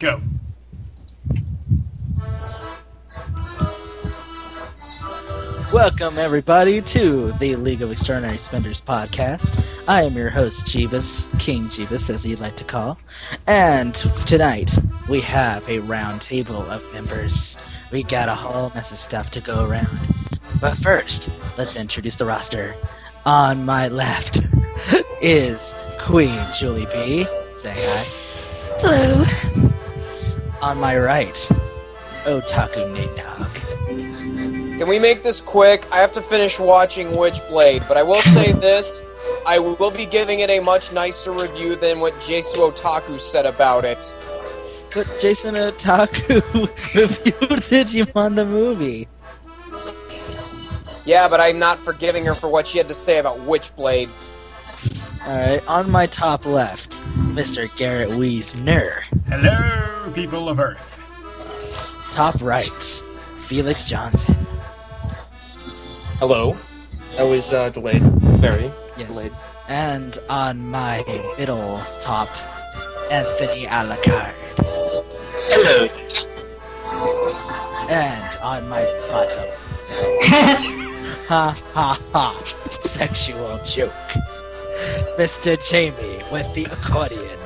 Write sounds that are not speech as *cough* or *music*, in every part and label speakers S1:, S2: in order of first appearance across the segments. S1: Go.
S2: Welcome, everybody, to the League of Extraordinary Spenders podcast. I am your host, Jeebus, King Jeebus, as you'd like to call. And tonight, we have a round table of members. We got a whole mess of stuff to go around. But first, let's introduce the roster. On my left *laughs* is Queen Julie B. Say hi.
S3: Hello.
S2: On my right, Otaku Nate Dog.
S4: Can we make this quick? I have to finish watching Witchblade, but I will say this. I will be giving it a much nicer review than what Jesu Otaku said about it.
S2: But Jason Otaku *laughs* reviewed Digimon the movie.
S4: Yeah, but I'm not forgiving her for what she had to say about Witchblade.
S2: Alright, on my top left, Mr. Garrett Wiesner.
S1: Hello, people of Earth.
S2: Top right, Felix Johnson.
S5: Hello. That was uh, delayed. *laughs* Very
S2: Yes.
S5: delayed.
S2: And on my middle top, Anthony Alucard.
S6: Hello.
S2: And on my bottom, *laughs* ha ha ha, sexual joke, Mr. Jamie with the accordion.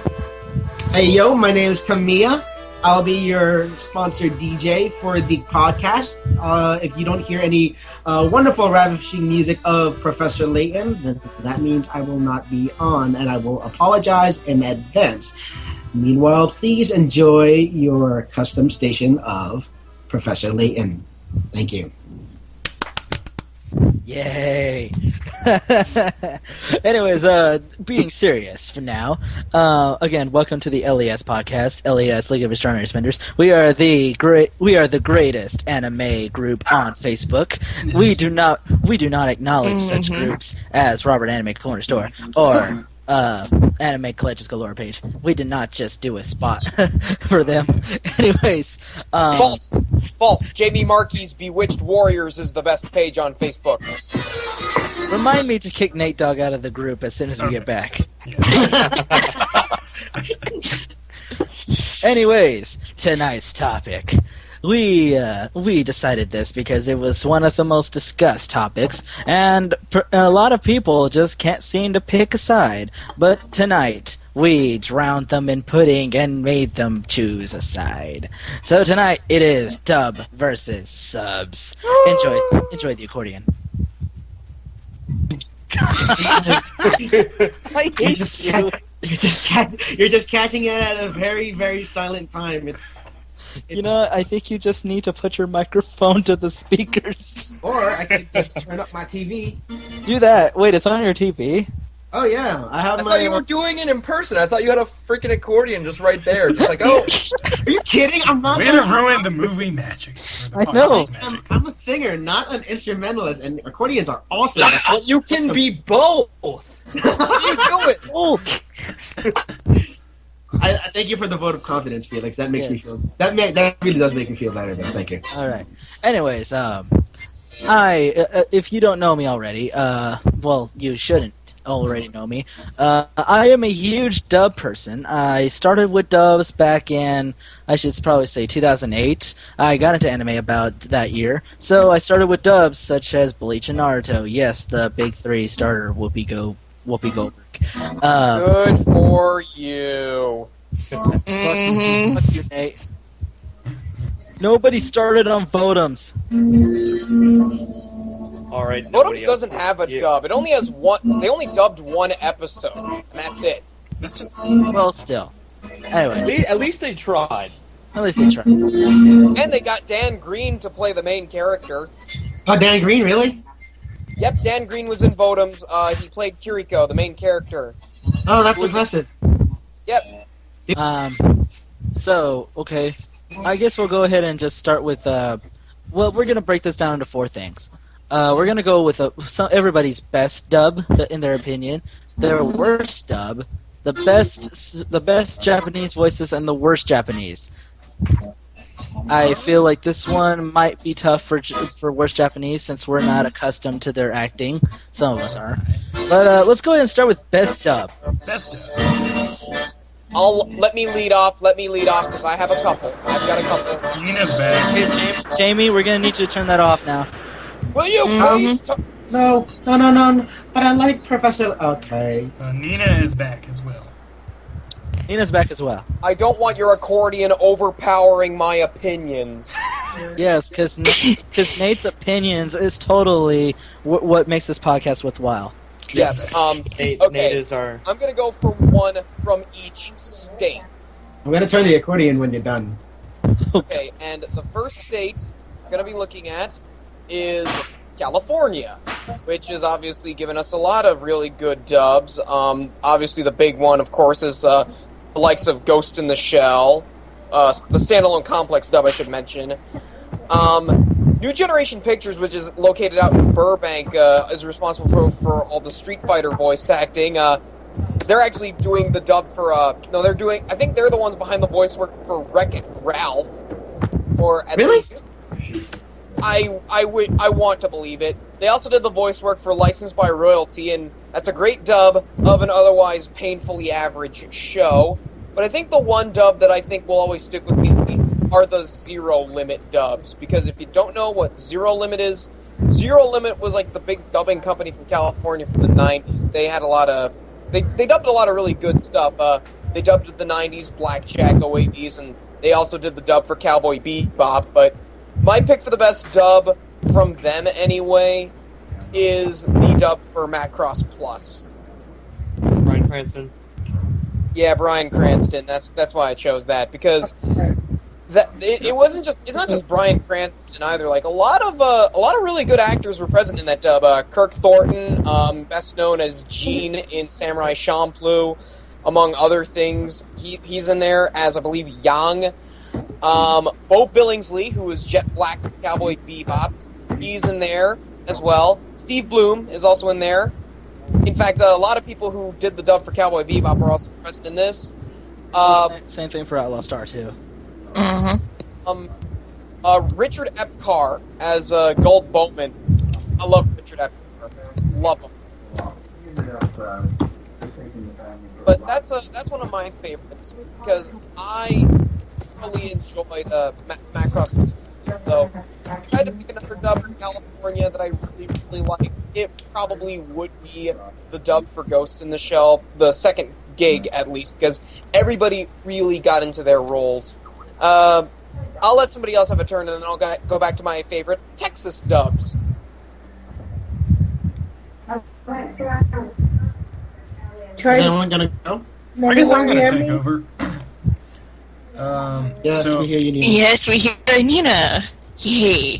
S6: Hey, yo, my name is Camilla. I'll be your sponsored DJ for the podcast. Uh, if you don't hear any uh, wonderful, ravishing music of Professor Layton, then that means I will not be on, and I will apologize in advance. Meanwhile, please enjoy your custom station of Professor Layton. Thank you.
S2: Yay! *laughs* Anyways, uh, being serious for now. Uh, again, welcome to the LES podcast, LES League of Astronomy Spenders. We are the great, we are the greatest anime group on Facebook. We do not, we do not acknowledge such
S3: Mhm.
S2: groups as Robert Anime Corner Store or uh, Anime Collectors Galore page. We did not just do a spot *laughs* for them. *laughs* Anyways, um,
S4: False. False. Jamie Markey's Bewitched Warriors is the best page on Facebook.
S2: remind me to kick Nate Dog out of the group as soon as we get
S1: Okay.
S2: back. Anyways, tonight's topic. We uh, we decided this because it was one of the most discussed topics, and pr- a lot of people just can't seem to pick a side. But tonight we drowned them in pudding and made them choose a side. So tonight it is dub versus subs. Enjoy enjoy the accordion. I
S6: You're just, ca- you're just catch- you're just catching it at a very very silent time. It's, it's
S2: You know, I think you just need to put your microphone to the speakers.
S6: Or I could just turn up my TV.
S2: Do that. Wait, it's on your TV.
S6: Oh yeah, I have
S5: I
S6: my.
S5: thought you were doing it in person. I thought you had a freaking accordion just right there. Just like, oh,
S6: Are you kidding? I'm not.
S1: Way to ruin the movie magic. Or the
S2: I know.
S1: podcast
S6: I'm,
S1: magic.
S6: I'm a singer, not an instrumentalist, and accordions are awesome.
S5: well, you can be both. What are you
S7: *laughs*
S5: doing?
S2: Oh,
S6: I, I thank you for the vote of confidence, Felix. That makes me
S2: Yes.
S6: feel that ma- that really does make me feel better. Though. Thank you.
S2: all right. Anyways, um, I uh, uh, if you don't know me already, uh, well, you shouldn't already know me. Uh, I am a huge dub person. I started with dubs back in I should probably say 2008. I got into anime about that year, so I started with dubs such as Bleach and Naruto. Yes, the big three starter Whoopi Go Whoopi Goldberg. Um,
S4: Good for you.
S3: Mm-hmm.
S2: Fuck you, Nate. Nobody started on Votums.
S5: All right.
S4: Modems doesn't have a dub. It only has one. They only dubbed one episode, and that's it.
S1: That's a-
S2: Well, still.
S5: At
S2: Anyway,
S5: least, at least they tried.
S2: at least they tried.
S4: And they got Dan Green to play the main character.
S6: Oh, Dan Green, really?
S4: Yep, Dan Green was in Votems. Uh, he played Kiriko, the main character.
S6: Oh, that's impressive.
S2: Um, so, okay. I guess we'll go ahead and just start with. Uh, well, we're going to break this down into four things. Uh, we're going to go with uh some, everybody's best dub, the, in their opinion, their worst dub, the best, s- the best Japanese voices, and the worst Japanese. I feel like this one might be tough for J- for worst Japanese since we're not accustomed to their acting. Some of us are, but uh, let's go ahead and start with best dub.
S1: best of.
S4: I'll let me lead off. Let me lead off because I have a couple. I've got a couple.
S1: Nina's back.
S5: Okay, James.
S2: Jamie, we're gonna need you to turn that off now.
S4: Will you
S3: Mhm.
S4: please? T-
S6: No, no, no, no. no. But I like Professor. Okay.
S1: Uh, Nina is back as well.
S2: Nina's back as well.
S4: I don't want your accordion overpowering my opinions.
S2: Yes, because because Nate's opinions is totally w- what makes this podcast worthwhile.
S4: Yes. Um.
S7: Nate,
S4: Okay.
S7: Nate is our.
S4: I'm gonna go for one from each state.
S6: I'm gonna turn the accordion when you're done.
S4: Okay, and the first state I'm going to be looking at is California, which has obviously given us a lot of really good dubs. Um, obviously, the big one, of course, is uh, the likes of Ghost in the Shell, uh, the standalone complex dub, I should mention. Um, New Generation Pictures, which is located out in Burbank, uh, is responsible for, for all the Street Fighter voice acting. Uh, they're actually doing the dub for uh no they're doing i think they're the ones behind the voice work for wreck it ralph or at
S6: Really?
S4: least i i would i want to believe it they also did the voice work for licensed by royalty and that's a great dub of an otherwise painfully average show but i think the one dub that i think will always stick with me are the zero limit dubs because if you don't know what zero limit is zero limit was like the big dubbing company from california from the 90s they had a lot of they, they dubbed a lot of really good stuff. Uh, they dubbed the 90s Blackjack OAVs, and they also did the dub for Cowboy Bebop. But my pick for the best dub from them, anyway, is the dub for Matt Cross Plus.
S7: Brian Cranston.
S4: Yeah, Brian Cranston. That's that's why I chose that because that it, it wasn't just it's not just Brian Cranston either. Like a lot of uh, a lot of really good actors were present in that dub. Uh, Kirk Thornton, um, best known as Gene in Samurai Champloo, among other things, he, he's in there as I believe Yang. Um, Bo Billingsley, who is Jet Black from Cowboy Bebop, he's in there as well. Steve Bloom is also in there. In fact, uh, a lot of people who did the dub for Cowboy Bebop are also present in this. Uh,
S2: same, same thing for Outlaw Star too.
S3: Mm-hmm.
S4: um, uh, Richard Epcar as uh, Gold Bowman. I love Richard Epcar. Love him. But that's a, that's one of my favorites because I really enjoyed uh, Matt, Matt Cross. So if I had to pick another dub from California that I really really like. It probably would be the dub for Ghost in the Shell, the second gig
S1: Hmm.
S4: at least, because everybody really got into their roles. Uh, I'll let somebody else have a turn, and then I'll go go back to my favorite Texas dubs.
S6: Is
S8: Troy,
S6: anyone gonna go?
S1: I guess I'm
S8: going to
S1: take over. Um,
S6: Yes,
S1: so,
S6: we hear you. Nina.
S3: Yes, we hear Nina. Yay.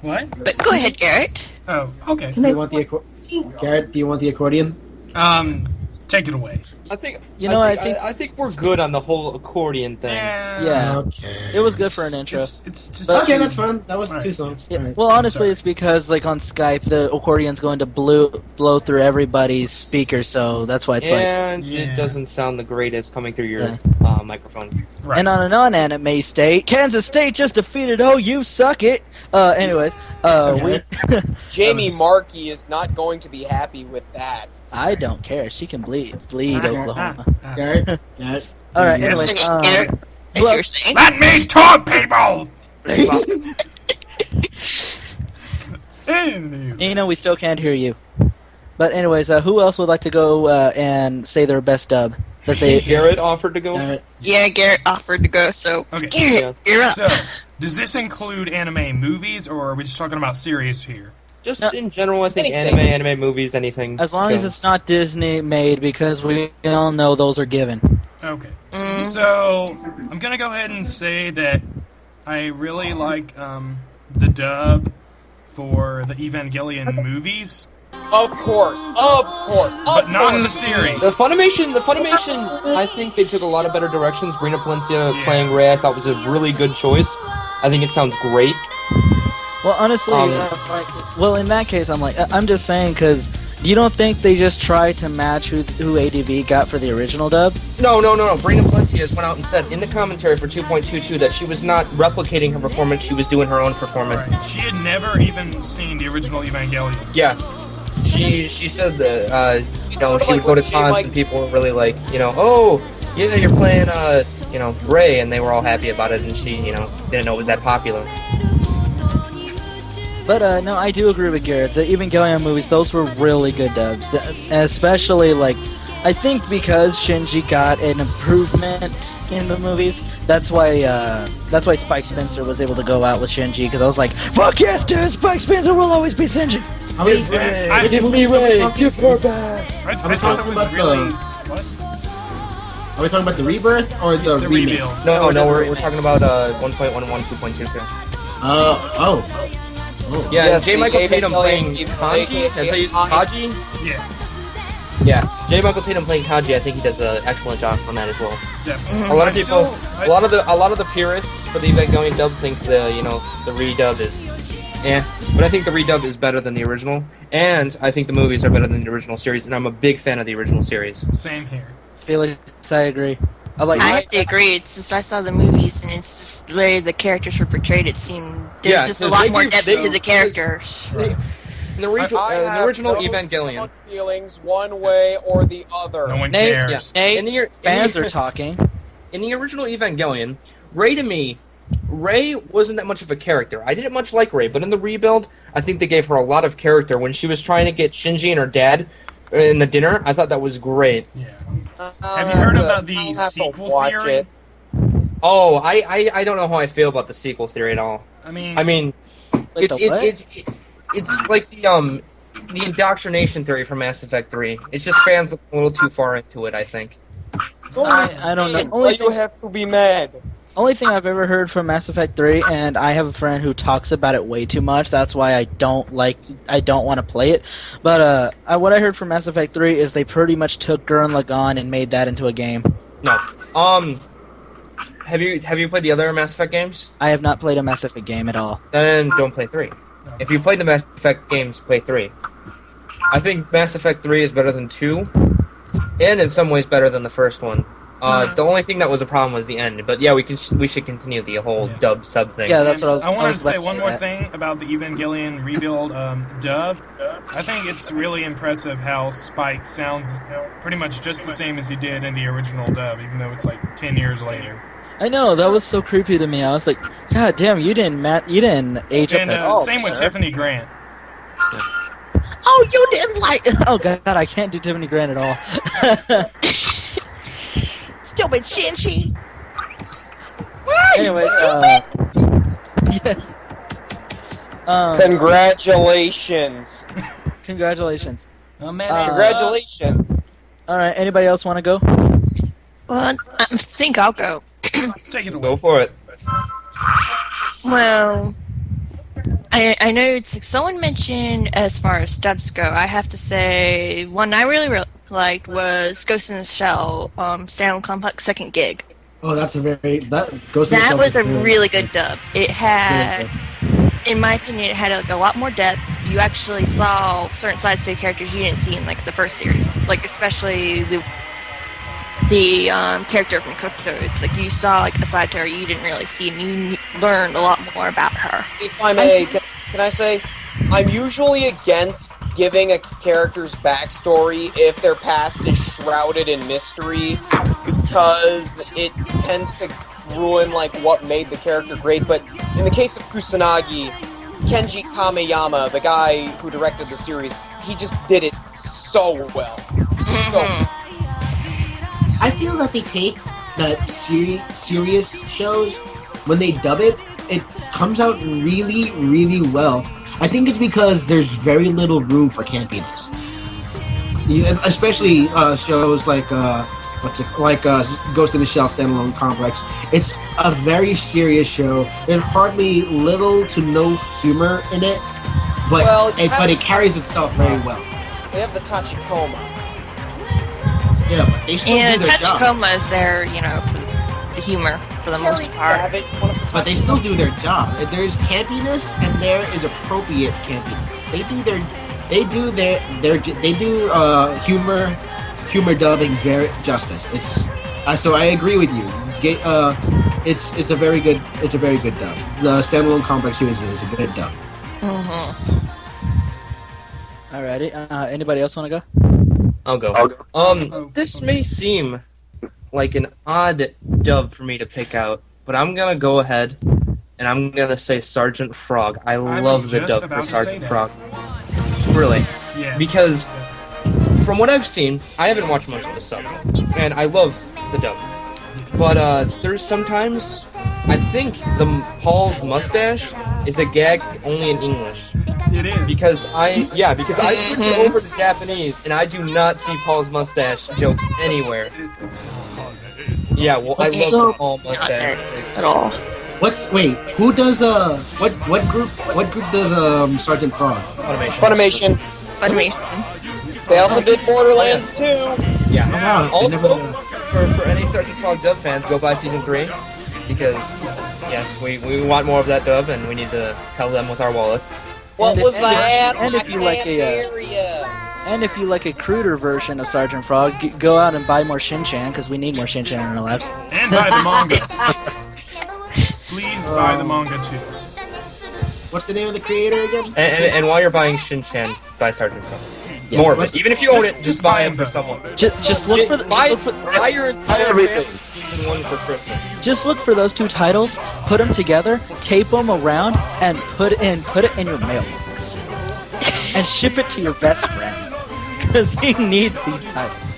S1: What?
S3: But go ahead, Garrett.
S1: Oh, okay.
S6: Do you want the accor- Garrett? Do you want the accordion?
S1: Um, take it away.
S7: I think
S2: You know, I
S7: I, think we're good on the whole accordion thing.
S2: Yeah.
S6: Okay.
S2: It was good for an intro.
S1: It's, it's just
S6: Okay, that's fine. That was
S1: All right.
S6: two songs.
S2: Yeah,
S6: All right.
S2: well, honestly,
S1: sorry.
S2: it's because like on Skype, the accordion's going to blow blow through everybody's speaker, so that's why it's like.
S7: and
S1: Yeah.
S7: it doesn't sound the greatest coming through your
S2: Yeah.
S7: uh, microphone.
S1: Right.
S2: And on a non-anime state, Kansas State just defeated. Oh, you suck it. Uh, anyways, uh,
S1: Okay.
S2: we.
S4: Jamie
S1: was-
S4: Markey is not going to be happy with that.
S2: I don't care. She can bleed bleed
S6: Okay.
S2: Oklahoma.
S1: Ah.
S6: Garrett, Garrett.
S2: All right.
S1: Yes.
S2: Anyways,
S3: Okay,
S2: um,
S3: Garrett, as
S2: well-
S3: you were saying.
S1: Let me talk, people!
S2: *laughs*
S1: Anyway.
S2: Nina, we still can't hear you. But anyways, uh, who else would like to go uh, and say their best dub that
S5: *laughs*
S2: they?
S7: Garrett offered to go.
S6: Garrett.
S3: Yeah, Garrett offered to go, so
S1: Okay.
S3: Garrett, you're up.
S1: So, does this include anime movies, or are we just talking about series here?
S7: Just
S2: No.
S7: in general, I think
S4: Anything.
S7: anime, anime movies, anything.
S2: As long as
S7: goes.
S2: it's not Disney made, because we all know those are given.
S1: Okay.
S3: Mm,
S1: So, I'm gonna go ahead and say that I really like um, the dub for the Evangelion movies,
S4: Of course, of course, of
S5: Oh,
S1: but not in the
S4: course.
S1: series.
S7: The Funimation, the Funimation, I think they took a lot of better directions. Brina Palencia
S1: Yeah.
S7: playing Ray, I thought was a really good choice. I think it sounds great.
S2: Well, honestly,
S7: Um,
S2: uh, like, well, in that case, I'm like, I- I'm just saying because you don't think they just tried to match who who ADV got for the original dub?
S5: No, no, no, no. Brina Valencias went out and said in the commentary for 2.22 that she was not replicating her performance; she was doing her own performance.
S1: Right. She had never even seen the original Evangelion.
S5: Yeah. She she said that uh, you know
S4: Sort of
S5: she
S4: like
S5: would go to
S4: what she
S5: cons
S4: like-
S5: and people were really like you know oh you know, you're playing, uh, you know, Ray, and they were all happy about it, and she, you know, didn't know it was that popular.
S2: But uh, no, I do agree with Garrett. The Evangelion movies, those were really good dubs, especially like I think because Shinji got an improvement in the movies. That's why uh, that's why Spike Spencer was able to go out with Shinji because I was like, fuck yes, dude, Spike Spencer will always be Shinji.
S6: How many,
S1: I,
S7: Give me Ray! Give her back!
S1: I, I
S6: I'm
S1: thought that
S6: talking
S1: was
S6: about
S1: really.
S6: the-
S1: What?
S6: are we talking about the rebirth or the,
S1: The
S6: remake?
S1: reveal.
S5: No, no, we're, we're talking about uh, 1.11, 2.22.
S6: Uh, oh. oh.
S5: Yeah,
S4: Yes,
S5: J.
S4: the
S5: Michael
S4: Aiden
S5: Tatum playing
S4: Killian, Aiden
S5: Kanji.
S4: Killian,
S5: That's how you
S4: Aiden
S5: Kaji.
S1: Yeah,
S5: Yeah, J. Michael Tatum playing Kanji. I think he does an excellent job on that as well.
S1: definitely.
S5: A lot
S1: I
S5: of people,
S1: still- I-
S5: a lot of the, a lot of the purists for the Evangelion dub thinks the, you know, the redub is, eh. But I think the redub is better than the original, and I think the movies are better than the original series. And I'm a big fan of the original series.
S1: Same here.
S2: Felix, I agree. I like.
S3: I have to agree. It's just I saw the movies, and it's just the way the characters were portrayed. It seemed there was
S5: Yeah,
S3: just a
S5: so
S3: lot
S5: they
S3: more
S5: gave-
S3: depth
S5: they-
S3: to the characters.
S1: Right.
S5: In the, origi-
S4: I
S5: uh, the
S4: have
S5: original
S4: no
S5: Evangelion.
S4: strong feelings one way or the other.
S1: No one
S2: Nate,
S1: cares.
S2: Nate,
S5: In the, in
S2: fans
S5: the-
S2: are talking.
S5: in the original Evangelion, Ray to me, Ray wasn't that much of a character. I didn't much like Ray, but in the rebuild, I think they gave her a lot of character. When she was trying to get Shinji and her dad uh, in the dinner, I thought that was great.
S1: Yeah.
S4: I'll
S1: Have you
S4: have
S1: heard
S4: to-
S1: about the
S4: I'll have to
S1: sequel
S4: watch
S1: theory?
S4: it.
S5: Oh, I, I, I don't know how I feel about the sequel theory at all.
S1: I mean,
S5: I mean,
S2: Like
S5: it's
S2: the
S5: it,
S2: what?
S5: it's it, it's like the um the indoctrination theory from Mass Effect Three. It's just fans a little too far into it. I think.
S2: I, I don't know.
S4: Why
S2: Only
S4: you
S2: thing,
S4: have to be mad?
S2: only thing I've ever heard from Mass Effect Three, and I have a friend who talks about it way too much. That's why I don't like. I don't want to play it. But uh, I, what I heard from Mass Effect Three is they pretty much took Gurren Lagann and made that into a game.
S5: No. Um. Have you have you played the other Mass Effect games?
S2: I have not played a Mass Effect game at all.
S5: Then don't play three. If you played the Mass Effect games, play three. I think Mass Effect three is better than two, and in some ways better than the first one. Uh, The only thing that was a problem was the end, but yeah, we can we should continue the whole
S1: Yeah.
S5: dub sub thing.
S2: Yeah, that's what I was.
S1: I wanted
S2: was
S1: to
S2: about
S1: say one more
S2: that.
S1: thing about the Evangelion rebuild um, Dove. I think it's really impressive how Spike sounds pretty much just the same as he did in the original Dove, even though it's like ten years later.
S2: I know that was so creepy to me. I was like, God damn, you didn't mat, you didn't age
S1: And
S2: up at
S1: uh,
S2: all.
S1: same with
S2: sir."
S1: Tiffany Grant.
S2: Oh, you didn't
S3: *laughs*
S2: like. Oh God, I can't do Tiffany Grant
S1: *laughs*
S2: at all. *laughs*
S3: Stupid Shinji.
S2: anyway, uh, *laughs* yeah. Um,
S4: Congratulations.
S2: congratulations.
S1: Oh man,
S2: Uh,
S4: Congratulations.
S2: All right, anybody else want to go?
S3: Well, I think I'll go.
S1: take it away.
S5: Go for it.
S3: Well, I I know it's someone mentioned as far as dubs go. I have to say one I really re- liked was Ghost in the Shell, um, Stanley Complex second gig.
S6: Oh, that's a very that goes. to the
S3: That
S6: self-
S3: was a really good dub. It had,
S6: Yeah.
S3: in my opinion, it had like a lot more depth. You actually saw certain sides to the characters you didn't see in like the first series, like especially the the um, character from Koto. It's like you saw like a side to her you didn't really see, and you kn- learned a lot more about her.
S4: If I may, can, can I say, I'm usually against giving a character's backstory if their past is shrouded in mystery because it tends to ruin like what made the character great. But in the case of Kusanagi, Kenji Kameyama, the guy who directed the series, he just did it so well. So,
S2: Mm-hmm.
S6: I feel that they take that seri- serious shows when they dub it, it comes out really, really well. I think it's because there's very little room for campiness, You- especially uh, shows like uh, what's it, like uh, Ghost in the Shell standalone complex. It's a very serious show. There's hardly little to no humor in it, but
S4: Well, it's
S6: it, but it
S4: hap-
S6: carries itself very well.
S4: they have the Tachikoma.
S6: Yeah, but they still
S3: And
S6: do their job.
S3: Tachikoma is there, you know, for the humor for the
S4: Very
S3: most part.
S4: savage, one of the
S6: But they still do their job. There is campiness, and there is appropriate campiness. They do their, they do their, their, they do uh, humor, humor dubbing very justice. It's uh, so I agree with you. Ga uh, it's it's a very good it's a very good dub. The standalone complex series is a good dub.
S3: Mm-hmm.
S2: Alrighty, uh, anybody else want to go?
S5: I'll go.
S1: Oh,
S8: I'll go.
S5: Um, this may seem like an odd dub for me to pick out, but I'm gonna go ahead and I'm gonna say Sergeant Frog. I,
S1: was
S5: love the
S1: just
S5: dub
S1: about
S5: for
S1: to say
S5: Sergeant
S1: that.
S5: Frog. Really.
S1: Yes.
S5: Because- From what I've seen, I haven't watched much of the sub, and I love the dub. But uh, there's sometimes I think the Paul's mustache is a gag only in English
S1: it is
S5: because I yeah because I switched over to Japanese and I do not see Paul's mustache jokes anywhere.
S1: It- it's
S5: Yeah, well I
S6: It's
S5: love
S6: so-
S5: the Paul mustache.
S3: at all.
S6: What's wait? Who does uh? What what group? What group does um Sergeant Frog?
S5: Automation.
S4: Funimation.
S3: Funimation.
S4: They also did Borderlands 2.
S5: Yeah.
S6: wow, they
S5: Also,
S6: never-
S5: for, for any Sergeant Frog dub fans, go buy season three because yes, we, we want more of that dub, and we need to tell them with our wallets.
S4: What
S2: And if-
S4: was
S2: and if-
S4: that?
S2: and if you
S4: I
S2: like
S4: can't
S2: a, uh,
S4: hear ya.
S2: And if you like a cruder version of Sergeant Frog, g- go out and buy more Shin Chan because we need more Shin Chan in our lives.
S1: and buy the manga. Please buy the manga too.
S6: What's the name of the creator again?
S5: And, and, and while you're buying Shin Chan, buy Sergeant Frog.
S2: Yeah.
S5: More of it.
S6: Let's-
S5: Even if you own
S1: just-
S5: it,
S1: just
S5: just buy
S1: buy
S5: it for
S1: both.
S5: someone.
S2: Just, just look for,
S5: buy,
S2: just look for
S5: buy your entire
S8: everything.
S5: family season one for Christmas.
S2: just look for those two titles, put them together, tape them around, and put in put it in your mailbox, and ship it to your best friend because he needs these titles.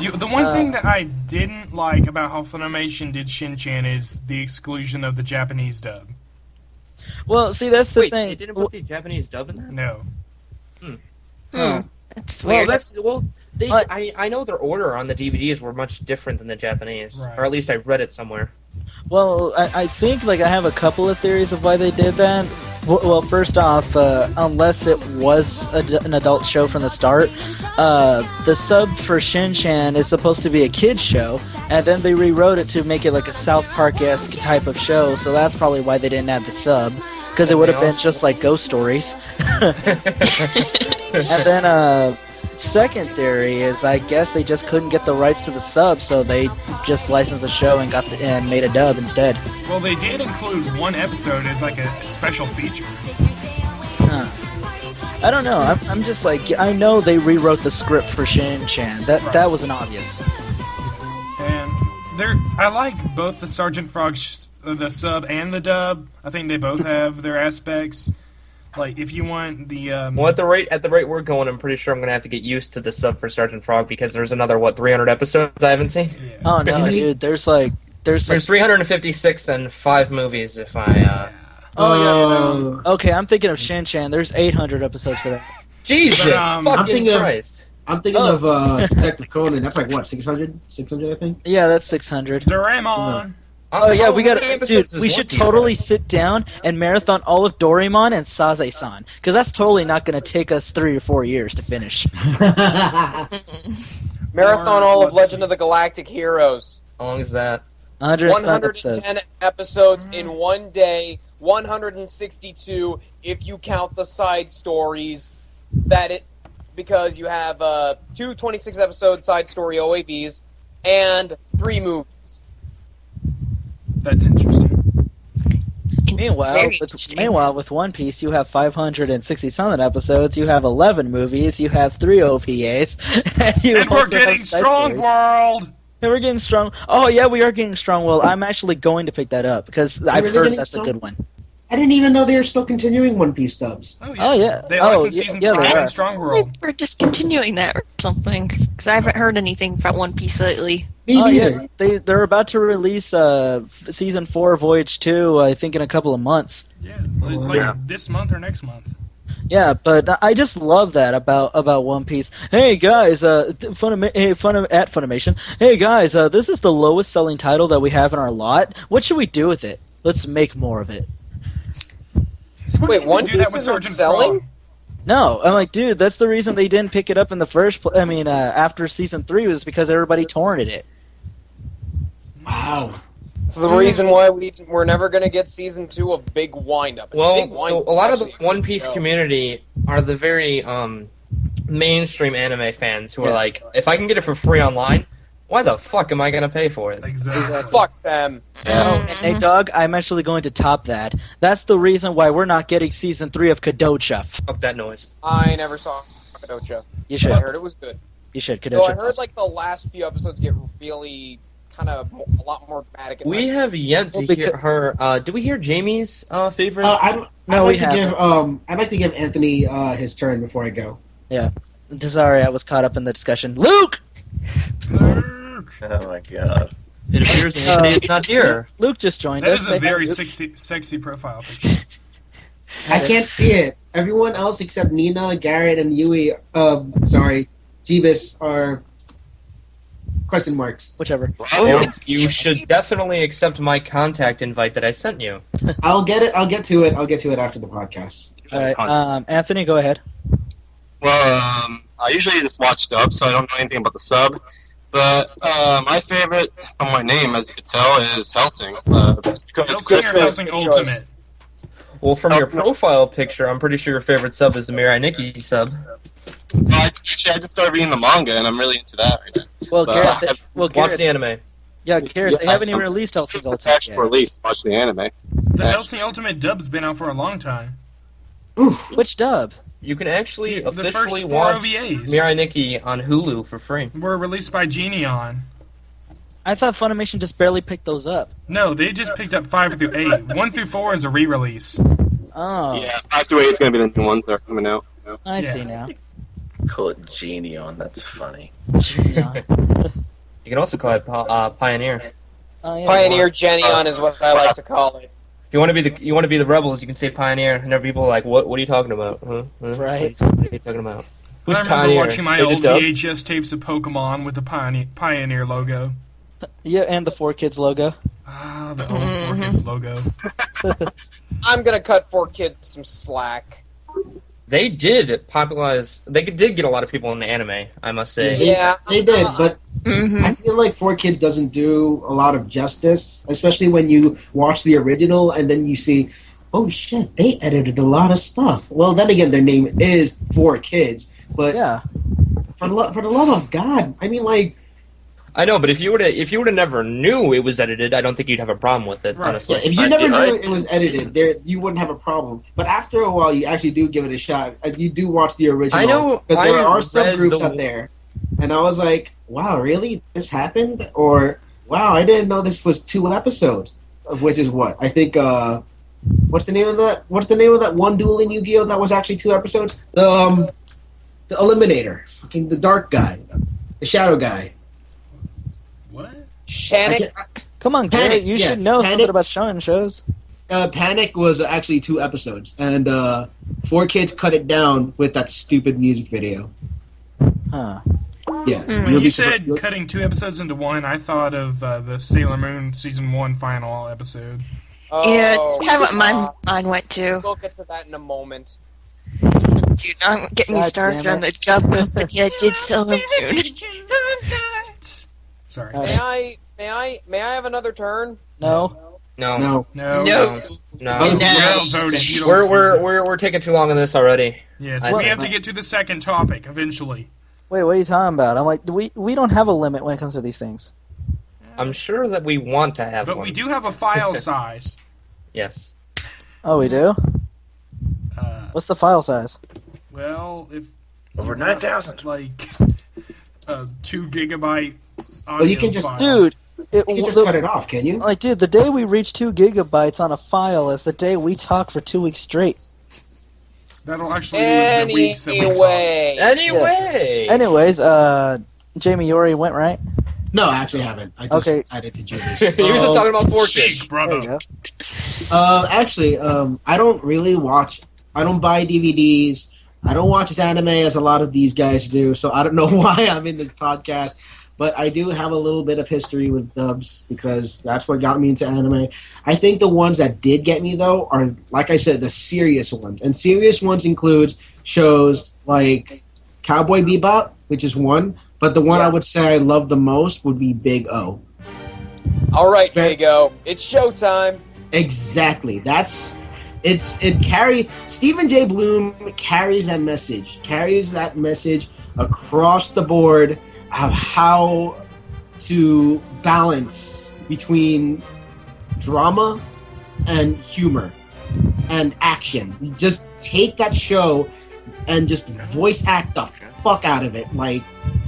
S1: You, the one
S2: Uh,
S1: thing that I didn't like about how Funimation did Shin Chan is the exclusion of the Japanese dub.
S2: Well, see, that's the
S5: Wait,
S2: thing.
S5: they didn't put the Japanese dub in that?
S1: No,
S3: Hmm. That's
S5: Well,
S3: weird.
S5: that's well. They,
S2: But-
S5: I, I know their order on the DVDs were much different than the Japanese,
S1: Right.
S5: or at least I read it somewhere. *laughs*
S2: Well, I, I think like I have a couple of theories of why they did that. W- Well, first off, uh, unless it was a d an adult show from the start, uh, the sub for Shin Chan is supposed to be a kids show, and then they rewrote it to make it like a South Park esque type of show. So that's probably why they didn't add the sub, because it would have been just like ghost stories. and then, uh, second theory is I guess they just couldn't get the rights to the sub, so they just licensed the show and got the, and made a dub instead.
S1: well they did include one episode as like a special feature.
S2: Huh. I don't know. I'm, I'm just like I know they rewrote the script for Shin Chan. That that was an obvious.
S1: And there, I like both the Sergeant Frog, sh- uh, the sub and the dub. I think they both have their aspects. Like if you want the um,
S5: Well, at the rate at the rate we're going, I'm pretty sure I'm gonna have to get used to the sub for Sergeant Frog because there's another what 300 episodes I haven't seen.
S1: yeah.
S2: Oh no,
S6: Really?
S2: dude. There's like there's. Like,
S5: There's 356 and five movies if I. uh...
S2: oh yeah, yeah.
S6: Uh,
S2: there's- Okay, I'm thinking of Shin Chan. There's 800 episodes for that.
S5: Jesus
S1: But, um,
S6: I'm
S5: fucking
S6: thinking of-
S5: Christ!
S6: I'm thinking
S2: Oh.
S6: of uh, Detective Conan. That's like what 600? 600, I *laughs* think.
S2: Yeah, that's 600.
S1: Doraemon.
S2: Oh yeah, we got
S5: How many
S2: to dude.
S5: episodes is
S2: We
S5: One
S2: should
S5: Piece, man?
S2: totally sit down and marathon all of Doraemon and Saze-san because that's totally not going to take us three or four years to finish.
S3: Mm-hmm.
S4: Marathon all of
S1: Let's
S4: Legend of the Galactic Heroes.
S5: How long is that?
S2: 100 and some episodes.
S4: 110 episodes in one day, 162 if you count the side stories. That it because you have uh, two 26 episode side story OAVs and three movies.
S1: That's interesting.
S2: Meanwhile,
S3: Very
S2: with,
S3: interesting.
S2: meanwhile, with One Piece, you have 560 something episodes, you have 11 movies, you have 3 OVAs, *laughs* and, you
S1: And we're
S2: also have
S1: getting
S2: side
S1: strong
S2: stories.
S1: world.
S2: And we're getting strong. Oh, yeah, we are getting strong. Well, I'm actually going to pick that up because I've
S6: really
S2: heard
S6: getting
S2: that's
S6: strong?
S2: a good one.
S6: I didn't even know they were still continuing One Piece dubs.
S1: Oh
S2: Oh, yeah.
S1: They
S2: oh,
S1: licensed
S2: yeah,
S1: season
S2: yeah,
S1: three
S2: they
S1: and
S2: are.
S1: Strong
S3: They
S1: World.
S3: were discontinuing that or something because I haven't heard anything about One Piece lately.
S6: Me
S2: oh,
S6: neither.
S2: yeah. They, they're about to release uh, f- Season 4 Voyage 2, I think, in a couple of months.
S1: Yeah, like, like
S8: Yeah.
S1: this month or next month.
S2: Yeah, but I just love that about about One Piece. Hey guys, uh, th- Funima- hey, Funim- at Funimation. Hey guys, uh, this is the lowest selling title that we have in our lot. What should we do with it? Let's make more of it.
S1: See, why
S4: Wait,
S1: didn't they
S4: One
S1: do
S4: Piece
S1: that with
S4: isn't
S1: Sergeant
S4: selling?
S1: Frog?
S2: No, I'm like, dude, that's the reason they didn't pick it up in the first. Pl- I mean, uh, after season three was because everybody torrented it.
S6: Wow.
S4: It's the reason why we we're never going to get season two of Big Windup. And
S5: Well,
S4: Big Windup
S5: the- a lot of the
S4: is actually a
S5: One
S4: good
S5: Piece
S4: show.
S5: community are the very um, mainstream anime fans who are
S2: Yeah.
S5: like, if I can get it for free online, why the fuck am I gonna pay for it?
S1: Exactly.
S4: Fuck them.
S2: Oh, and Nate Dog, I'm actually going to top that. That's the reason why we're not getting season three of Kadocha.
S5: Fuck that noise.
S4: I never saw Kadocha.
S2: You
S4: but
S2: should.
S1: Oh,
S4: I heard it was good.
S2: You should.
S4: Though I
S2: Kadosha.
S4: heard like the last few episodes get really kind of mo- a lot more dramatic. and
S5: We
S4: less-
S5: have yet to
S2: Well, because-
S5: hear her. Uh, do we hear Jamie's uh, favorite?
S6: Uh, I'm,
S2: No,
S6: I'd
S2: we
S6: like to
S2: haven't.
S6: give um, I'd like to give Anthony uh, his turn before I go.
S2: Sorry, I was caught up in the discussion. Luke!
S8: *laughs* Oh my god.
S5: it appears Anthony is not here.
S2: Luke just joined
S1: That
S2: us.
S1: is
S2: Say
S1: a
S2: hi,
S1: very
S2: Luke.
S1: sexy, sexy profile picture.
S6: I can't see it. Everyone else except Nina, Garrett, and Yui, um, sorry, Jeebus are
S2: *laughs*
S6: question marks.
S2: Whichever.
S5: And
S4: it's-
S5: you should definitely accept my contact invite that I sent you.
S6: I'll get it. I'll get to it. I'll get to it after the podcast.
S2: All right. Um, Anthony, go ahead.
S8: Well, um, I usually just watch dub, so I don't know anything about the sub. But uh, my favorite from my name, as you can tell, is Helsing. Uh, just because it's
S1: Hellsinger,
S8: Christmas.
S1: Hellsing Ultimate.
S5: Well, from your
S8: That's not-
S5: profile picture, I'm pretty sure your favorite sub is the Mirai Nikki sub.
S8: Well, I, actually, I just started reading the manga, and I'm really into that right now.
S2: Well,
S6: Uh,
S8: Well,
S2: Garrett,
S8: I-
S2: they, well,
S5: Watch
S2: Garrett,
S5: the anime.
S2: yeah, Garrett, they
S8: yeah,
S2: haven't even
S8: I'm-
S2: released Hellsing
S8: It's
S2: Ultimate
S8: actually
S2: yet.
S8: released. Watch the anime.
S1: The
S8: Yeah.
S1: Hellsing Ultimate dub's been out for a long time.
S2: Which dub?
S5: You can actually
S1: The- the first
S5: officially
S1: four
S5: watch
S1: OVAs.
S5: Mirai Nikki on Hulu for
S6: *laughs*
S5: free.
S1: Were released by Genion.
S2: I thought Funimation just barely picked those up.
S1: No, they just picked up five through eight. One through four is a re-release.
S2: Oh,
S8: Yeah, 5 through 8 is going to be the new ones that are coming out. Yeah.
S2: I see
S1: Yeah.
S2: now.
S8: Call it Genion. That's funny.
S2: Yeah.
S5: You can also call it pa- uh, Pioneer. If
S2: Oh, yeah.
S4: Pioneer Genion is what I like to call it.
S5: you want to be the you want to be the rebels, you can say Pioneer, and other people are like, "What? What are you talking about? Huh? Huh?
S2: Right.
S5: What are you talking about? Who's
S1: I remember
S5: Pioneer?
S1: watching my
S5: They do
S1: old
S5: dubs?
S1: VHS tapes of Pokemon with the Pioneer, Pioneer logo.
S2: Yeah, and the Four Kids logo. *laughs*
S1: Ah, the old
S3: *laughs*
S1: Four Kids logo.
S4: I'm gonna cut four kids some slack.
S5: They did popularize. They did get a lot of people in the anime. I must say.
S6: They-
S4: Yeah.
S6: they did, but
S3: Mm-hmm.
S6: I feel like Four Kids doesn't do a lot of justice, especially when you watch the original and then you see, oh shit, they edited a lot of stuff. Well, then again, their name is Four Kids, but
S2: Yeah.
S6: for the lo- for the love of God, I mean, like
S5: I know, but if you would have if you would have never knew it was edited, I don't think you'd have a problem with it.
S1: Right.
S5: Honestly,
S6: yeah, if you
S8: I-
S6: never
S8: I-
S6: knew it was edited, there you wouldn't have a problem. But after a while, you actually do give it a shot. Uh, You do watch the original.
S5: I know-
S6: because
S5: I
S6: there are
S5: read
S6: subgroups
S5: the-
S6: out there, and I was like, wow, really, this happened, or wow, I didn't know this was two episodes, of which is what I think. uh What's the name of that? What's the name of that one duel in Yu-Gi-Oh that was actually two episodes? The um, the Eliminator, fucking the dark guy, the shadow guy.
S1: What?
S6: I
S4: Panic.
S6: can't-
S2: Come on,
S6: Panic,
S2: Garrett, you
S6: yeah.
S2: should know something
S6: Panic.
S2: about shonen shows.
S6: uh, Panic was actually two episodes, and uh, four kids cut it down with that stupid music video.
S2: Huh.
S6: Yeah,
S1: When
S3: When
S6: you'll
S1: you
S6: be surprised-
S1: said
S6: you'll-
S1: cutting two episodes into one, I thought of uh, the Sailor Moon season one final episode.
S4: Oh,
S3: Yeah, it's kind of what mine,
S4: God.
S3: mine went to.
S4: We'll get to that in a moment.
S3: Dude, don't get me
S2: God
S3: started
S2: damn
S3: on the dub company I *laughs* did sell them.
S1: Sorry.
S2: All
S4: May
S2: right.
S4: I? May I? May I have another turn?
S2: No.
S1: Oh.
S5: no, no,
S6: no,
S1: No.
S3: No.
S5: no.
S1: You don't vote if you don't-
S5: We're, we're we're we're taking too long on this already.
S1: Yes,
S5: I
S1: we
S5: think-
S1: have to get to the second topic eventually.
S2: Wait, what are you talking about? I'm like, we we don't have a limit when it comes to these things.
S5: I'm sure that we want to have
S1: But
S5: one.
S1: we do have a
S5: *laughs*
S1: file size.
S5: Yes.
S2: Oh, we do.
S1: Uh,
S2: What's the file size?
S1: well, if
S8: Over 9,000.
S1: like a two gigabyte. Audio
S6: you can just-
S1: file.
S2: Dude, it,
S6: you can just
S2: the-
S6: cut it off, can you?
S2: like, dude, the day we reach two gigabytes on a file is the day we talk for two weeks straight.
S1: That'll actually be the weeks that we talk.
S4: Anyway,
S5: Anyway. *laughs*
S2: Anyways, uh, Jamie, you already went right.
S6: No, I actually haven't. I just
S2: Okay.
S6: added to
S5: you
S6: Julius.
S5: were just
S6: Um,
S5: talking about four kids.
S1: Chic,
S2: There you
S1: brother.
S2: go.
S6: Uh, actually, um, I don't really watch. I don't buy DVDs. I don't watch as anime as a lot of these guys do. So I don't know *laughs* why I'm in this podcast, but I do have a little bit of history with dubs because that's what got me into anime. I think the ones that did get me though are, like I said, the serious ones, and serious ones includes shows like Cowboy Bebop, which is one. But the one I would say I love the most would be Big O.
S4: all right, here you go. It's showtime.
S6: Exactly. That's it's it carry Stephen J. Bloom carries that message, carries that message across the board of how to balance between drama and humor and action. You Just take that show and just voice act the fuck out of it. Like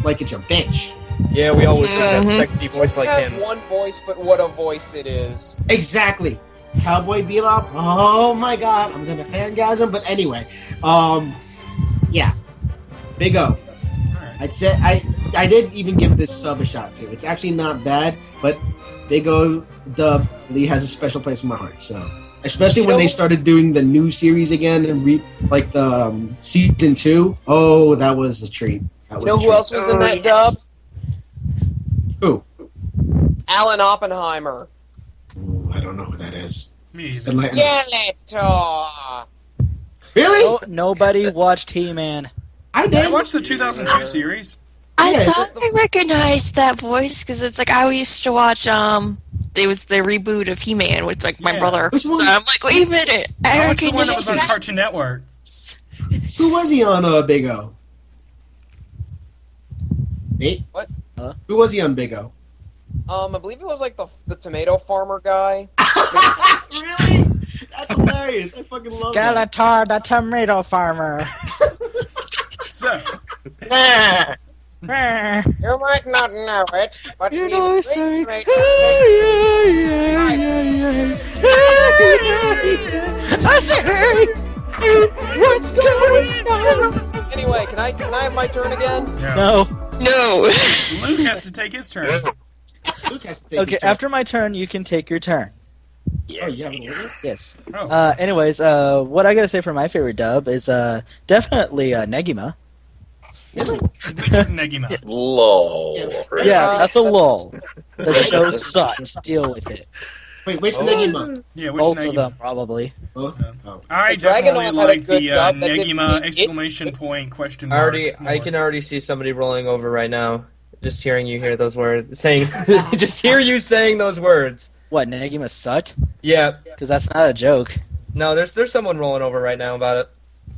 S6: like it's your bitch.
S5: Yeah, we always see that
S3: Mhm.
S5: sexy voice like
S4: has
S5: him.
S4: one voice, but what a voice it is.
S6: Exactly. Cowboy Bebop. Oh my god, I'm gonna fangasm. But anyway, um, yeah, Big O.
S1: Alright.
S6: I'd say I I did even give this sub a shot too. It's actually not bad, but Big O Dub Lee has a special place in my heart. So especially
S4: You
S6: when
S4: know-
S6: they started doing the new series again and re, like the um, season two. Oh, that was a treat. That
S4: You
S6: was
S4: know
S6: a
S4: who
S6: treat.
S4: else was in
S3: Oh,
S4: that dub?
S3: yes.
S6: Who?
S4: Alan Oppenheimer.
S6: Ooh, I don't know who that is.
S1: Me either.
S6: Enlighten us.
S4: Skeletor.
S6: Really?
S4: Oh,
S2: No, nobody watched He Man.
S6: I
S1: I
S6: did.
S1: watched the 2002 series.
S3: I
S6: Yeah, it's
S3: thought I recognized that voice because it's like I used to watch. Um, it was the reboot of He-Man with like my
S1: Yeah.
S3: brother.
S6: Which one?
S3: So I'm like, wait a minute, I,
S1: I watched the one that
S3: recognize
S1: was on
S3: that.
S1: Cartoon Network.
S6: Who was he on uh, Big O? Nate?
S4: What?
S2: Huh?
S6: Who was he on Big O?
S4: Um, I believe it was like the the tomato farmer guy.
S6: really? That's hilarious. I fucking love that.
S2: Skeletor, the tomato farmer.
S1: So,
S2: yeah,
S4: You might not know it, but
S2: You know,
S4: he's
S2: it's
S4: great,
S2: like,
S4: great,
S2: *laughs* yeah, yeah, I said, hey, what's going on?
S4: Anyway, can I can I have my turn
S6: *laughs*
S4: again?
S1: yeah.
S2: No.
S3: No,
S1: Luke has to take his turn.
S6: Luke has to take
S2: Okay,
S6: his turn.
S2: after my turn, you can take your turn.
S6: Oh, you haven't waited?
S2: Yes.
S1: Oh,
S2: Uh, anyways, uh, what I gotta say for my favorite dub is uh, definitely uh, Negima.
S1: which Negima?
S9: Lol.
S2: Yeah, that's a
S4: Uh,
S2: lull. The show sucked. Deal with it.
S6: Wait, which Negima?
S1: Yeah, which
S2: Both
S1: Negima?
S2: of them, probably.
S6: Both? Oh.
S1: I
S4: The Dragonaut
S1: definitely
S4: had a
S1: like
S4: good
S1: the uh,
S4: job that didn't
S1: Negima
S4: beat it.
S1: exclamation point question
S5: I
S1: mark.
S5: already, I
S1: more.
S5: can already see somebody rolling over right now. Just hearing you hear those words, saying, *laughs* just hear you saying those words.
S2: What Negima sucked?
S5: Yeah,
S2: Because that's not a joke.
S5: no, there's there's someone rolling over right now
S1: *laughs*
S5: about it.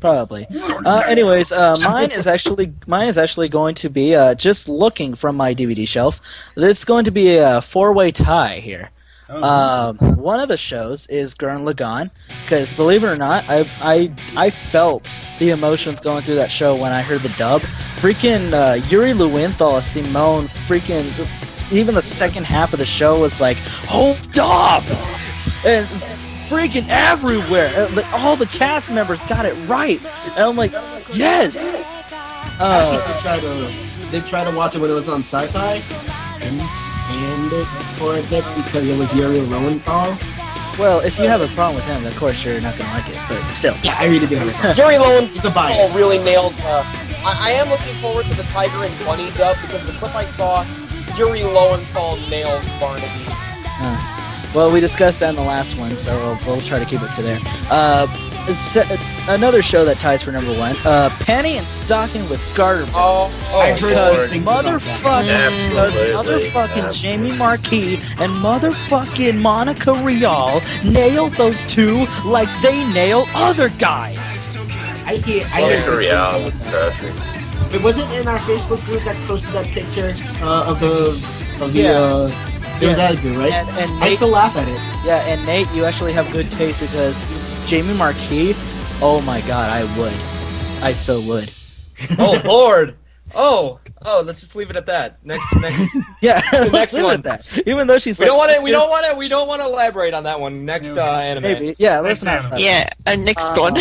S2: Probably. Uh, anyways, uh, mine is actually mine is actually going to be uh, just looking from my DVD shelf. There's going to be a four-way tie here.
S1: Oh,
S4: uh,
S2: Um, one of the shows is Gurren Lagann because believe it or not, I, I I felt the emotions going through that show when I heard the dub. Freaking uh, Yuri Lewinthal, Simone, freaking even the second half of the show was like, hold up, and freaking everywhere. And, like, all the cast members got it right, and I'm like, yes. Uh,
S6: Actually, I tried to, did try to watch it when it was on sci-fi and scanned it for a bit because it was Yuri Lowenthal.
S2: well, if you have a problem with him, of course you're not gonna like it, but still.
S6: Yeah, I really did have
S4: Jerry Lowen
S6: It's a bias.
S4: Oh, really nailed. Uh, I, I am looking forward to the Tiger and Bunny dub because the clip I saw, Yuri Lowenthal nails Barnaby.
S2: Well, we discussed that in the last one, so we'll, we'll try to keep it to there. Uh, it's, uh, another show that ties for number one: uh, Penny and Stocking with Garter.
S4: Oh, oh,
S6: I heard those things about that.
S2: Motherfucking, because
S9: Absolutely.
S2: motherfucking Jamie Marquis and motherfucking Monica Rial nailed those two like they nail other guys.
S6: I hear, I hear
S9: Monica Rial was crushing.
S6: It wasn't in our Facebook group that posted that picture uh, of the of the.
S2: Yeah.
S6: Uh, it was
S2: Yes.
S6: that dude, right?
S2: And, and
S6: I
S2: Nate,
S6: still laugh at it.
S2: yeah, and Nate, you actually have good taste because Jamie Marquis. Oh my God, I would, I so would.
S5: Oh Lord! Oh, oh, let's just leave it at that. Next,
S1: *laughs*
S5: next. *laughs*
S2: Yeah, *laughs* let's
S5: next
S2: leave it
S5: one.
S2: at that. Even though she's
S5: We
S2: like,
S5: don't want to. We don't want to. We don't want to elaborate on that one. Next uh, anime.
S2: Maybe. Yeah,
S1: Next
S2: let's
S1: time.
S2: not.
S3: yeah, uh, next
S4: Uh,
S3: one.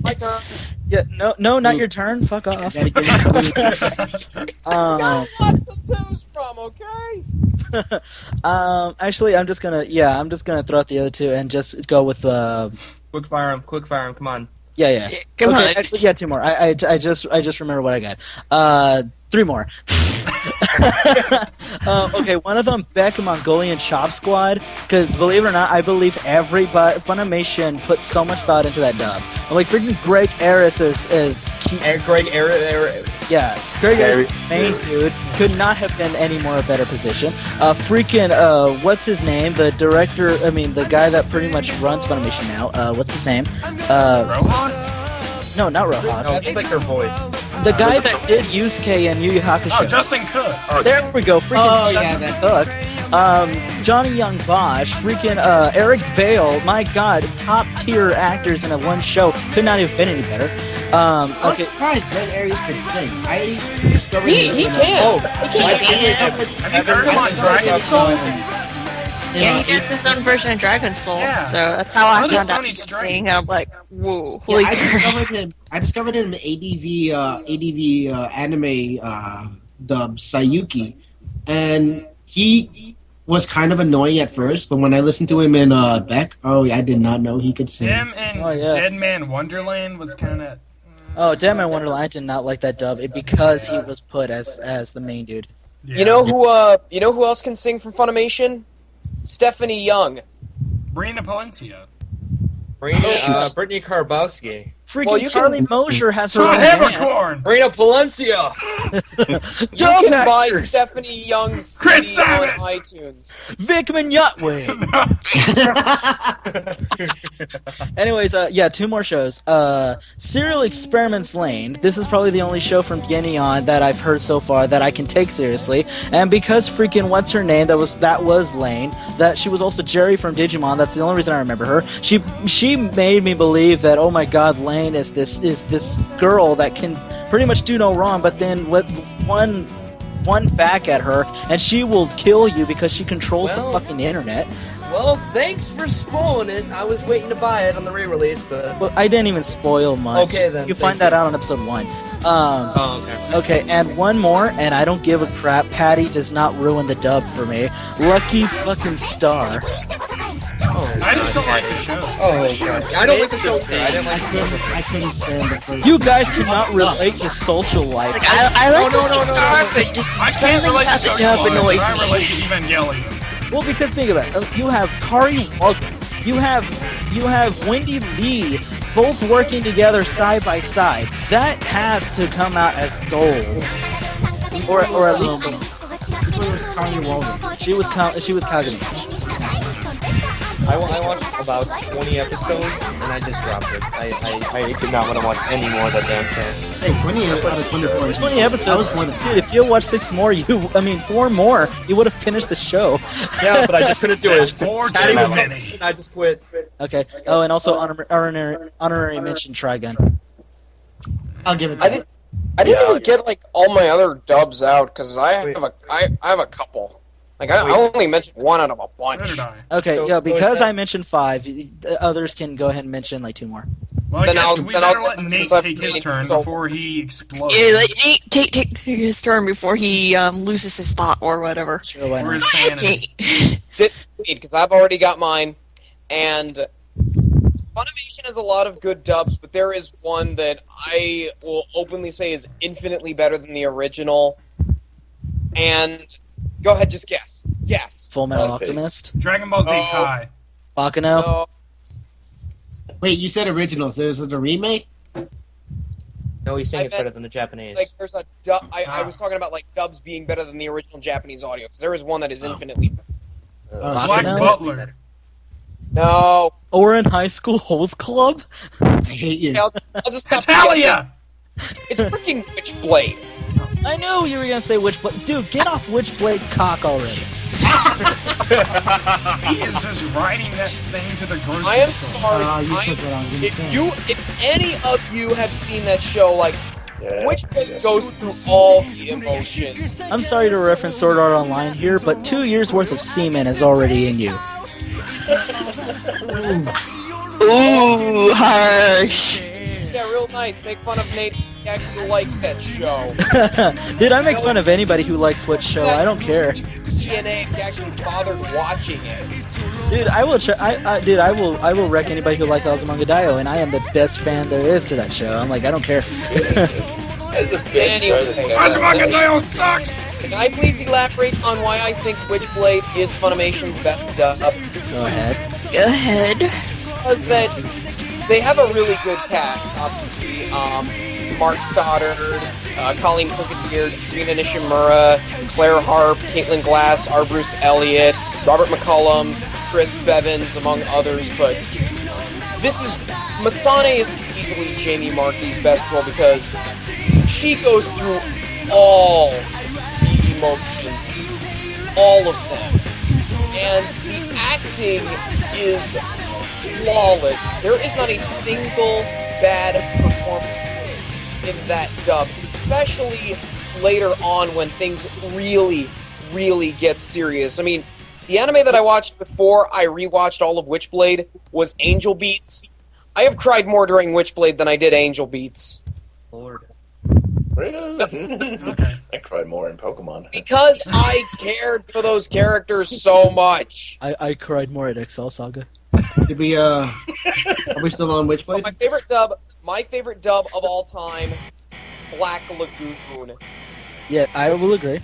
S4: my turn.
S2: Yeah, no, no, not your turn. Fuck off.
S6: Gotta give
S1: *laughs*
S6: it to me.
S2: *laughs*
S6: Oh.
S2: um,
S4: Got lots of twos from, okay?
S2: um, actually, I'm just gonna. Yeah, I'm just gonna throw out the other two and just go with. Uh,
S5: Quick fire him! Quick fire him! Come on.
S2: yeah, yeah.
S3: Yeah, *laughs* Come
S2: okay,
S3: on.
S2: Actually, yeah, two more. I, I, I just, I just remember what I got. Uh, three more. *laughs* uh, okay, one of them, Beck Mongolian Chop Squad, because believe it or not, I believe everybody Funimation put so much thought into that dub. And, like freaking Greg Harris is is key,
S5: Eh, Greg, Eric,
S2: Yeah, Greg
S9: Gary-
S2: is the main dude. Could not have been any more a better position. Uh, freaking, uh, what's his name? The director, I mean, the guy that pretty much runs Funimation now. Uh, what's his name? Uh,
S1: Rojas?
S2: no, not Rojas.
S5: no, it's like her voice.
S2: The guy that did Yusuke and Yu Yu Hakusho.
S1: Oh, Justin Cook.
S9: Oh,
S2: there we go. Freaking
S6: Oh,
S2: Justin
S6: yeah, that-
S2: Cook. Um, Johnny Young Bosch, freaking uh, Eric Vale, my god, top tier actors in a one show. Could not have been any better. Um,
S6: I was
S2: okay,
S6: surprised Ben Aries could sing. I discovered
S4: He, he
S6: when I-
S4: can.
S5: Oh,
S4: he
S5: I
S4: can.
S5: think
S3: Yeah.
S5: it's-
S1: Have you heard
S6: *laughs*
S1: him on Dragon Soul?
S3: Yeah,
S6: uh, Yeah,
S3: he does his own version of Dragon Soul,
S1: Yeah.
S3: so that's how I
S1: What a
S3: found out
S1: Sony
S3: he could
S1: strength.
S3: sing. I'm like, whoa,
S6: Yeah,
S3: holy
S6: I
S3: crap.
S6: discovered him. I discovered him in the ADV uh, ADV uh, anime uh, dub Sayuki, and he was kind of annoying at first. But when I listened to him in uh, Beck, oh, I did not know he could sing.
S1: Him and
S2: Oh, yeah.
S1: Dead Man Wonderland was kind of.
S2: oh damn, I Wonderland, I did not like that dub. It because he was put as as the main dude.
S1: Yeah.
S4: You know who? Uh, you know who else can sing from Funimation? Stephanie Young.
S1: Brina Palencia.
S5: Brina, uh, Brittany Karbowski.
S2: Freaking
S4: Well, you can-
S2: Charlie Mosher has her
S1: Todd
S2: own band.
S1: Habercorn!
S5: Brina Palencia!
S4: You
S2: Dumb
S4: can buy
S2: actors.
S4: Stephanie Young's CD
S1: Chris
S4: on
S1: Simon.
S4: iTunes.
S2: Vic *laughs* Mignotway. Anyways, uh, yeah, two more shows. Uh, Serial Experiments Lane. This is probably the only show from Guinea on that I've heard so far that I can take seriously. And because freaking what's her name that was that was Lane, that she was also Jerry from Digimon. That's the only reason I remember her. She she made me believe that oh my god, Lane is this is this girl that can pretty much do no wrong. But then what one one back at her and she will kill you because she controls
S5: Well-
S2: the fucking internet.
S5: *laughs* well, thanks for spoiling it. I was waiting to buy it on the re-release, but...
S2: Well, I didn't even spoil much.
S5: Okay, then.
S2: You
S5: Thank
S2: find
S5: you.
S2: that out on episode one. Um,
S5: Oh, okay.
S2: okay, and one more, and I don't give a crap. Patty does not ruin the dub for me. Lucky fucking star.
S5: Oh,
S1: *laughs* I just don't like the show.
S5: oh gosh. I don't like the show. either. I didn't
S6: I
S5: like the
S6: couldn't, I couldn't stand the first.
S2: You guys cannot relate to social life.
S3: Like, *laughs* I, I
S1: Oh,
S3: like
S4: No, no,
S3: Lucky
S4: no, no,
S3: Star,
S4: no.
S3: but just
S1: I can't
S3: something
S1: relate to
S3: about the dub
S1: Social Life,
S3: annoyed
S1: but I
S3: me.
S1: relate to Evangelion.
S2: Well, because think about it. Uh, You have Kari Walker. You have you have Wendy Lee both working together side by side. That has to come out as gold. Or, or at least she was co- she was Kagami.
S5: I, wa- I watched about 20 episodes and I just dropped it. I, I, I did not want to watch any more of that damn show.
S6: Hey, 20 out of 24. is-
S2: 20 episodes.
S6: That was one of
S2: Dude, if you watched six more, you, I mean, four more, you would have finished the show.
S5: Yeah, but I just couldn't do
S1: There's
S5: it.
S1: four
S5: Patty
S1: too
S5: was
S1: many.
S5: I just quit.
S2: Okay. Oh, and also honor- honorary, honorary mention Trigun.
S6: I'll give it
S4: I
S6: that.
S4: didn't. I didn't
S9: Yeah.
S4: even get like all my other dubs out because I
S5: Wait.
S4: have a I, I have a couple. Like I, I
S5: Wait.
S4: only mentioned one out of a
S1: So
S4: bunch.
S1: did I.
S2: Okay,
S5: So-
S2: yeah,
S5: so is
S2: because
S5: that-
S2: I mentioned five, y- the others can go ahead and mention like two more.
S1: Well, I
S4: Then
S1: guess
S4: I'll-
S1: we
S4: then
S1: better
S4: I'll-
S1: let Nate
S4: since I've
S1: take
S4: made
S1: his
S4: it,
S1: turn
S4: so-
S1: before he explodes.
S3: Yeah, like, Nate, take, take, take his turn before he um, loses his thought or whatever.
S2: Sure, why
S1: Or
S2: not?
S1: his sanity.
S4: because I've already got mine, and Funimation has a lot of good dubs, but there is one that I will openly say is infinitely better than the original. And go ahead, just guess. Guess.
S2: Full Metal
S9: Last page.
S2: Alchemist,
S1: Dragon Ball Z
S4: Oh.
S1: Kai.
S2: Bakano.
S4: No,
S6: Wait, you said originals. Is it a remake?
S5: No, he's saying
S4: I
S5: it's
S4: bet-
S5: better than the Japanese.
S4: like there's a dub. I, I
S1: Ah.
S4: was talking about like dubs being better than the original Japanese audio because there is one that is
S6: Oh.
S4: infinitely. better.
S6: Uh,
S1: Black
S2: Bakano?
S1: Butler.
S4: No,
S2: Or in High School Holes Club.
S6: I hate you.
S4: okay, I'll just, I'll just
S1: *laughs*
S4: stop.
S1: Italia!
S4: It's freaking Witchblade.
S2: I knew you were gonna say Witchblade. Dude, get off Witchblade's cock already.
S1: He is just riding that thing to the Ah, grocery
S4: I am
S1: store.
S4: sorry.
S6: Uh, you
S4: I-
S6: said what I was going to
S4: if
S6: say.
S4: you, if any of you have seen that show, like
S9: Yeah.
S4: Which place goes through all the emotions?
S2: I'm sorry to reference Sword Art Online here, but two years worth of semen is already in you.
S3: Ooh, harsh.
S4: Yeah, real nice. Make fun of Nate. He actually likes that show.
S2: *laughs* Dude, I make fun of anybody who likes what show. I don't care.
S4: TNA he actually bothered watching it.
S2: Dude, I will. Ch- I, I, dude, I will. I will wreck anybody who likes Azumanga Daioh, and I am the best fan there is to that show. I'm like, I don't care.
S9: That's the best show that
S1: Azumanga Daioh sucks!
S4: Can I please elaborate on why I think Witchblade is Funimation's best dub?
S2: Go ahead.
S3: Go ahead.
S4: Because that they have a really good cast, obviously. Um, Mark Stoddard, uh, Colleen Cricketier, Gina Nishimura, Claire Harp, Caitlin Glass, R. Bruce Elliott, Robert McCollum, Chris Bevins, among others. But this is Masane is easily Jamie Markey's best role because she goes through all the emotions, all of them. and the acting is flawless. There is not a single bad performance in that dub, especially later on when things really, really get serious. I mean, the anime that I watched before I rewatched all of Witchblade was Angel Beats. I have cried more during Witchblade than I did Angel Beats.
S5: Lord.
S9: I cried more in Pokemon.
S4: Because I cared for those characters so much.
S2: I, I cried more at Excel Saga.
S6: Did we, uh, are we still on Witchblade?
S4: But Oh my favorite dub, my favorite dub of all time, Black Lagoon.
S2: Yeah, I will agree.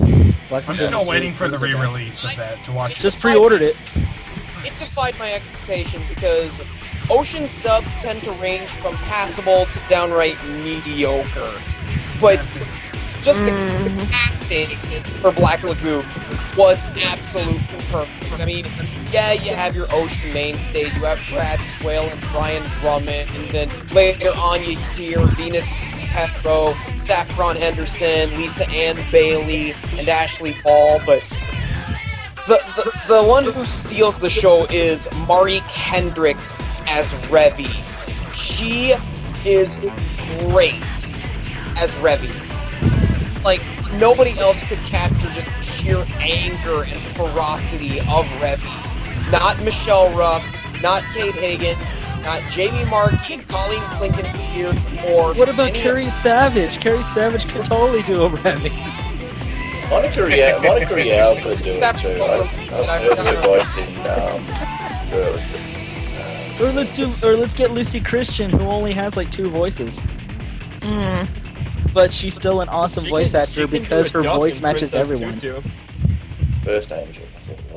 S2: Black
S1: I'm
S2: Mirror
S1: still
S2: is
S1: waiting for the
S2: really good.
S1: re-release of that to watch.
S2: Just pre-ordered it.
S4: It defied my expectations because Ocean's dubs tend to range from passable to downright mediocre. But just the
S3: Mhm.
S4: acting for Black Lagoon was absolute perfect. I mean, yeah, you have your Ocean mainstays. You have Brad Swale and Brian Drummond, and then later on you see your Venus Castro, Saffron Henderson, Lisa Ann Bailey, and Ashley Ball. But the, the the one who steals the show is Mari Hendricks as Revy. She is great as Revy like nobody else could capture just sheer anger and ferocity of Revy. Not Michelle Ruff, not Kate Higgins, not Jamie Markey, Colleen Klinkenbeer, or
S2: What about
S4: any-
S2: Carrie Savage? Carrie Savage can totally do a Remy.
S9: Monica Rial, Monica Rial could do it
S4: That's
S9: too.
S4: awesome.
S9: I, I, I heard her voice in um, what was
S2: *laughs*
S9: it?
S2: Or let's do, or let's get Lucy Christian, who only has like two voices,
S3: Mm.
S2: but she's still an awesome
S5: She
S2: voice
S5: can-
S2: actor
S5: she can do
S2: because
S5: a
S2: her
S5: dunk
S2: voice
S5: in
S2: matches
S5: Princess
S2: everyone.
S5: Tutu.
S9: First Angel. That's what it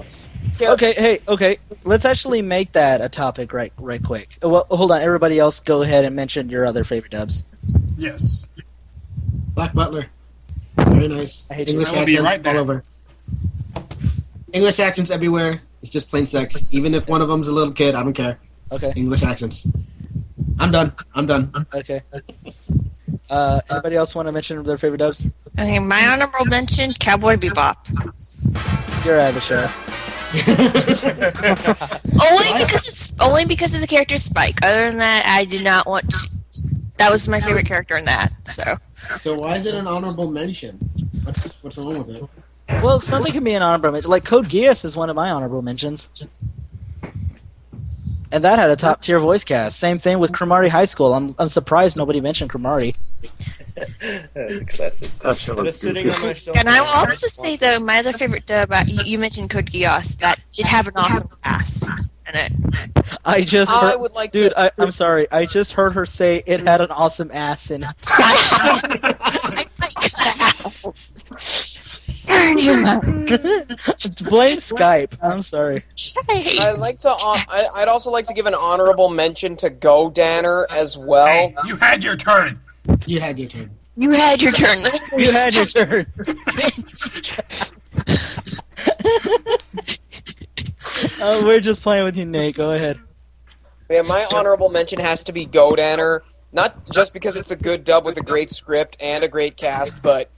S9: was.
S2: Okay, hey, okay, let's actually make that a topic right, right quick. Uh, Well, hold on, everybody else, go ahead and mention your other favorite dubs.
S1: Yes.
S6: Black Butler. Very nice.
S2: I hate you.
S6: English
S1: I will be
S6: accents
S1: right back.
S6: all over. English accents everywhere. It's just plain sex. Even if one of them's a little kid, I don't care.
S2: Okay,
S6: English accents. I'm done. I'm done.
S2: okay. Uh, anybody else want to mention their favorite dubs?
S3: Okay, my honorable mention: Cowboy Bebop.
S2: You're out of the show.
S3: Only because it's only because of the character Spike. Other than that, I did not want. To, that was my favorite character in that. So
S6: *laughs* so why is it an honorable mention? What's, what's wrong with it?
S2: Well, something can be an honorable mention. Like Code Geass is one of my honorable mentions, and that had a top tier voice cast. Same thing with Cromari High School. I'm I'm surprised nobody mentioned Cromari.
S9: That's a classic.
S8: That show
S5: Just
S8: was
S5: sitting on my
S8: goofy.
S5: shelf.
S3: And I will
S1: *laughs*
S3: also say though, my other favorite dub. Uh, you, you mentioned Code Geass. That did have an awesome cast in
S2: *laughs*
S3: it.
S2: I just
S4: I
S2: heard-
S4: would like
S2: dude.
S4: to.
S2: I, I'm sorry. I just heard her say it had an awesome ass in it. *laughs*
S3: *laughs*
S2: Blame Skype. I'm sorry.
S4: I'd like to. hon- I, I'd also like to give an honorable mention to Go Danner as well.
S1: Hey, you had your turn.
S6: You had your turn.
S3: you had your turn.
S2: You had your turn. *laughs* Uh, we're just playing with you, Nate. Go ahead.
S4: Yeah, my honorable mention has to be Godanner. Not just because it's a good dub with a great script and a great cast, but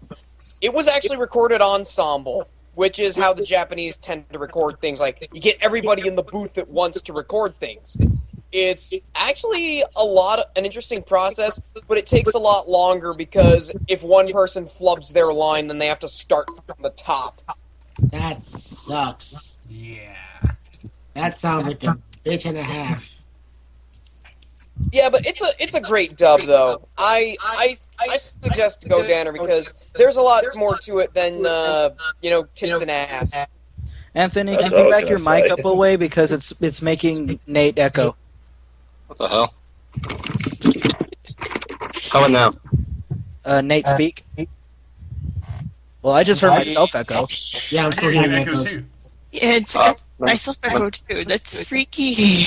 S4: it was actually recorded ensemble, which is how the Japanese tend to record things. Like you get everybody in the booth at once to record things. It's actually a lot an interesting process, but it takes a lot longer because if one person flubs their line, then they have to start from the top.
S6: That sucks.
S1: Yeah.
S6: That sounds like a bitch and a half.
S4: Yeah, but it's a it's a great dub though. I I, I suggest go Danner because there's a lot more to it than uh, you know tits and ass.
S2: Anthony,
S9: That's
S2: can you
S9: what I
S2: back
S9: was
S2: your
S9: gonna
S2: mic
S9: say.
S2: up a way because it's it's making Nate echo.
S8: What the hell? How about now?
S2: Uh, Nate, speak. Well, I just heard myself echo.
S6: Yeah, I'm still
S1: You
S6: hearing
S1: echo
S6: echoes.
S1: too.
S3: It's
S8: Uh,
S2: Oh,
S3: myself echo too. That's freaky.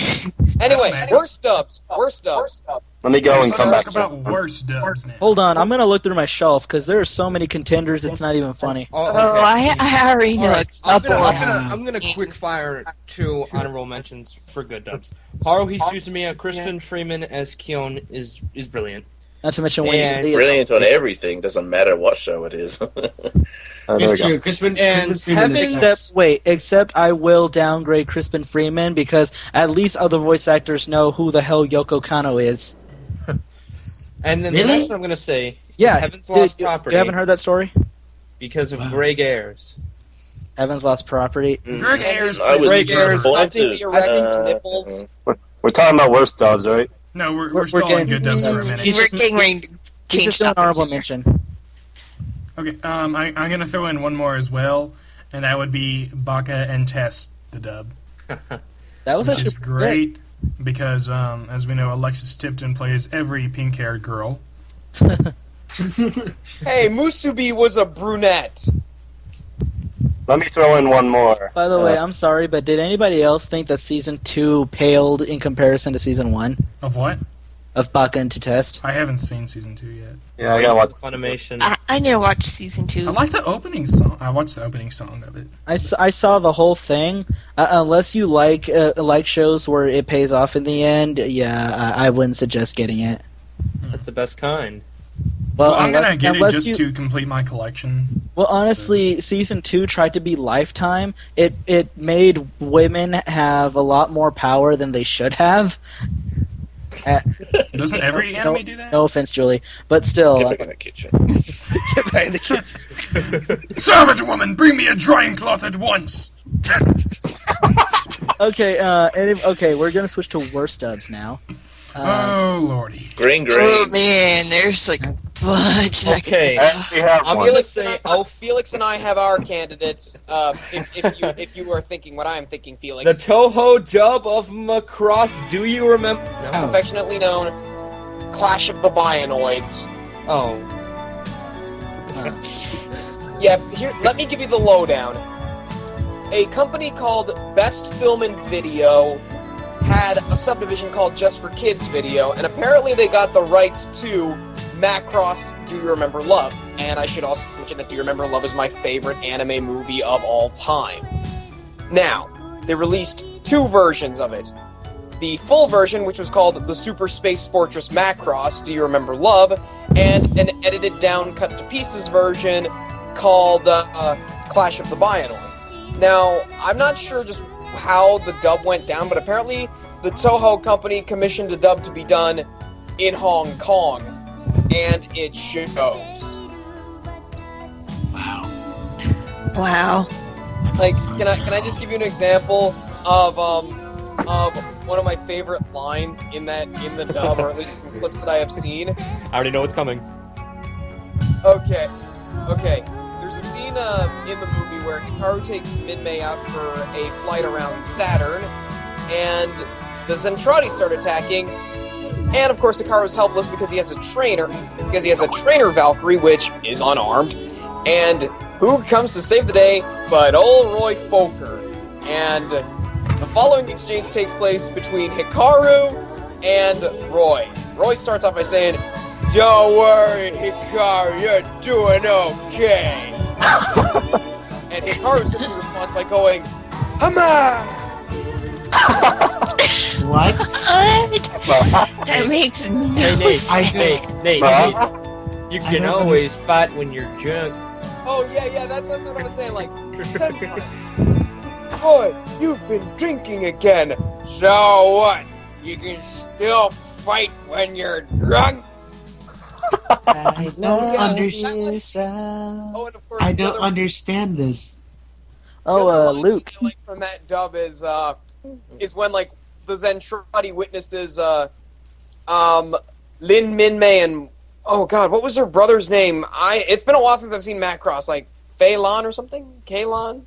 S4: Anyway, worst dubs, worst dubs.
S8: Let me go and
S1: Let's
S8: come back.
S1: talk about worse dubs now.
S2: Hold on, I'm gonna look through my shelf because there are so many contenders. It's not even funny.
S5: Oh, okay.
S3: Oh, I, I already know
S5: Alright,
S3: a
S5: I'm
S3: couple.
S5: gonna, I'm gonna, I'm gonna quick fire two honorable mentions for good dubs. Haruhi Suzumiya, Crispin Freeman as Kion is is brilliant.
S2: Not to mention Winnie
S7: And
S2: Lee is
S9: Brilliant on everything. Doesn't matter what show it is. *laughs*
S8: Uh, there we
S6: It's
S8: go.
S6: true. Crispin,
S7: And
S6: Crispin Freeman
S7: having-
S6: is nice.
S2: Except wait, except I will downgrade Crispin Freeman because at least other voice actors know who the hell Yoko Kano is.
S5: And then the
S6: Really?
S5: next one I'm gonna say,
S2: Yeah,
S5: Heaven's
S2: dude,
S5: Lost
S2: you-
S5: Property.
S2: You haven't heard that story?
S5: because of Greg Ayers.
S2: Heaven's Lost Property.
S1: Greg
S9: Mm.
S1: Ayers.
S9: I was
S1: plays
S5: Greg
S1: the drummer.
S5: Ayers.
S9: born
S4: I think
S9: to,
S4: the erect
S9: uh,
S4: nipples-
S8: We're talking about worst dubs, right?
S1: No, we're, we're,
S2: We're-
S1: still
S2: we're
S1: on good
S2: getting-
S1: dubs for a
S2: he's-
S1: minute.
S2: he's-
S3: We're
S2: just-
S3: getting ready to
S2: He's
S3: change
S2: just an
S3: topics
S2: honorable
S3: here.
S2: mention.
S1: Okay, um, I, I'm going to throw in one more as well, and that would be Baca and Test, the dub,
S2: That was
S1: which
S2: actually
S1: is great because, um, as we know, Alexis Tipton plays every pink-haired girl.
S6: *laughs*
S4: Hey, Musubi was a brunette.
S8: Let me throw in one more.
S2: By the way,
S8: Uh,
S2: I'm sorry, but did anybody else think that season two paled in comparison to season one
S1: Of what?
S2: of Baka and to Test?
S1: I haven't seen season two yet.
S8: yeah, I gotta watch.
S5: Funimation.
S3: I, I need to watch season
S1: I
S3: two.
S1: like the opening song. I watched the opening song of it.
S2: I, s- I saw the whole thing. Uh, unless you like uh, like shows where it pays off in the end, yeah, I, I wouldn't suggest getting it.
S5: That's the best kind.
S2: Well,
S1: I'm
S2: unless,
S1: gonna get it
S2: unless
S1: just
S2: you,
S1: to complete my collection.
S2: Well, honestly, season two tried to be lifetime. It it made women have a lot more power than they should have.
S1: Doesn't every
S2: *laughs* No,
S1: anime do that?
S2: no offense, Julie, but still,
S9: *laughs* Get back
S2: uh,
S9: in the kitchen.
S1: Savage woman, bring me a drying cloth at once.
S2: okay, uh, and if- okay, we're gonna switch to worst dubs now. Uh,
S1: oh lordy.
S9: Green
S3: Oh
S9: green.
S3: man, there's like a bunch. that I could
S5: Okay.
S3: think of.
S8: And we have
S5: I'm
S8: one.
S5: gonna
S4: Felix and
S5: say
S4: I,
S5: I'll
S4: Felix and I have our candidates. Uh, if, if you if you are thinking what I am thinking, Felix,
S5: the Toho dub of Macross. Do you remember?
S4: it's
S5: No.
S4: affectionately known Clash of the Bionoids.
S5: Oh,
S4: Yeah, here. Let me give you the lowdown. A company called Best Film and Video had a subdivision called Just for Kids Video, and apparently they got the rights to Macross Do You Remember Love? And I should also mention that Do You Remember Love is my favorite anime movie of all time. Now, they released two versions of it. The full version, which was called The Super Space Fortress Macross Do You Remember Love? and an edited down, cut to pieces version called uh, uh, Clash of the Bionoids. Now, I'm not sure just how the dub went down, but apparently the Toho company commissioned a dub to be done in Hong Kong, and it shows.
S3: Wow.
S4: Like, can I can I just give you an example of um of one of my favorite lines in that in the dub, or at least from clips that I have seen?
S5: I already know what's
S6: *laughs*
S5: coming.
S4: Okay. Okay. There's a scene uh, in the movie where Hikaru takes Minmay out for a flight around Saturn, and the Zentradi start attacking. And of course, Hikaru's helpless because he has a trainer, because he has a trainer Valkyrie, which is unarmed. And who comes to save the day but old Roy Foker? And the following exchange takes place between Hikaru and Roy. Roy starts off by saying, don't worry, Hikaru, you're doing okay. and Hikaru simply responds by going, Hama!
S6: What?
S3: What? That makes
S5: Hey
S3: no
S5: Nate,
S3: sense.
S5: Nate, Nate,
S8: Huh?
S5: Nate, you
S6: I
S5: can
S6: don't
S5: always fight when you're
S6: *laughs*
S5: drunk.
S4: Oh, yeah, yeah, that, that's what I was saying. Like, "Senpai, boy, you've been drinking again. So what? You can still fight when you're drunk?
S6: Uh, I
S4: No,
S6: don't
S4: yeah,
S6: understand.
S4: Oh, and of course,
S6: I
S4: the
S6: don't
S4: other-
S6: understand this.
S2: oh,
S4: The other
S2: uh,
S4: line that
S2: Luke.
S4: I like from that dub is uh, is when like the Zentradi witnesses uh, um, Lin Min May and oh god, what was her brother's name? I it's been a while since I've seen Matt Cross, like Phelan or something, Kalon,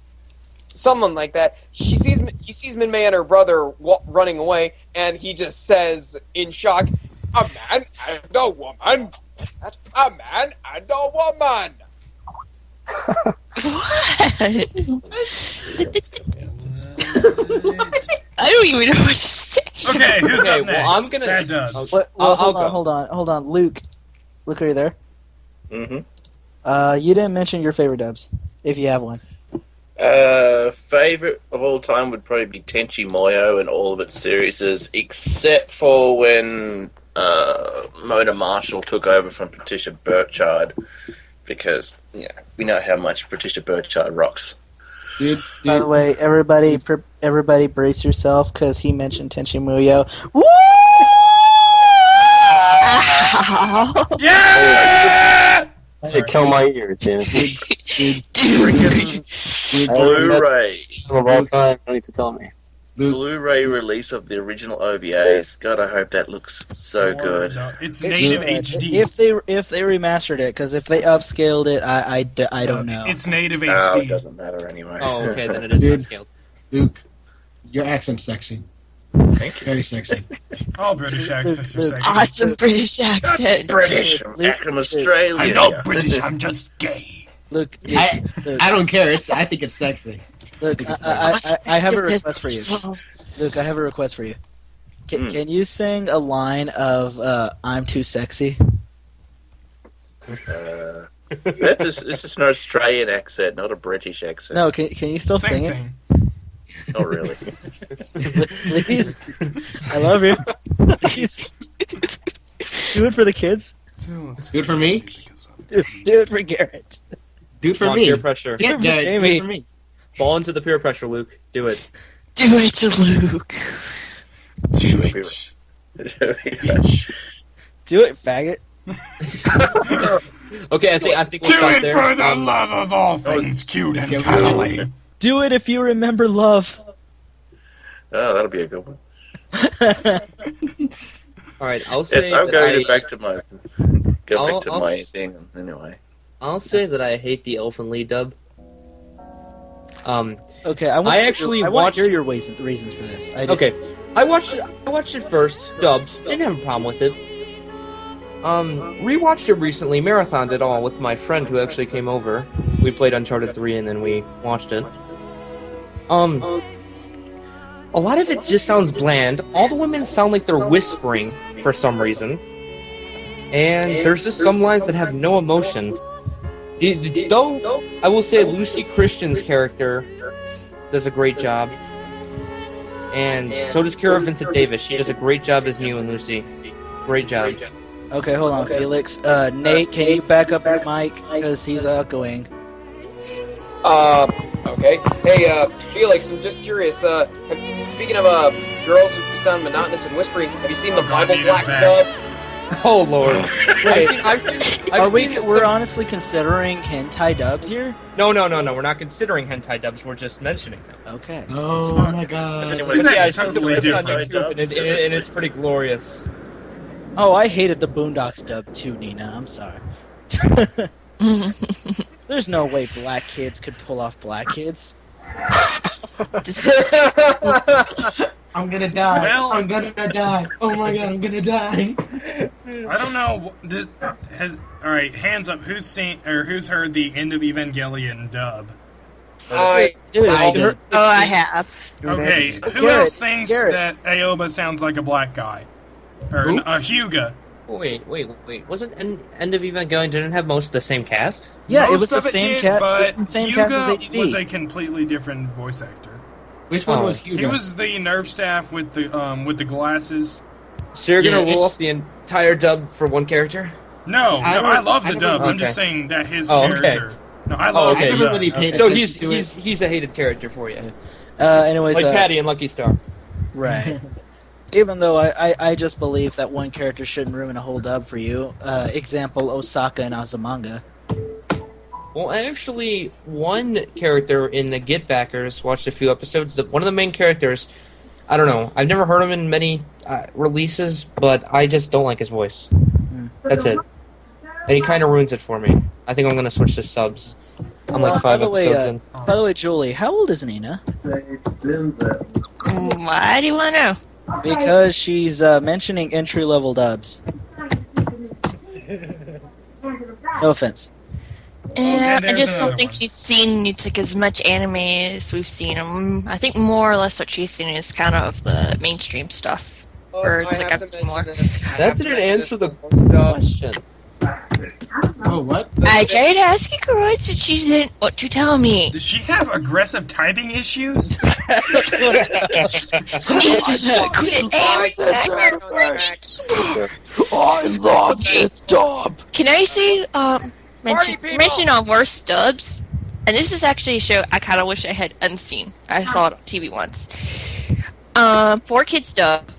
S4: someone like that. She sees he sees Min May and her brother wa- running away, and he just says in shock, "A man and a woman, a man and a woman."
S3: What? I don't even know what to say.
S2: *laughs*
S1: Okay, who's
S5: Okay,
S1: up next?
S5: well, I'm gonna-
S1: Bad dubs.
S2: What, well,
S5: I'll-
S2: hold
S5: I'll
S2: on,
S5: go.
S2: hold on, hold on, Luke. Luke, are you there?
S9: *laughs* Mm-hmm.
S2: Uh, you didn't mention your favorite dubs, if you have one.
S9: Uh, favorite of all time would probably be Tenchi Muyo and all of its series, except for when uh, Mona Marshall took over from Patricia Burchard because yeah, we know how much Patricia Burchard rocks.
S6: Dude,
S2: By the way, everybody, pre- everybody, brace yourself because he mentioned Tenchi Muyo. Woo! Oh,
S1: Yeah!
S8: They kill my ears, dude.
S6: *coughs*
S4: Oh,
S9: Blu-ray,
S8: Some of all time. No need to tell me.
S9: Blu-ray release of the original OVAs. God, I hope that looks
S4: Oh.
S9: so good.
S1: It's native HD.
S2: If they if they remastered it, because if they upscaled it, I, I, d- I don't know.
S1: It's native
S9: No, Oh, it
S1: HD.
S9: doesn't matter anyway.
S5: Oh, okay,
S9: *laughs*
S5: then it is
S6: Dude.
S5: upscaled.
S6: Luke, your accent's sexy.
S5: Thank
S6: Very sexy.
S1: All British accents
S2: *laughs*
S1: are sexy.
S3: Awesome British accent.
S9: British. I'm back from Australia.
S1: I'm not British. I'm just gay.
S2: Look, Luke,
S6: I,
S2: Luke,
S6: I don't care. It's I think it's sexy.
S2: Luke, I, I, I, I have a request for you. Luke, I have a request for you. Can,
S9: Hmm.
S2: can you sing a line of uh, "I'm too sexy"?
S9: Uh, *laughs* that's just, this is an Australian accent, not a British accent.
S2: No, can can you still
S1: Same
S2: sing it?
S1: thing.
S5: *laughs*
S9: Not really. *laughs*
S8: *laughs*
S2: Please, I love you. Please, do it for the kids.
S6: Good for me.
S2: Do, do it for Garrett.
S6: Dude for
S5: Come on,
S6: me.
S5: peer pressure.
S6: Yeah,
S2: for
S6: yeah,
S2: Jamie.
S6: Dude for me.
S5: Fall into the peer pressure, Luke. Do it.
S3: Do it to Luke.
S1: Do it, bitch.
S2: Do it, faggot.
S5: Okay, I think I think we'll
S1: Do
S5: stop
S1: it
S5: there.
S1: for the
S5: Um,
S1: love of all things cute and cuddly.
S2: Do it if you remember love.
S9: oh, that'll be a good one.
S5: all right, I'll say
S9: Yes, I'm
S5: that
S9: going
S5: I,
S9: to back to my go
S5: I'll-
S9: back to
S5: I'll
S9: my
S5: s-
S9: thing anyway.
S5: I'll say that I hate the Elfin Lee dub. Um,
S2: Okay, I, want
S5: I
S2: to hear-
S5: actually
S2: I want
S5: watched-
S2: to hear your reason, reasons for this. I do.
S5: Okay, I watched it. I watched it first, dubbed. Didn't have a problem with it. Um, rewatched it recently, marathoned it all with my friend who actually came over. We played Uncharted three and then we watched it. Um, a lot of it just sounds bland. All the women sound like they're whispering for some reason, and there's just some lines that have no emotion. D- d- Though I will say Lucy Christian's character does a great job. And so does Kira Vincent Davis. She does a great job as Neo and Lucy. Great job. *laughs*
S2: Okay, hold on, Felix. Uh, Nate, can you back up your mic because he's outgoing?
S4: Uh, okay. Hey, uh, Felix, I'm just curious. Uh, have, speaking of uh, girls who sound monotonous and whispering, have you seen the
S1: Oh, God,
S4: Bible
S1: Nina's
S4: Black
S1: back.
S4: Dub?
S5: Oh lord. I've
S4: Wait.
S5: seen, I've seen, I've
S2: Are we?
S5: seen
S2: We're
S5: some-
S2: honestly considering hentai dubs here.
S5: No, no, no, no. We're not considering hentai dubs. We're just mentioning them.
S2: Okay.
S6: Oh my god.
S9: Anyway,
S1: That's
S5: I
S9: yeah,
S5: seen some
S1: totally
S5: clips on
S1: different.
S5: YouTube, and, it, and, it- and it's pretty glorious.
S2: Oh, I hated the Boondocks dub too, Nina.
S1: *laughs*
S2: I'm sorry. *laughs* There's no way black kids could pull off black kids.
S6: I'm gonna die.
S1: Well-
S6: I'm gonna die. Oh my god, I'm gonna die.
S1: I don't know. wh- Does, has all right? Hands up. Who's seen or who's heard the end of Evangelion dub?
S4: I,
S2: Dude,
S6: I
S2: you're-
S3: Oh, I have.
S1: Okay, who
S2: Uh, Garrett,
S1: else thinks
S2: Garrett.
S1: that Aoba sounds like a black guy? Or
S6: Who?
S1: an- a Huga?
S5: Wait, wait, wait. Wasn't End, End of Evangelion didn't have most of the same cast?
S2: yeah, it
S1: Most
S2: was the
S1: of
S2: same
S1: did,
S2: cat.
S1: but
S2: It was the same
S1: Hyuga
S2: cast as ADV.
S1: was a completely different voice actor.
S6: Which one
S5: Oh.
S6: was Hugo?
S1: He was the nerve staff with the um with the glasses.
S5: So you're
S6: Yeah,
S5: gonna roll
S6: it's-
S5: off the entire dub for one character?
S1: No,
S6: I
S1: no,
S6: don't-
S1: I love the
S6: I don't-
S1: dub. I'm
S5: okay.
S1: just saying that his
S5: Oh, okay.
S1: character. No, I love
S5: okay.
S1: the
S6: I never
S1: dub.
S6: really paid
S5: So
S6: attention
S5: he's
S6: to
S5: he's he's a hated character for you,
S2: Uh, anyways,
S5: like
S2: uh,
S5: Patty and Lucky Star.
S2: *laughs*
S1: *laughs*
S2: Right. Even though I, I, I just believe that one character shouldn't ruin a whole dub for you. Uh, example, Osaka and Azumanga.
S5: Well, actually, one character in the Get Backers watched a few episodes. The, one of the main characters, I don't know. I've never heard him in many uh, releases, but I just don't like his voice.
S2: Hmm.
S5: That's it. And he kind of ruins it for me. I think I'm going to switch to subs. I'm
S2: Well,
S5: like five
S2: by the way,
S5: episodes
S2: uh,
S5: in.
S1: Oh.
S2: By the way, Julie, how old is Nina?
S3: Mm, Why do you want to know?
S2: Because she's uh, mentioning entry level dubs. No offense.
S3: Yeah, I
S1: there's
S3: just
S1: another
S3: don't think
S1: one.
S3: she's seen it's like as much anime as we've seen 'em. I think more or less what she's seen is kind of the mainstream stuff. Or it's
S4: Oh, I
S3: like
S4: have
S3: I've
S4: to
S3: seen more.
S4: mention this- I have
S5: That
S4: to
S5: didn't
S4: mention
S5: answer
S4: this
S5: the
S4: dub.
S5: question.
S6: Oh what?
S3: I tried asking her once and she didn't want to tell me.
S1: Does she have aggressive typing issues?
S3: Quit
S5: Oh,
S4: Why is
S3: *laughs*
S4: this
S3: everything.
S4: right on the back?
S8: Shit.
S10: I love this dub.
S3: Can I say um mention
S4: Party people!
S3: mention on worst dubs? And this is actually a show I kind of wish I had unseen. I saw it on TV once. Um, four kids dub,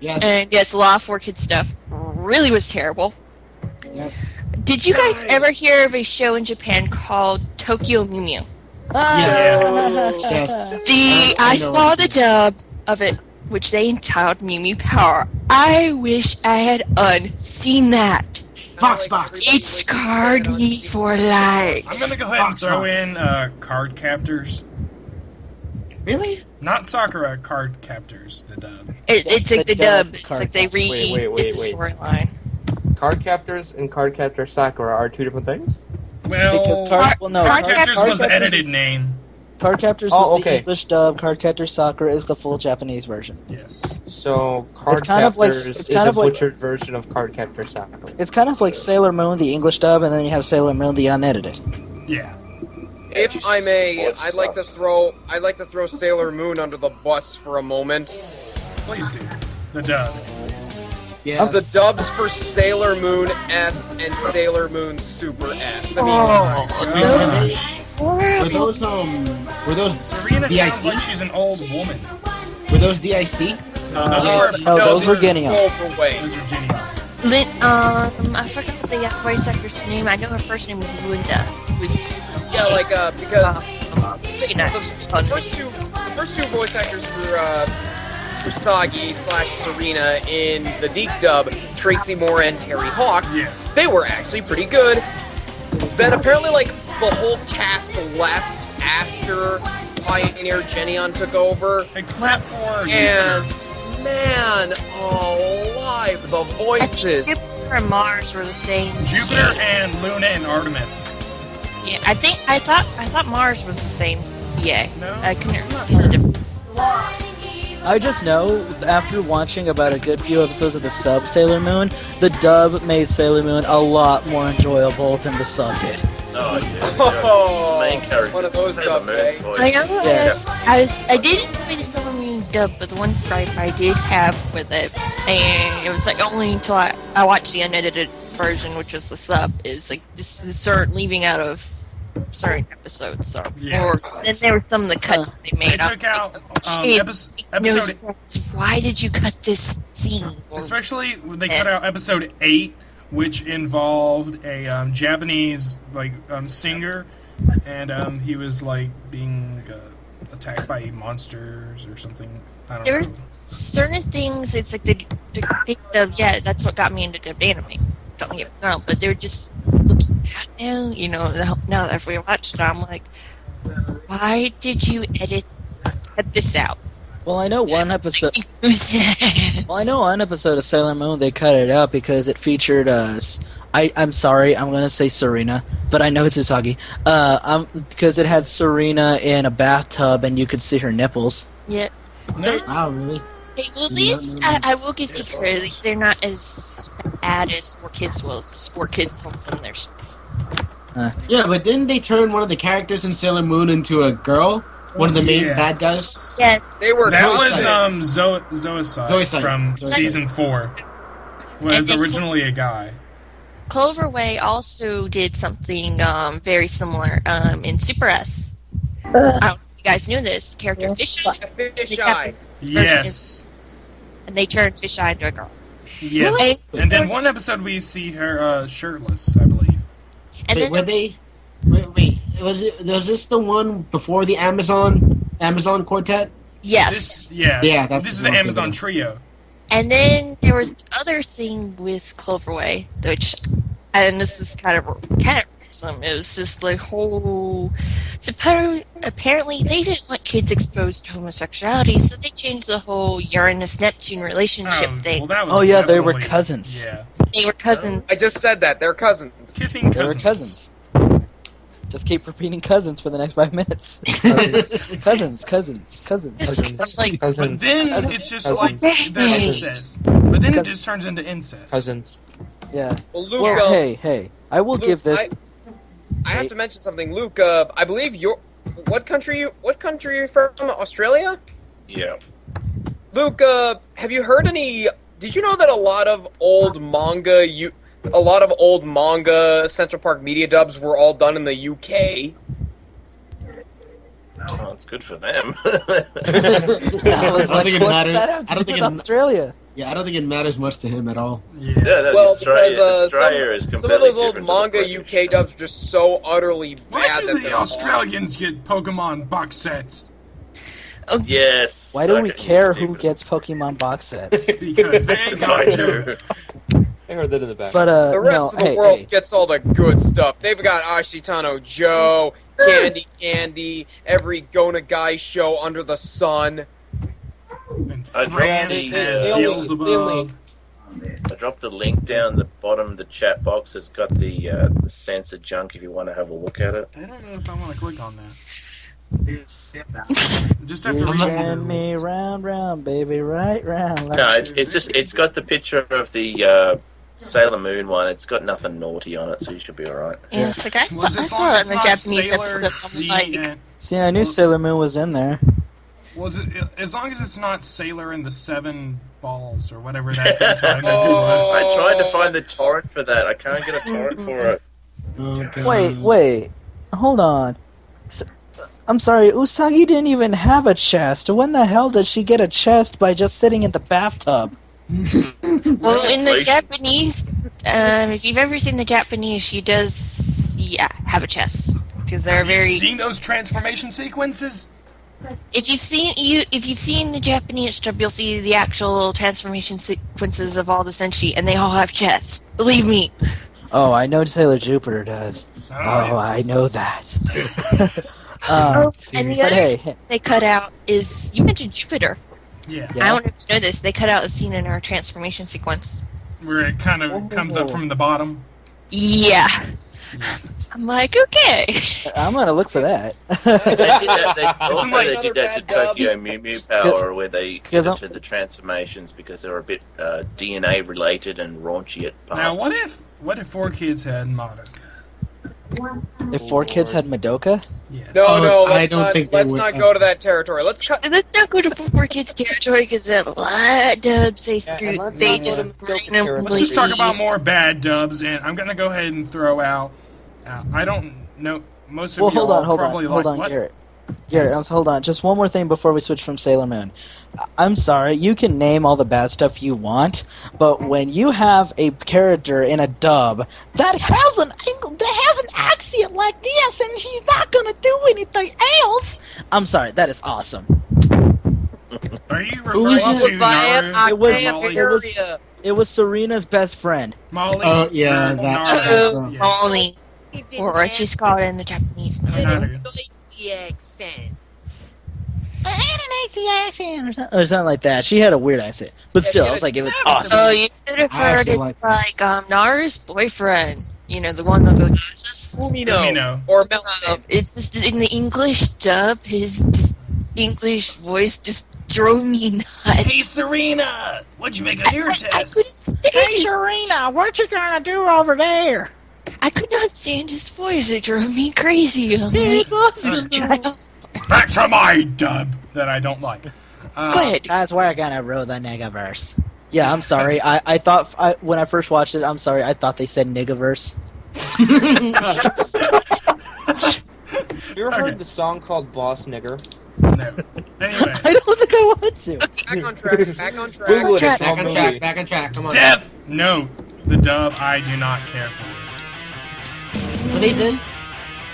S6: Yes.
S3: and yes, a lot of four kids stuff really was terrible.
S6: yes.
S3: Did you guys ever hear of a show in Japan called Tokyo Mew Mew?
S6: Yes. yes.
S3: The
S6: I
S3: I
S6: know
S3: saw
S6: it.
S3: the dub of it, which they entitled Mew Mew Power. I wish I had unseen that.
S6: Box, box.
S3: It scarred me for
S1: I'm
S3: life.
S1: gonna go ahead and
S6: Fox
S1: throw
S6: Fox.
S1: in uh, card captors.
S6: Really?
S1: Not Sakura, card captors. The dub.
S3: It, it's like
S2: The
S3: the
S2: dub
S3: dub. It's like
S2: card.
S3: they
S2: Wait,
S3: redid
S5: wait, wait,
S3: the
S5: wait.
S3: storyline.
S5: *laughs* Card captors and card captor Sakura are two different things.
S1: Well,
S2: Because
S1: card,
S2: card, well, no,
S3: Card
S1: captors
S3: Card
S1: was the
S2: Captors-
S1: edited name.
S2: Card Captors
S5: Oh,
S2: was the
S5: okay.
S2: English dub. Card Captors Sakura is the full Japanese version.
S1: Yes.
S5: So card
S2: kind of like-
S5: captors
S2: it's
S5: is
S2: kind
S5: a
S2: of like-
S5: butchered version of card captor Sakura.
S2: It's kind of like Sailor Moon, the English dub, and then you have Sailor Moon, the unedited.
S1: Yeah.
S4: If I may, I'd like to
S9: sucks.
S4: throw I'd like to throw Sailor Moon under the bus for a moment.
S1: Please do. The dub.
S6: Yes.
S4: The dubs for Sailor Moon S and Sailor Moon Super S. I mean, Oh
S1: Oh, Gosh.
S6: Were those um? Were those
S1: Serena sounds
S6: DIC?
S1: like she's an old woman. Uh,
S6: Were those DIC?
S1: No,
S4: Oh, those
S1: those
S4: are-
S1: are-
S2: No, those
S4: these
S2: were
S4: are
S2: getting up.
S4: overweight.
S1: those are Jenny.
S3: Lin, um, I forgot the uh, voice actor's name. I know her first name was Linda. It was
S4: Yeah, like uh, because
S3: um, you know, it's fun.
S4: The first two, the first two voice actors for uh, for Sagi slash Serena in the Deep dub, Tracy Moore and Terry Hawks,
S1: Yes.
S4: they were actually pretty good. Then apparently, like the whole cast left after Pioneer Genion took over,
S1: Except for
S4: and man, alive the
S3: Actually,
S4: voices.
S3: Jupiter and Mars were the same.
S1: Jupiter and Luna and Artemis.
S3: Yeah, I think I thought I thought Mars was the same. Uh, Yeah,
S1: No,
S3: I couldn't
S1: I'm not
S3: remember the difference.
S2: I just know after watching about a good few episodes of the sub Sailor Moon, the dub made Sailor Moon a lot more enjoyable than the sub did.
S9: Oh,
S5: *laughs*
S9: yeah.
S4: *laughs* Oh,
S9: Main character.
S4: one of those
S9: Sailor
S4: dubs, eh?
S9: Moon's voice.
S3: I know I
S2: Yes.
S3: was- I was I didn't play the Sailor Moon dub, but the one gripe I did have with it, and it was like only until I, I watched the unedited version, which was the sub, it was like this is certain leaving out of certain episodes. So
S1: Yes.
S3: or then there were some of the cuts they
S1: They
S3: made.
S1: took
S3: *laughs*
S1: out um,
S3: It
S1: episode,
S3: made no
S1: episode
S3: sense. Why did you cut this scene? Or-
S1: especially when they cut out episode eight, which involved a um, Japanese like um, singer, and um, he was like being uh, attacked by monsters or something. I
S3: there
S1: don't
S3: are
S1: know.
S3: certain things. It's like the, the, the yeah, that's what got me into dubbed anime. Don't get me wrong, but they're just looking at now. You know, now, now that we watched it, I'm like, why did you edit cut this out? *laughs*
S2: Well, I know one episode. Well,
S3: I
S2: I *laughs* know on episode of Sailor Moon they cut it out because it featured us. I I'm sorry, I'm gonna say Serena, but I know it's Usagi. Uh, um, because it had Serena in a bathtub and you could see her nipples.
S3: Yeah.
S1: No,
S6: Wow, Oh, really?
S3: Hey, well, at least I, I will give to credit. At least they're not as bad as Four Kids was. Because Four Kids on some of their stuff.
S6: Yeah, but didn't they turn one of the characters in Sailor Moon into a girl? One of the main
S1: Yeah.
S6: bad guys.
S3: Yeah,
S4: They were
S1: That
S6: Zoicide.
S1: was um Zo- Zoicide,
S6: Zoicide.
S1: from
S6: Zoicide.
S1: season four. Was
S3: And they-
S1: originally a guy.
S3: Cloverway also did something um, very similar um, in Super S. I don't know if you guys knew this character Fisheye.
S4: fish
S3: They
S4: eye.
S3: kept his version
S1: Yes,
S3: of- and they turned Fisheye into a girl.
S1: yes.
S3: Really?
S1: And then one episode we see her uh, shirtless, I believe.
S3: And
S6: Wait,
S3: then
S6: were they? Wait, wait, was it? Was this the one before the Amazon Amazon Quartet?
S3: yes,
S1: This, yeah,
S6: Yeah, that's
S1: this is
S6: the
S1: the
S6: one I'm
S1: Amazon
S6: thinking
S1: trio.
S3: and then there was the other thing with Cloverway, which and this is kind of kind of some. It was just the whole. Suppo- apparently, they didn't want kids exposed to homosexuality, so they changed the whole Uranus Neptune relationship
S1: Oh,
S3: thing.
S1: well, that was
S2: Oh, yeah, they were
S1: definitely-
S2: cousins.
S1: Yeah,
S3: they were cousins.
S4: I just said that they're cousins.
S1: kissing
S2: They were
S1: cousins.
S2: cousins. Just keep repeating cousins for the next five *laughs* minutes. cousins, cousins, cousins.
S3: I'm like,
S1: But
S5: Cousins,
S1: then
S2: Cousins.
S1: it's just
S5: Cousins.
S1: like the
S3: Cousins.
S1: incest. But then it
S2: Cousins.
S1: just turns into incest.
S5: cousins.
S2: Yeah.
S4: Well, Luca,
S2: Well, hey, hey. I will
S4: Luke,
S2: give this. *laughs*
S4: I, I have to mention something, Luke. Uh, I believe you're. What country? You, what country are you from? Australia.
S9: Yeah.
S4: Luke, uh, have you heard any Did you know that a lot of old manga you a lot of old manga Central Park media dubs were all done in the UK?
S9: Oh, it's good
S5: *laughs*
S9: for them.
S2: I
S9: *laughs*
S2: was like,
S6: it
S2: what's
S6: matters.
S2: that have to
S6: I don't
S2: do
S6: think
S2: with
S6: it ma-
S2: Australia.
S6: *laughs* Yeah, I don't think it matters much to him
S2: *laughs*
S6: at all.
S9: Yeah, no,
S4: well,
S9: Australia,
S4: because uh,
S9: Australia is
S4: some, some of
S9: completely
S4: those old
S9: different to the
S4: manga
S9: British.
S4: UK dubs are just so utterly
S1: Why
S4: bad
S1: do
S4: that
S1: the
S4: they're
S1: Australians get Pokemon box sets?
S9: Yes.
S2: Why do we
S9: suck it,
S2: care
S9: you
S2: who
S9: stupid.
S2: gets Pokemon
S1: *laughs*
S2: box sets?
S1: Because
S9: *laughs*
S1: they got you.
S7: I heard that in the back.
S2: But uh,
S4: The rest
S2: no,
S4: of the
S2: hey,
S4: world
S2: hey.
S4: gets all the good stuff. They've got Ashitano Joe, Candy Candy, every Gonagai show under the sun.
S1: And
S9: I
S1: France
S9: dropped the,
S1: has
S9: uh,
S1: Beelzebub.
S9: I dropped the link down the bottom of the chat box. It's got the uh, the censored junk if you want to have a look at it.
S1: I don't know if I want to click on that. Just have to
S2: You
S1: read
S2: turn me round, round, baby, right round. like
S9: No, it's,
S2: you-
S9: it's just it's got the picture of the uh, Sailor Moon one. It's got nothing naughty on it, so you should be all right.
S3: Yeah, it's like I saw, I
S1: Was this
S3: saw
S1: on
S3: that in the Japanese
S1: Sailor
S3: episode.
S1: C
S3: I'm like,
S1: and-
S2: See, I knew Sailor Moon was in there.
S1: Was it as long as it's not Sailor and the Seven Balls or whatever that
S9: *laughs*
S1: time
S4: Oh.
S1: was?
S9: I tried to find the torrent for that. I can't get a torrent for
S1: *laughs*
S9: it.
S2: Wait,
S6: Mm.
S2: wait, hold on. S- I'm sorry, Usagi didn't even have a chest. When the hell did she get a chest by just sitting in the bathtub?
S3: well, in the
S9: Wait.
S3: Japanese, um, if you've ever seen the Japanese, she does, yeah, have a chest because they're very.
S1: Seen those transformation sequences?
S3: If you've seen you, if you've seen the Japanese dub, you'll see the actual transformation sequences of all the senshi, and they all have chests. Believe me.
S2: Oh, I know Sailor Jupiter does.
S1: Oh,
S2: Oh, I know that. *laughs*
S1: yes.
S2: Um,
S3: and the
S2: but
S3: other
S2: hey,
S3: thing they cut out is you mentioned Jupiter.
S1: yeah,
S2: Yeah.
S3: I don't know if you know this. They cut out a scene in our transformation sequence.
S1: where it kind of comes up from the bottom.
S3: Yeah.
S2: Mm.
S3: I'm like, okay.
S2: I'm gonna look for that. *laughs*
S9: They did that, they, also,
S1: like
S9: they did that to
S4: another bad
S9: Tokyo Mew Mew Power, where they
S2: Because I'm-
S9: did the transformations because they were a bit uh, DNA related and raunchy at parts.
S1: Now, what if what if four kids had Madoka?
S2: if four kids had Madoka,
S1: Yes.
S4: No,
S6: Oh,
S4: no, let's
S6: I don't
S4: not,
S6: think they
S4: let's
S6: would-
S4: not go to that territory. Let's cut.
S3: Let's not go to four kids territory because a lot of dubs they
S7: Yeah,
S3: screw.
S7: and let's
S3: they
S7: not
S3: just
S7: go to guilty
S3: randomly.
S7: territory.
S1: Let's just talk about more bad dubs, and I'm gonna go ahead and throw out. Uh, I don't know. Most of
S2: well,
S1: you
S2: hold on,
S1: all
S2: hold on,
S1: probably
S2: hold
S1: like
S2: on,
S1: what?
S2: Garrett. Garrett, I'm, hold on. Just one more thing before we switch from Sailor Moon. I- I'm sorry, you can name all the bad stuff you want, but when you have a character in a dub that has an angle, that has an accent like this, and he's not gonna do anything else. I'm sorry, that is awesome.
S1: Are you
S6: Who
S1: referring
S6: was
S1: to
S6: it?
S1: Naru,
S2: It was-
S1: Molly,
S2: it was- It was Serena's best friend.
S1: Molly?
S6: Oh, yeah, that-
S1: Naru,
S3: Oh,
S1: yes.
S3: Molly. Or she's called in the Japanese.
S1: Naru.
S2: I had an accent or something, or something like that. She had a weird accent, but still, I was like, it was awesome.
S3: Oh, you should have
S6: I
S3: heard
S6: actually
S3: it's
S6: like
S3: like, um,
S6: that.
S3: Naru's boyfriend. You know, the one with the glasses.
S1: Let me know.
S4: Or
S3: Uh,
S4: Melvin.
S3: it's just in the English dub, his dis- English voice just drove me nuts.
S1: Hey, Serena! What'd you make of your
S3: I, I
S1: test?
S3: couldn't stand his,
S2: Serena, what you gonna do over *laughs* there?
S3: I could not stand his voice. It drove me crazy. I'm like, this child.
S1: Back to my dub that I don't like. Uh,
S3: Good.
S2: Guys, we're gonna rule the niggaverse. Yeah, I'm sorry. I, I thought I, when I first watched it, I'm sorry. I thought they said niggaverse.
S7: You ever
S1: Okay.
S7: heard the song called Boss Nigger?
S1: Uh, No. Anyway,
S2: *laughs* I don't think I want to.
S4: Back
S1: *laughs*
S4: on track. Back on
S7: Google it. It's
S3: Back
S4: track.
S7: all
S6: *laughs* Back on track,
S7: movie.
S6: back on track. Come on.
S1: Death Note, the dub I do not care for.
S6: Were they this?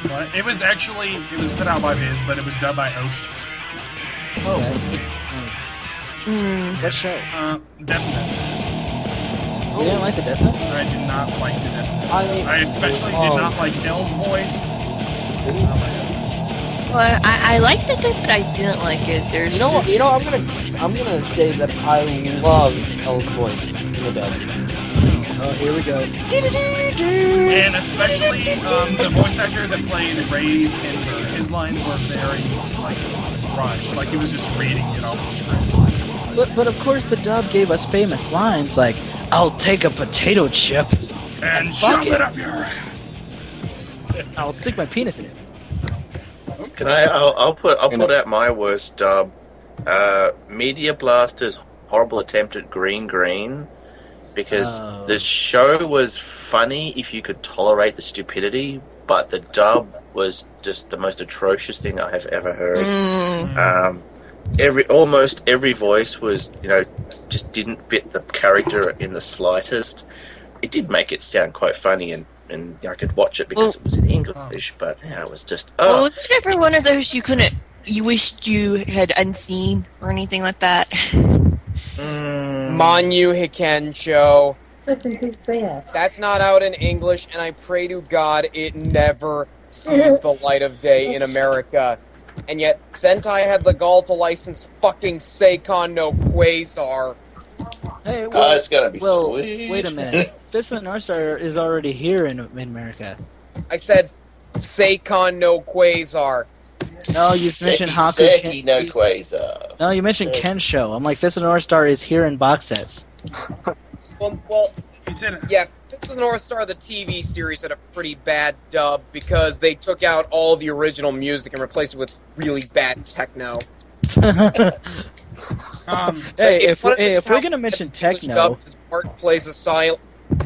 S1: What? It was actually it was put out by Viz, but it was dubbed by Ocean.
S6: Oh, it's-
S3: Mm.
S1: What show? Uh, Death
S2: You didn't like the Death Note?
S1: Note. I did not like the Death Note.
S2: I-
S1: I especially did
S7: Oh.
S1: not like L's voice.
S3: Well, I, I liked the dub, but I didn't like it. There's
S7: You know what?
S3: just-
S7: You know I'm gonna I'm gonna say that I love Elle's voice in the dub.
S2: Oh, here we go.
S1: And especially um, the voice actor that played Ray Pinter, his lines were very like rushed. Like he was just reading it off the script.
S2: But but of course, the dub gave us famous lines like, "I'll take a potato chip.
S1: And
S2: Fuck
S1: shove
S2: it.
S1: it up your ass.
S2: I'll stick my penis in it."
S9: Can I? I'll, I'll put I'll put out my worst dub. Uh, Media Blasters horrible attempt at Green Green because
S2: Oh.
S9: the show was funny if you could tolerate the stupidity, but the dub was just the most atrocious thing I have ever heard.
S3: Mm.
S9: Um, every almost every voice was you know just didn't fit the character in the slightest. It did make it sound quite funny and. And I could watch it because
S3: Well-
S9: it was in English, but yeah, it was just
S3: Well,
S9: oh,
S3: was it ever one of those you couldn't, you wished you had unseen or anything like that?
S4: Mm. Manu Hikencho.
S11: Look at his ass.
S4: That's not out in English, and I pray to God it never sees the light of day in America. And yet, Sentai had the gall to license fucking Seikon no Quasar.
S2: Hey,
S9: Oh, it's gonna be
S2: well,
S9: sweet.
S2: Wait a
S9: *laughs*
S2: minute. Fist of the North Star is already here in, in America.
S4: I said Seikon no Quasar.
S2: No, Oh, you mentioned Haku. Ken-
S9: no quasar.
S2: no, you mentioned Kensho. I'm like, Fist of the North Star is here in box
S9: *laughs*
S2: sets. *laughs*
S4: Well, well
S1: You said
S4: yeah, Fist of the North Star, the TV series, had a pretty bad dub because they took out all the original music and replaced it with really bad techno.
S1: Um,
S2: Hey,
S4: If
S2: if,
S4: one of
S2: hey,
S4: us
S2: if we're
S4: have-
S2: gonna mention
S4: English dub
S2: techno,
S4: is Mark plays a silent.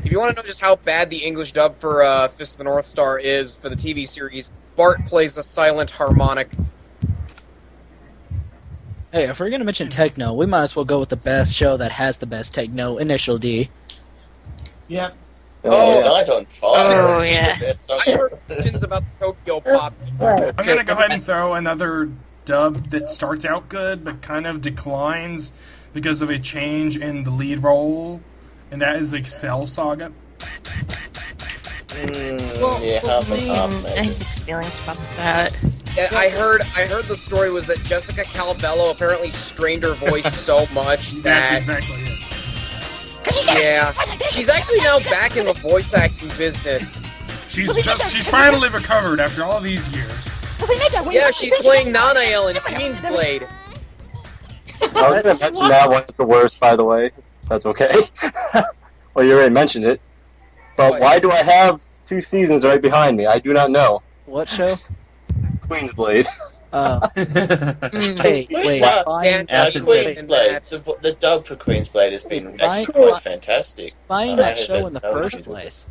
S4: If you want to know just how bad the English dub for uh, Fist of the North Star is for the TV series, Bart plays a silent harmonic.
S2: hey, if we're gonna mention techno, we might as well go with the best show that has the best techno. Initial D.
S6: Yep.
S9: Oh, night on fire!
S3: Oh, yeah.
S9: That's so-
S4: I heard questions about the Tokyo Pop.
S11: Right.
S1: I'm gonna go ahead and throw another dub that starts out good but kind of declines because of a change in the lead role, and that is Excel Saga.
S9: Mm,
S2: Well,
S9: *laughs* yeah,
S2: well,
S9: half and half,
S3: Mm, I
S9: maybe.
S3: had mixed feelings about that.
S4: And I heard, I heard the story was that Jessica Calabello apparently strained her voice so much
S1: That's
S4: that
S1: exactly it.
S4: yeah, she's actually now back in the voice acting business.
S1: She's just she's finally recovered after all these years.
S4: Yeah, she's playing Nana Ellen Queen's Blade.
S8: I was going to mention that one's the worst, by the way. That's okay. *laughs* well, you already mentioned it. But why do I have two seasons right behind me? I do not know.
S2: What show?
S8: Queen's Blade.
S5: *laughs*
S2: Uh,
S3: Mm,
S2: wait, wait.
S9: Wow.
S2: Find,
S9: Uh,
S7: Acid
S9: Queensblade, the, vo- the dub for Queensblade has been
S2: Why-
S9: actually quite
S2: why-
S9: fantastic.
S2: find
S9: Uh,
S2: that
S9: I
S2: show in
S9: don't
S2: the
S9: know.
S2: first place.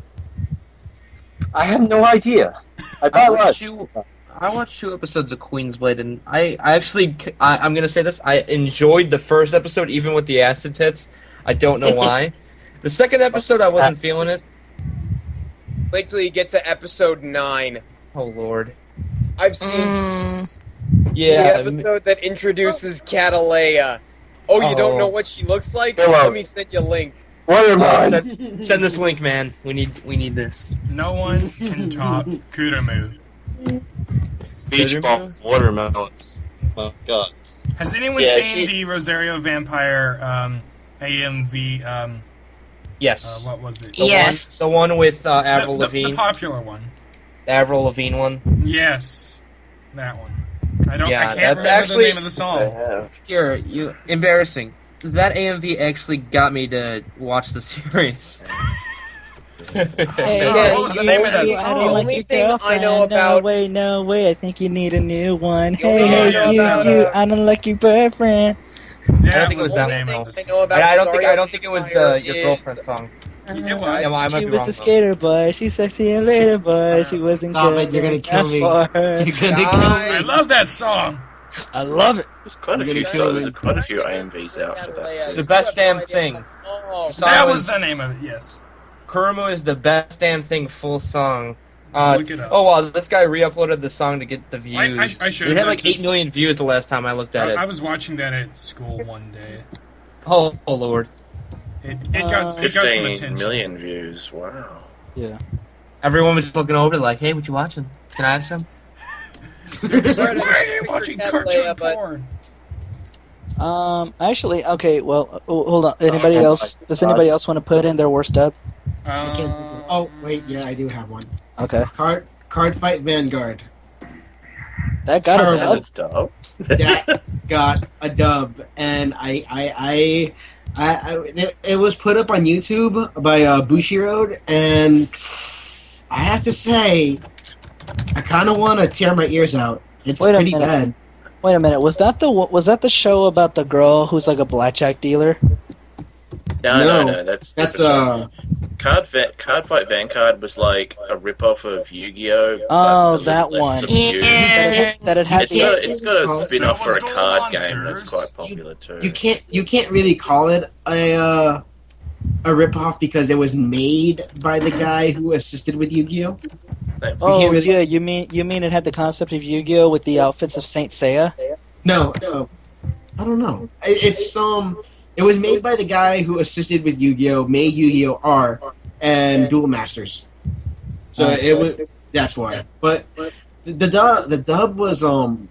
S8: I have no idea. I
S5: *laughs* I
S8: probably
S5: watched
S8: was.
S5: two. I watched two episodes of Queensblade, and I, I actually, I, I'm gonna say this. I enjoyed the first episode, even with the acid tits. I don't know why. the second episode, I wasn't
S8: Acid
S5: feeling it.
S8: tits.
S4: Wait till you get to episode nine.
S5: Oh lord.
S4: I've seen
S3: Mm,
S4: the
S5: Yeah.
S4: *laughs*
S5: m-
S4: episode that introduces Catalea. Oh, you don't
S5: Oh.
S4: know what she looks like?
S8: Pillows.
S4: Let me send you a link.
S8: What am I?
S5: send, send this link, man. We need, we need this.
S1: No one can top Kurumu.
S8: Beach balls, watermelons. Oh, God.
S1: Has anyone
S9: Yeah,
S1: seen
S9: she-
S1: the Rosario Vampire um, AMV? Um, uh,
S5: Yes.
S1: what was it?
S5: The one-
S3: yes.
S5: the one with uh,
S1: The-
S5: Avril
S1: the-
S5: Lavigne.
S1: the popular one.
S5: The Avril Lavigne one.
S1: Yes, that one. I don't. I
S5: Yeah,
S1: can't
S5: that's
S1: remember
S5: actually-
S1: the name of the
S9: I
S8: Oh.
S1: song.
S9: have.
S5: Here, you embarrassing. That AMV actually got me to watch the *laughs* series.
S2: Hey,
S1: God,
S2: hey,
S1: what was the name of that
S2: you-
S1: song?
S2: I don't
S1: The
S2: like
S4: only
S2: your
S4: thing I
S2: girlfriend.
S4: know
S2: No
S4: about-
S2: way, no way. I think you need a new one.
S4: The only
S2: Hey, hey,
S1: thing I know
S2: you,
S1: about-
S2: you. I don't like your boyfriend.
S1: Yeah,
S5: I don't think it was
S1: the
S5: that
S1: name
S5: one,
S1: of
S5: though.
S1: the
S4: I know about
S5: I don't think I
S4: Rosario
S5: don't think it was
S4: Vampire
S5: the your
S4: is-
S5: girlfriend song.
S1: song. It
S5: Yeah,
S1: was.
S5: well, I might
S2: she
S5: be
S2: was
S5: wrong.
S2: a
S5: though.
S2: skater boy. She's sexy and later boy. She wasn't
S6: Stop
S2: good.
S6: it, you're gonna kill me.
S2: enough for
S6: *laughs*
S2: her.
S6: You're gonna
S1: I
S4: Guys,
S1: love that song.
S2: I love it.
S9: There's quite a
S6: You're
S9: few.
S6: gonna
S9: so
S6: kill
S9: there's
S6: me.
S9: quite a few AMVs out for that.
S5: The
S9: So.
S5: best damn thing.
S4: Oh,
S5: Song
S1: That was
S5: is-
S1: the name of it. Yes.
S5: Kurumu is the best damn thing. Full song. Uh,
S1: Look it up.
S5: oh wow, this guy re-uploaded the song to get the
S1: I-
S5: views.
S1: I should've
S5: it had like
S1: noticed.
S5: eight million views the last time I looked
S1: I,
S5: at it.
S1: I was watching that at school one day.
S5: oh, oh lord,
S1: It, it got
S2: Uh,
S1: it got some
S9: 15
S1: attention.
S9: million views. Wow.
S2: Yeah.
S5: everyone was looking over it like, hey, what you watching? Can I have some?
S1: It's like, *laughs*
S4: Sorry,
S1: why are
S4: I
S1: you
S4: pictured
S1: watching
S4: Catalina,
S1: cartoon
S4: but-
S1: porn?
S2: Um. Actually, okay. Well, oh, hold on. Anybody
S8: Oh my
S2: else? Does anybody else want to put in their worst dub?
S6: I can't think of.
S1: Uh,
S6: Oh wait, yeah, I do have one.
S2: Okay.
S6: Card card fight Vanguard.
S2: That got Oh, a
S6: Terrible.
S2: dub.
S9: Is it dub?
S6: That got a dub, and I I I. I, I it, it was put up on YouTube by uh, Bushiroad, and I have to say, I kind of want to tear my ears out. It's
S2: Wait a
S6: pretty
S2: minute.
S6: bad.
S2: Wait a minute. Was that the was that the show about the girl who's like a blackjack dealer?
S9: No,
S6: No.
S9: no, no. That's
S6: That's uh,
S9: Card, Va- Card Fight Vanguard was like a ripoff of Yu Gi Oh!
S2: Oh, that one. That it, had- that it had
S9: It's
S2: the
S9: got, it's got a
S6: Oh,
S9: spin off
S1: so
S9: for a
S1: was
S9: card
S1: Duel
S9: game that's
S1: Monsters.
S9: quite popular too.
S6: you can't you can't really call it a uh, a ripoff because it was made by the guy who assisted with Yu-Gi-Oh.
S2: Oh
S6: can't really-
S2: yeah, you mean you mean it had the concept of Yu-Gi-Oh with the outfits of Saint Seiya?
S6: No, no, I don't know. It, it's um, it was made by the guy who assisted with Yu-Gi-Oh, made Yu-Gi-Oh R and Duel Masters. So it was that's why. But the dub the dub was um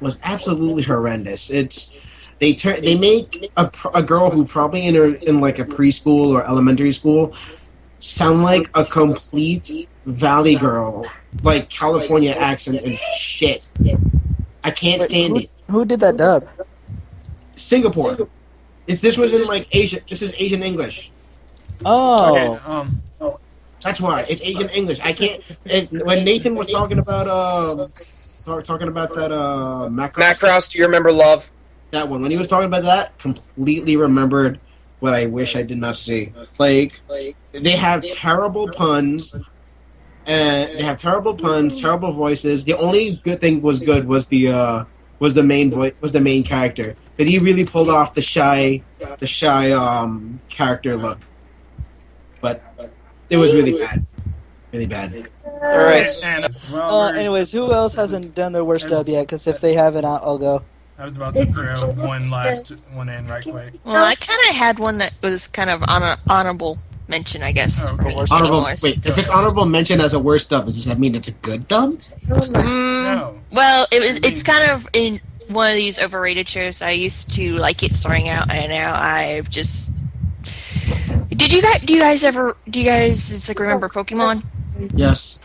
S6: was absolutely horrendous. It's they turn they make a, pr- a girl who probably in her in like a preschool or elementary school sound like a complete valley girl, like California accent and shit. I can't stand it.
S2: Who did that dub?
S6: Singapore. It's this was in like Asia. This is Asian English.
S2: Oh,
S1: Okay, um,
S6: That's why it's Asian English. I can't. It, when Nathan was talking about uh, talk, talking about that uh, macro,
S4: Macross, do you remember love?
S6: that one. When he was talking about that, completely remembered what I wish I did not see. Like they have terrible puns. And they have terrible puns, terrible voices. The only good thing was good was the uh, was the main voice was the main character because he really pulled off the shy the shy um, character look. But it was really bad, really bad.
S4: All right.
S1: and, and, well,
S2: Uh,
S1: we're-
S2: anyways, who else hasn't done their worst dub yet? Because if they haven't, I'll, I'll go.
S1: I was about to throw one last one in right quick.
S3: Well, I kind of had one that was kind of honor- honorable mention, I guess.
S1: Oh,
S3: for
S1: okay.
S3: the
S6: Honorable.
S3: Animorphs.
S6: Wait, if it's honorable mention as a worst dub, does that mean it's a good dub?
S3: Mm,
S1: No.
S3: Well, it was. It's kind of in one of these overrated shows. I used to like it starting out, and now I've just. Did you guys? Do you guys ever? Do you guys? It's like remember Pokemon.
S6: Yes.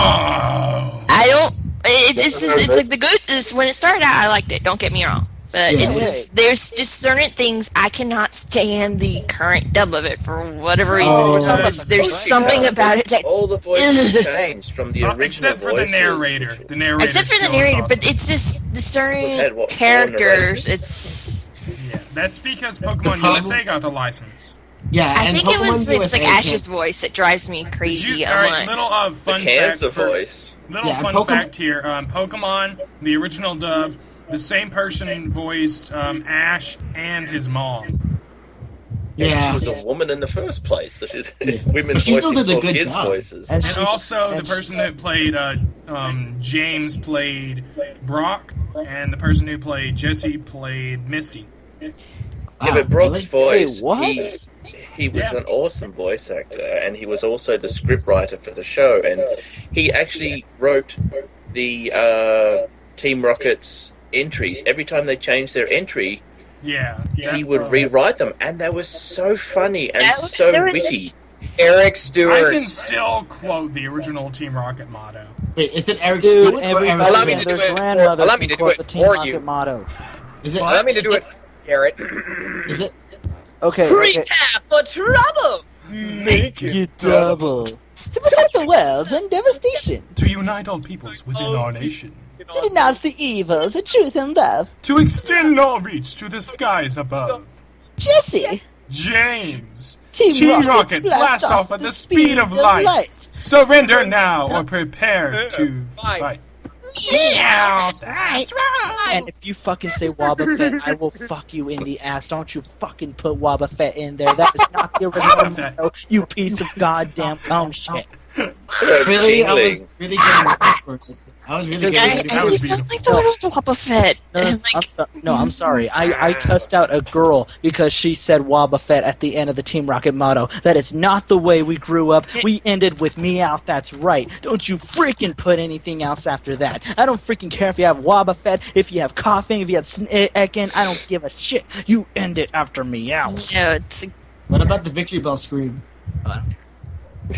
S1: No! Uh,
S3: I don't. It, it's just, it's like the good. It's, when it started out, I liked it. Don't get me wrong. But
S6: Yeah.
S3: it's just, there's just certain things I cannot stand the current dub of it for whatever reason.
S6: Oh.
S3: there's there's
S9: Right.
S3: something about it that
S4: Oh,
S9: All the voices changed from the
S1: Uh,
S9: original
S1: except for the
S9: voices.
S1: narrator. The narrator.
S3: except for the narrator, but it's just the
S9: We've had,
S3: certain
S9: what, four
S3: characters.
S9: narrators?
S3: It's
S1: yeah, that's because Pokemon
S6: problem-
S1: USA got the license.
S6: Yeah.
S3: I
S6: and
S3: think it
S6: Pokemon
S3: was it's
S6: USA
S3: like
S6: can't-
S3: Ash's voice that drives me
S1: Did
S3: crazy.
S1: you,
S3: I'm
S1: all right,
S3: like,
S1: little uh, fun
S9: the cancer
S1: fact for-
S9: voice.
S1: Little
S6: Yeah,
S1: fun
S6: Pokemon-
S1: fact here: um, Pokemon, the original dub, the same person voiced um, Ash and his mom.
S9: She
S6: Yeah.
S9: was a woman in the first place. This is
S6: Yeah.
S9: *laughs* women
S6: But she still
S9: voicing
S6: did a
S9: small
S6: good
S9: kids'
S6: job.
S9: voices.
S2: And,
S1: And
S2: she's-
S1: also, the
S2: and
S1: person
S2: she's-
S1: that played uh, um, James played Brock, and the person who played Jesse played Misty.
S9: yeah, but Brock's voice.
S2: Wait, what?
S9: He, he was
S1: Yeah.
S9: an awesome voice actor, and he was also the script writer for the show. And he actually wrote the uh, Team Rocket's entries. Every time they changed their entry,
S1: Yeah,
S9: he
S1: that-
S9: would
S6: Oh.
S1: uh,
S9: rewrite them, and they were so funny and
S3: that was-
S9: so
S3: there was
S9: witty.
S3: this-
S4: Eric
S1: I
S4: Stewart.
S1: can still quote the original Team Rocket motto.
S6: Wait, is it Eric
S2: Dude,
S6: Stewart or
S2: everybody
S6: Eric
S4: Allow me
S2: and
S4: to
S6: Stewart?
S4: do
S2: their
S4: it for-
S2: grandmother
S4: allow
S2: can
S4: me to do
S2: quote
S4: it
S2: the Team
S4: for
S2: Rocket
S4: you.
S2: motto.
S6: Is it?
S4: Allow me to do it, Garrett.
S6: Is it?
S2: Okay, okay.
S4: Recap for trouble.
S1: Make
S2: You double. To protect the world from devastation,
S1: to unite all peoples within our nation,
S2: to denounce the evils of truth and love.
S1: to extend our reach to the skies above.
S2: Jesse,
S1: James,
S2: Team,
S1: Team
S2: Rocket,
S1: Rocket, blast off at the speed of light. Surrender now or prepare to
S4: Fine.
S1: fight. Yeah, that's right.
S2: And if you fucking say Wobba Fett, I will fuck you in the ass. Don't you fucking put Wobba Fett in there. That is not the original
S1: Wobba Fett.
S2: motto, you piece of goddamn cum shit.
S6: Really? I
S9: Jingling.
S6: was really getting. I was really
S3: This guy,
S6: getting.
S1: That
S3: I
S1: was
S3: just don't like the little Wobba Fett.
S2: No,
S3: And
S2: I'm,
S3: like,
S2: so- no, I'm sorry. I, I cussed out a girl because she said Wobba Fett at the end of the Team Rocket motto. That is not the way we grew up. We ended with meow, that's right. Don't you freaking put anything else after that. I don't freaking care if you have Wobba Fett, if you have coughing, if you have sneaking. I don't give a shit. You end it after meow.
S3: no, it's
S6: What about the victory
S4: *laughs*
S6: bell scream? You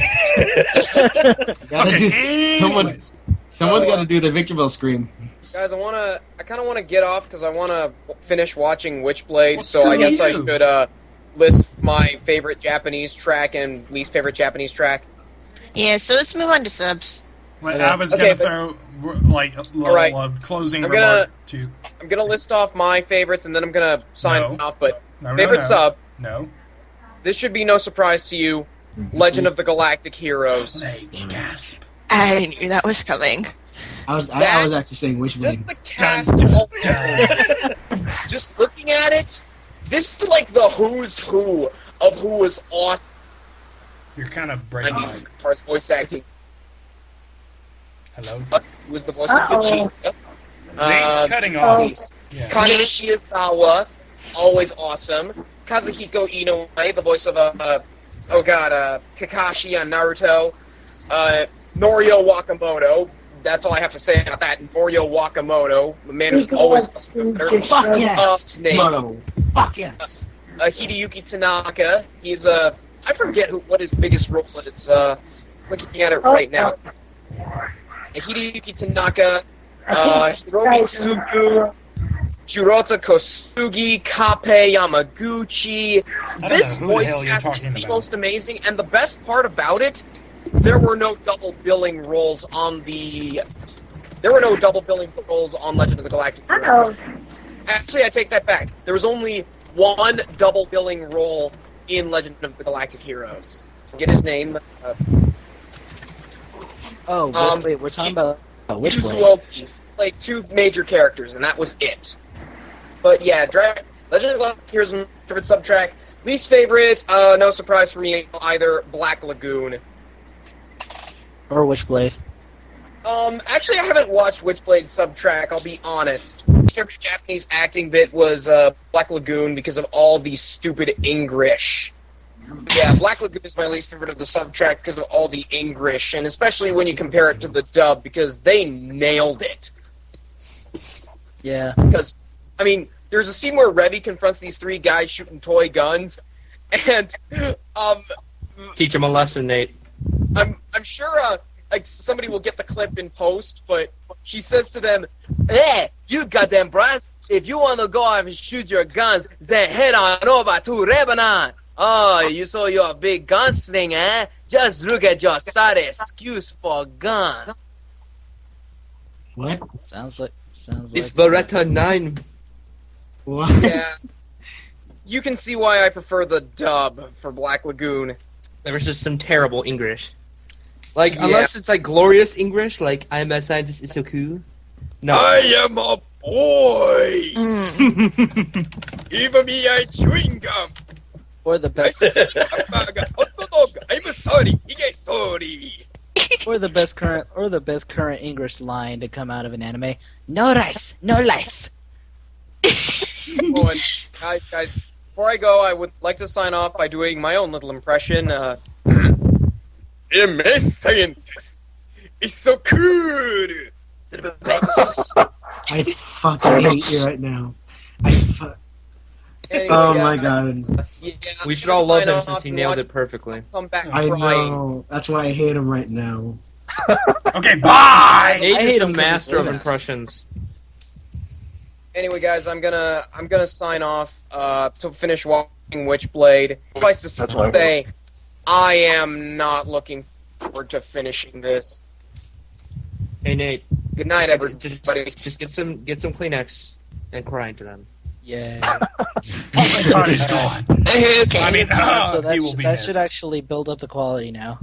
S6: gotta do-
S1: Okay,
S6: someone,
S1: anyways.
S6: someone's got to do the victory bell scream.
S4: Guys, I wanna. I kind of want to get off because I want to finish watching Witchblade.
S1: Well,
S4: so I
S1: screw
S4: guess I
S1: you.
S4: should uh, list my favorite Japanese track and least favorite Japanese track.
S3: yeah. So let's move on to subs.
S1: Like,
S4: Okay.
S1: I was
S4: Okay, but-
S1: gonna throw r- like a little
S4: right.
S1: uh, closing
S4: I'm gonna-
S1: remark to
S4: I'm gonna list off my favorites and then I'm gonna sign
S1: No.
S4: off. But
S1: no, no,
S4: favorite
S1: no.
S4: sub,
S1: No.
S4: this should be no surprise to you. Legend of the Galactic Heroes.
S1: Gasp.
S3: I knew that was coming.
S6: I was I, I
S4: That-
S6: was actually saying Wishblade.
S4: Just the cast alone. *laughs* Just looking at it, this is like the who's who of who is awesome.
S1: You're kind of breaking.
S4: as
S6: Oh.
S1: up.
S4: far as voice acting.
S1: Hello.
S4: Who was the voice of
S3: Uh-oh.
S4: Pachinko?
S1: Nate's
S4: Uh,
S1: cutting off. Yeah.
S4: Connie Shiozawa, always awesome. Kazuhiko Inoue, the voice of uh, uh, oh god, uh, Kakashi on Naruto. Uh, Norio Wakamoto. That's all I have to say about that. Norio Wakamoto, the man who's always
S10: Fuck
S4: Uh,
S10: yeah.
S4: Snake. Uh,
S6: Mono. Fuck yeah.
S4: Hideyuki Tanaka. He's uh, I forget who what his biggest role is. Uh, looking at it right now. Hideyuki Tanaka, uh, Hiromi Suku, Jurota Kosugi, Kape Yamaguchi.
S1: I don't know
S4: This
S1: who the
S4: voice
S1: hell you're
S4: cast is
S1: talking
S4: the
S1: about.
S4: most amazing, and the best part about it, there were no double billing roles on the. There were no double billing roles on Legend of the Galactic. Heroes. Actually, I take that back. There was only one double billing role in Legend of the Galactic Heroes. Get his name. Uh,
S2: Oh, wait,
S4: Um,
S2: wait, we're talking about uh, Witchblade.
S4: Yuzuo played two major characters, and that was it. But yeah, Dra- Legend of Galactic Heroes is my favorite subtrack. Least favorite, uh, no surprise for me either. Black Lagoon.
S2: Or Witchblade.
S4: Um, actually, I haven't watched Witchblade subtrack. I'll be honest. My favorite Japanese acting bit was uh, Black Lagoon because of all the stupid English. Yeah, Black Lagoon is my least favorite of the subtrack because of all the English, and especially when you compare it to the dub because they nailed it.
S2: Yeah.
S4: because I mean, there's a scene where Revy confronts these three guys shooting toy guns, and um,
S5: Teach him a lesson, Nate.
S4: I'm I'm sure uh, like somebody will get the clip in post, but she says to them, "Hey, you goddamn brats! If you want to go out and shoot your guns, then head on over to Lebanon. Oh, you saw your big gunslinger? Eh? Just look at your sad excuse for gun."
S6: What?
S2: Sounds like. Sounds
S5: It's
S2: like.
S5: Beretta 9.
S6: What?
S4: Yeah. You can see why I prefer the dub for Black Lagoon.
S5: There was just some terrible English. Like,
S4: Yeah.
S5: unless it's like glorious English, like, I'm a scientist, it's so cool. No. *laughs*
S10: am a boy.
S3: Mm.
S10: Give me a chewing gum.
S2: Or the
S3: *laughs*
S2: best.
S10: Hamburger, hot dog. I'm sorry. I'm sorry.
S2: or the best current. Or the best current English line to come out of an anime. No rice, no life.
S4: Oh, and guys, guys, before I go, I would like to sign off by doing my own little impression.
S10: *clears throat*
S4: Uh,
S10: I'm a scientist. It's so cool.
S6: I fucking hate you right now. I fu-
S4: anyway,
S6: oh
S4: yeah,
S6: my
S4: guys,
S6: god.
S4: yeah,
S5: We
S4: I'm
S5: should
S4: gonna
S5: all love
S4: sign
S5: him
S4: off
S5: since he
S4: and
S5: nailed
S4: watch
S5: it perfectly.
S4: Come back
S6: I
S4: crying.
S6: know. That's why I hate him right now.
S1: Okay. Bye.
S5: *laughs* Nate
S2: hate
S5: is the
S2: him 'cause
S5: master
S2: he's
S5: of
S2: old ass.
S5: impressions.
S4: Anyway, guys, I'm gonna I'm gonna sign off uh, to finish watching Witchblade. Suffice to
S8: That's why-
S4: say, I am not looking forward to finishing this.
S5: Hey, Nate.
S4: Good night,
S5: Just,
S4: everybody.
S5: just, get some get some Kleenex and cry into them.
S2: Yeah.
S1: Oh my God, he's gone.
S3: Okay.
S1: I mean, *laughs*
S2: so that,
S1: *coughs* he
S2: sh-
S1: will be
S2: that should
S1: missed.
S2: actually build up the quality now.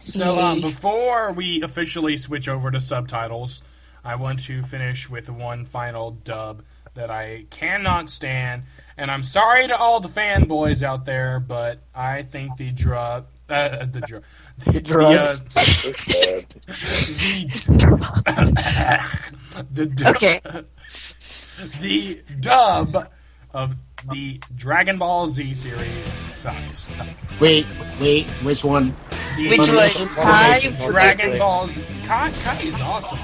S1: So um, before we officially switch over to subtitles, I want to finish with one final dub that I cannot stand, and I'm sorry to all the fanboys out there, but I think the drug, uh, the drug, the, the,
S2: drug?
S1: uh, the, *laughs* the dub,
S3: Okay.
S1: the dub of the Dragon Ball Z series sucks.
S6: Wait, wait, which one?
S1: The-
S3: Which was I
S1: Dragon Balls. Kai, Kai is awesome.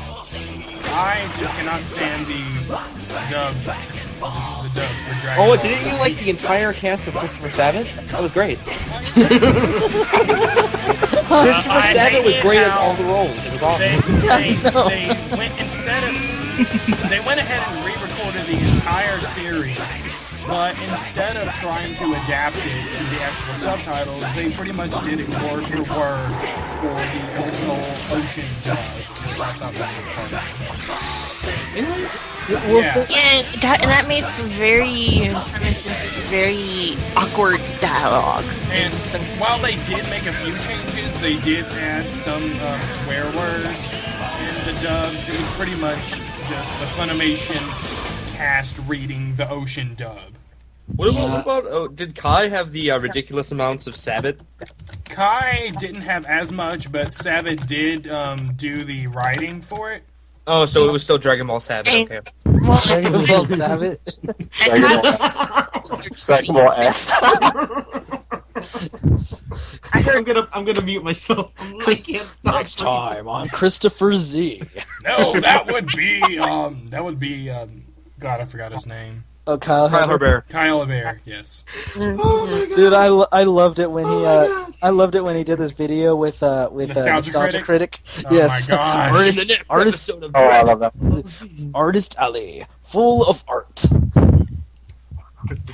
S1: I just cannot stand the dub. Just the dub for Dragon
S5: Oh,
S1: Ball
S5: didn't you
S1: Z.
S5: like the entire cast of Christopher Sabat? That was *laughs* great. Christopher
S1: I
S5: Sabat
S1: hate
S5: was
S1: it
S5: great as
S1: now.
S5: all the roles. It was *laughs*
S1: They,
S5: awesome.
S1: they, they went instead of they went ahead and re-recorded the entire series But instead of trying to adapt it to the actual subtitles, they pretty much did it word for word for the original Ocean dub, which I thought that was funny. Yeah.
S3: Yeah, and that, and that made for very, in some instances, very awkward dialogue.
S1: And while they did make a few changes, they did add some uh, swear words in the dub. It was pretty much just the Funimation cast reading the Ocean dub.
S5: What about, what about oh, did Kai have the uh, ridiculous amounts of Sabbath?
S1: Kai didn't have as much, but Sabat did um, do the writing for it.
S5: Oh, so it was still Dragon Ball Sabbath. Okay.
S2: *laughs* Dragon Ball Savage.
S8: Dragon Ball, Dragon Ball *laughs* S.
S6: I'm gonna I'm gonna mute myself. I can't stop.
S11: Next time on Christopher Z.
S1: No, that would be um, that would be um, God, I forgot his name.
S2: Oh, Kyle.
S5: Kyle Herbear.
S1: Kyle Bear, yes.
S3: Mm-hmm.
S6: Oh my
S2: Dude, I, lo- I loved it when he
S6: Oh,
S2: uh, I loved it when he did this video with uh with uh,
S1: Nostalgia
S2: nostalgia critic.
S1: Oh
S2: yes,
S1: my
S2: *laughs*
S1: gosh.
S5: In
S2: artist,
S5: the next
S2: artist,
S5: episode of
S8: Oh, I
S5: Dragon
S8: love that.
S2: artist alley, full of art.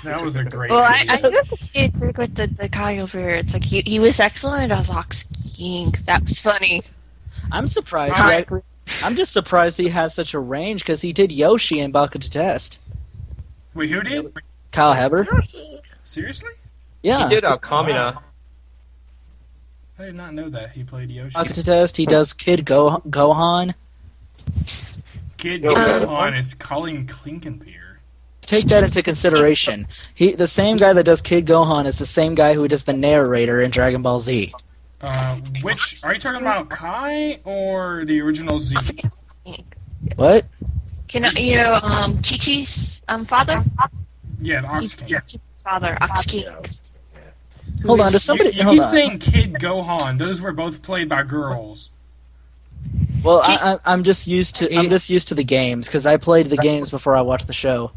S1: That was a great.
S3: Well, I,
S1: movie.
S3: I do have to say, it's like with the, the Kyle Bear, it's like he, he was excellent at Ozox King. That was funny.
S2: I'm surprised.
S1: All
S2: he
S1: right.
S2: actually- I'm just surprised he has such a range because he did Yoshi in Baka to Test.
S1: Wait, who did?
S2: Kyle Haber.
S1: Seriously?
S2: Yeah,
S5: He did uh, Kamina.
S1: I did not know that he played Yoshi.
S2: Baka to Test. He does Kid Go- Gohan.
S1: Kid
S8: Okay.
S1: Gohan is Colin Klinkenbeer.
S2: Take that into consideration. He, the same guy that does Kid Gohan, is the same guy who does the narrator in Dragon Ball Z.
S1: Uh, which are you talking about, Kai or the original Z?
S2: What?
S3: Can I, you know, um, Chi Chi's um, father?
S1: Yeah, the Ox King.
S3: Chi's father, Ox King.
S2: Hold on, does
S6: *laughs*
S1: You,
S2: somebody
S1: you
S2: hold
S1: keep
S2: on.
S1: saying Kid Gohan. Those were both played by girls.
S2: Well, I, I, I'm just used to I'm just used to the games because I played the games before I watched the show.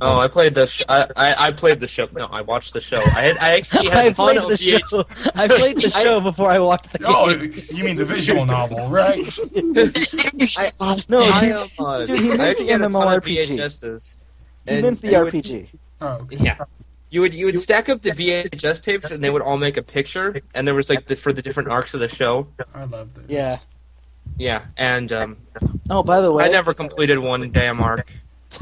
S5: Oh, I played the. Sh- I, I I played the show. No, I watched the show. I had I
S2: *laughs*
S5: actually
S2: I
S5: had fun
S2: played
S5: of
S2: the
S5: the.
S2: *laughs* show. I played
S5: *laughs*
S2: the show before I watched the
S1: Oh,
S2: game.
S1: you mean the visual novel, right?
S3: *laughs*
S2: No,
S5: I,
S2: Oh, dude,
S5: uh,
S2: dude, he meant
S5: I actually
S2: the
S5: had a ton of
S2: MMORPG.
S5: VHSs.
S2: he meant the
S5: and it would-
S2: RPG.
S1: *laughs* Oh,
S5: Yeah. You would you would stack up the VHS tapes and they would all make a picture and there was like the, for the different arcs of the show.
S1: I love this.
S2: Yeah.
S5: Yeah, and um,
S2: Oh, by the way,
S5: I never completed one damn arc.
S2: *laughs*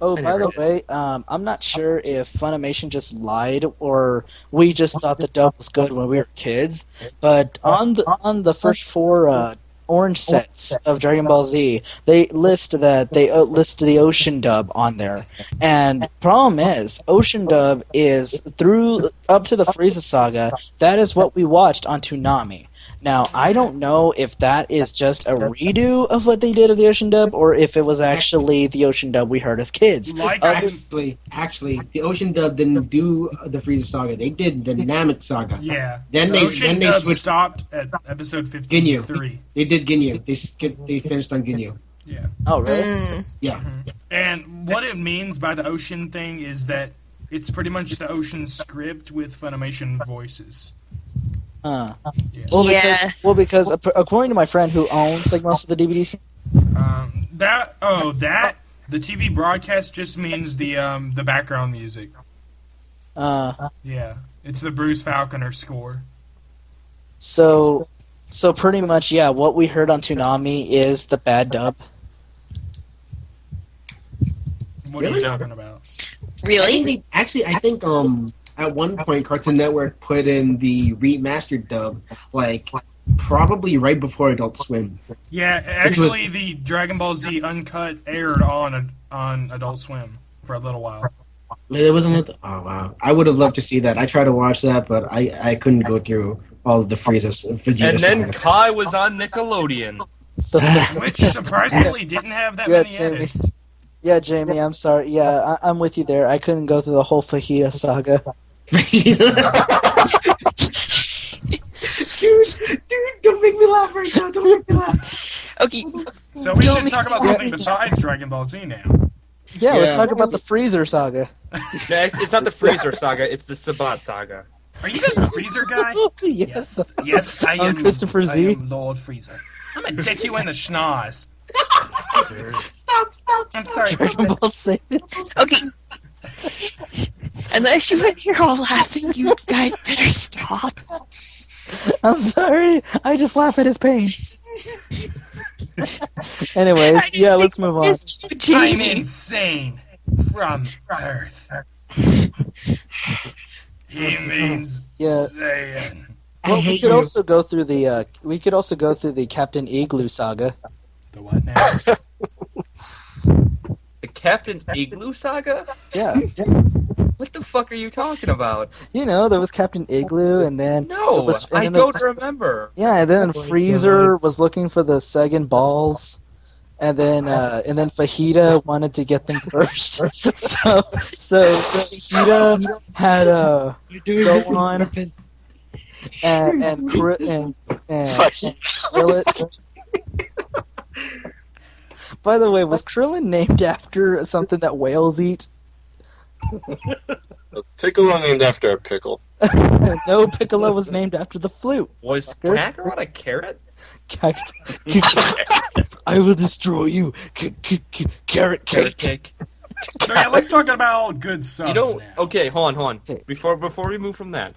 S2: oh,
S5: I
S2: by
S5: never
S2: the
S5: did.
S2: way, um, I'm not sure if Funimation just lied or we just thought the dub was good when we were kids. But on the on the first four uh, orange sets of Dragon Ball Z, they list that they uh, list the Ocean dub on there. And problem is, Ocean dub is through up to the Frieza saga. That is what we watched on Toonami. Now I don't know if that is just a redo of what they did of the Ocean dub, or if it was actually the Ocean dub we heard as kids.
S1: Like
S6: Uh,
S1: I,
S6: Actually, actually, the Ocean Dub didn't do the Frieza Saga. They did the Namek Saga.
S1: yeah.
S6: Then they-
S1: Ocean
S6: then they
S1: Dub
S6: switched-
S1: stopped at episode
S6: Didn't you?
S1: fifty-three.
S6: They did Ginyu. They skipped. They finished on Ginyu.
S1: Yeah.
S2: Oh really?
S3: Mm.
S6: Yeah.
S1: And what it means by the ocean thing is that it's pretty much the ocean script with Funimation voices.
S2: Uh,
S1: Yeah.
S2: well,
S3: Yeah.
S2: because, well, because ap- according to my friend who owns like most of the DVDs,
S1: Um, that oh that the TV broadcast just means the um, the background music.
S2: uh,
S1: Yeah, it's the Bruce Falconer score.
S2: so so pretty much, yeah. What we heard on Toonami is the bad dub.
S1: What are you
S6: Really?
S1: talking about?
S3: Really?
S6: Actually, actually, I think um at one point Cartoon Network put in the remastered dub like probably right before Adult Swim.
S1: Yeah,
S6: Which was-
S1: actually, the Dragon Ball Z uncut aired on on Adult Swim for a little while.
S6: Like, it wasn't. Like oh wow! I would have loved to see that. I tried to watch that, but I I couldn't go through all of the Frieza Vegeta.
S5: And then
S6: saga.
S5: Kai was on Nickelodeon.
S2: The-
S6: *laughs*
S1: Which surprisingly didn't have that
S2: Yeah,
S1: many
S2: Jamie.
S1: edits.
S2: yeah, Jamie, I'm sorry. Yeah, I- I'm with you there. I couldn't go through the whole Fajita saga.
S6: dude, dude, don't make me laugh right now. Don't make me laugh.
S3: Okay.
S1: So we
S3: Don't
S1: should
S3: make
S1: talk about
S3: me
S1: something
S3: laugh.
S1: besides Dragon Ball Z now.
S2: Yeah, let's
S6: Yeah.
S2: talk about the Freezer saga.
S5: No, it's it's not the Freezer saga, it's the Sabat saga.
S1: Are you the Freezer
S6: *laughs*
S1: guy?
S2: *laughs* yes.
S1: Yes, yes, I am.
S2: I'm Christopher
S1: I
S2: Z.
S1: am Lord Freezer. I'm gonna dick you in the schnoz.
S6: Stop! Stop!
S1: I'm sorry.
S2: Dragon Ball Savage.
S3: Okay. Unless you and you're all laughing, you guys better stop.
S2: I'm sorry. I just laugh at his pain. Anyways, yeah, let's move on.
S1: *laughs* I'm insane from Earth. He means
S2: Yeah.
S1: Saiyan.
S2: Well, we could also go through the uh, we could also go through the Captain Igloo saga.
S1: The what now?
S5: The Captain Igloo saga?
S2: Yeah,
S5: What the fuck are you talking about?
S2: *laughs* you know there was Captain Igloo, and then
S5: No,
S2: there was- and
S5: I
S2: then there
S5: don't
S2: was-
S5: remember.
S2: Yeah, and then Freezer was looking for the Segan balls, and then uh, and then Fajita wanted to get them first. so so Fajita had a go on and and Kri- and, and, and Krillet. By the way, was Krillin named after something that whales eat?
S8: Piccolo named after a pickle.
S2: no, Piccolo was named after the flute.
S5: Was
S2: Fucker.
S5: Kakarot a carrot?
S11: I will destroy you. C- c- c- carrot
S5: Carrot
S11: cake.
S5: cake.
S1: So yeah, let's talk about good subs.
S5: You know, oh.
S1: now.
S5: okay, hold on, hold on. Before before we move from that,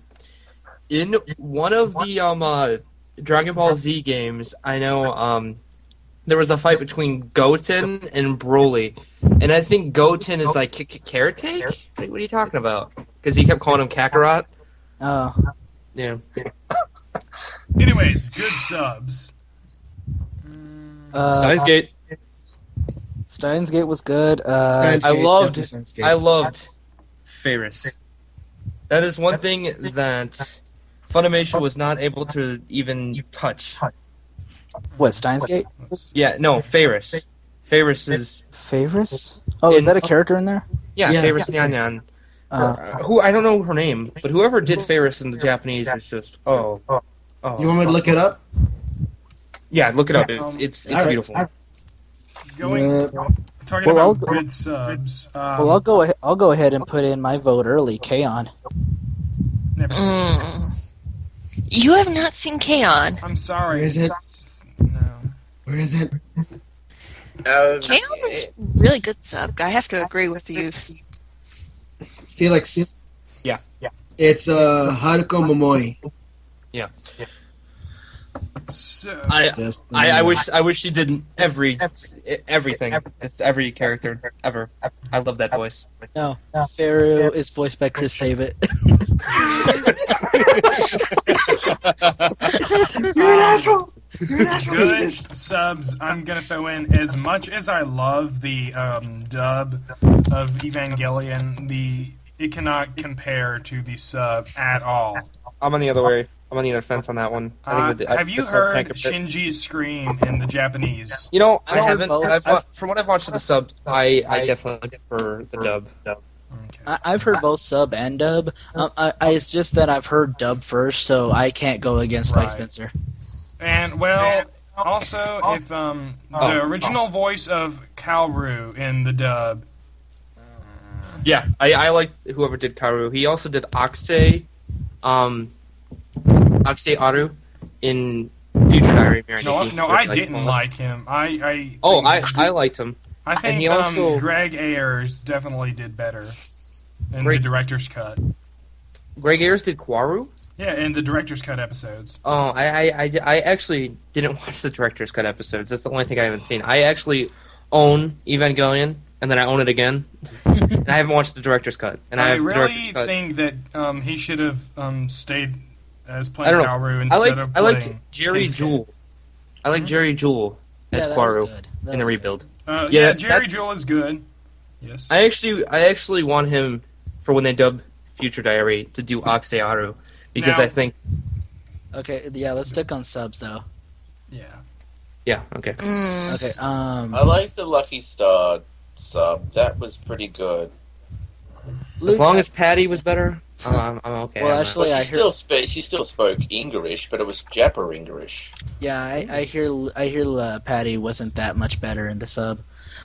S5: in one of the um uh, Dragon Ball Z games, I know um there was a fight between Goten and Broly, and I think Goten is like "K- K- carrot cake. Like, what are you talking about? Because he kept calling him Kakarot.
S2: Oh,
S5: Yeah.
S1: Anyways, good subs. Mm,
S2: uh,
S5: Steins Gate.
S2: Steins Gate was good. Uh,
S5: I loved. I loved. Ferris. That is one thing that Funimation was not able to even touch.
S2: what Steins Gate?
S5: Yeah, no, Ferris. Ferris is
S2: Favors? Oh, is
S5: In-
S2: that a character in there?
S5: yeah,
S2: Yeah.
S5: Ferris Nyan
S2: Uh,
S5: Who I don't know her name, but whoever did Ferris in the Japanese is just oh, oh.
S6: You want me to look it up?
S5: Yeah, um, look it up. It's it's, it's
S6: Alright.
S5: beautiful.
S1: Going
S2: Uh,
S1: talking
S2: well,
S1: about
S2: I'll-
S1: good subs. Um,
S2: well, I'll go. ahe- I'll go ahead and put in my vote early. K-On.
S1: never seen it.
S3: Mm. You have not seen Kaon.
S1: I'm sorry.
S6: Where is it?
S1: It's- No.
S6: Where is it?
S9: Um,
S3: Kaon was really good sub. I have to agree with you.
S6: Felix.
S5: Yeah.
S6: yeah. It's uh, Haruko Momoi.
S1: So,
S5: I,
S6: Just, uh,
S5: I I wish I wish she did every everything, just every character ever. I love that voice.
S2: No, Pharaoh is voiced by Chris Sabat.
S6: You're an asshole. You're an asshole.
S1: good
S6: Felix.
S1: subs. I'm gonna throw in as much as I love the um, dub of Evangelion. The it cannot compare to the sub at all.
S5: *laughs* I'm on the other way. I'm on the other fence on that one.
S1: Uh,
S5: the-
S1: have you
S5: the sub
S1: heard
S5: can't compare-
S1: Shinji's scream in the Japanese?
S5: You know, I
S2: I heard
S5: haven't.
S2: both.
S5: I've, wa- from what I've watched of the sub, I, I definitely prefer the dub.
S2: I, I've heard both sub and dub. Um, I, I, it's just that I've heard dub first, so I can't go against Mike
S1: Right.
S2: Spencer.
S1: And well, also if um,
S5: Oh.
S1: the original voice of Kalru in the dub,
S5: Yeah, I, I liked whoever did Karu. He also did Oxay, um, Oxay Aru in Future Diary. of Mary
S1: no, I-
S5: Nikki.
S1: no, I
S5: Like,
S1: didn't like him. I, I
S5: Oh, I I liked him.
S1: I think
S5: he
S1: um,
S5: also-
S1: Greg Ayers definitely did better in
S5: Greg-
S1: the director's cut.
S5: Greg Ayers did Quaru.
S1: Yeah, in the director's cut episodes.
S5: Oh, I, I, I, di- I actually didn't *laughs* watch the director's cut episodes. That's the only thing I haven't seen. I actually own Evangelion, and then I own
S1: *laughs*
S5: it again, and I haven't watched the director's cut. And
S1: I
S5: I, have the
S1: really
S5: director's cut.
S1: think that um, he should have um, stayed as
S5: I
S1: playing
S5: don't know.
S1: Kalru
S5: I
S1: instead
S5: liked
S1: of
S5: I
S1: playing. Hmm?
S5: liked Jerry
S1: Kensuke.
S5: Jewel. I like Jerry Jewel as
S2: Yeah, that was
S5: Quaru
S2: good. That
S5: in the
S2: was
S5: rebuild.
S1: Uh,
S5: Yeah,
S1: yeah, Jerry
S5: that's-
S1: Jewel is good. Yes.
S5: I actually I actually want him for when they dub Future Diary to do Oxearu because
S1: Now-
S5: I think
S2: Okay, yeah, let's stick on subs though.
S1: yeah.
S5: yeah okay
S3: Mm.
S2: Okay, um,
S5: Oh,
S9: I like the Lucky Star sub. That was pretty good.
S2: Luke-
S5: as long as Patty was better I'm, I'm, I'm okay.
S2: Well,
S5: I'm-
S2: actually-
S9: Well, she
S2: I hear-
S9: still sp- she still spoke English, but it was Japper English.
S2: yeah, I, I hear I hear uh, Patty wasn't that much better in the sub.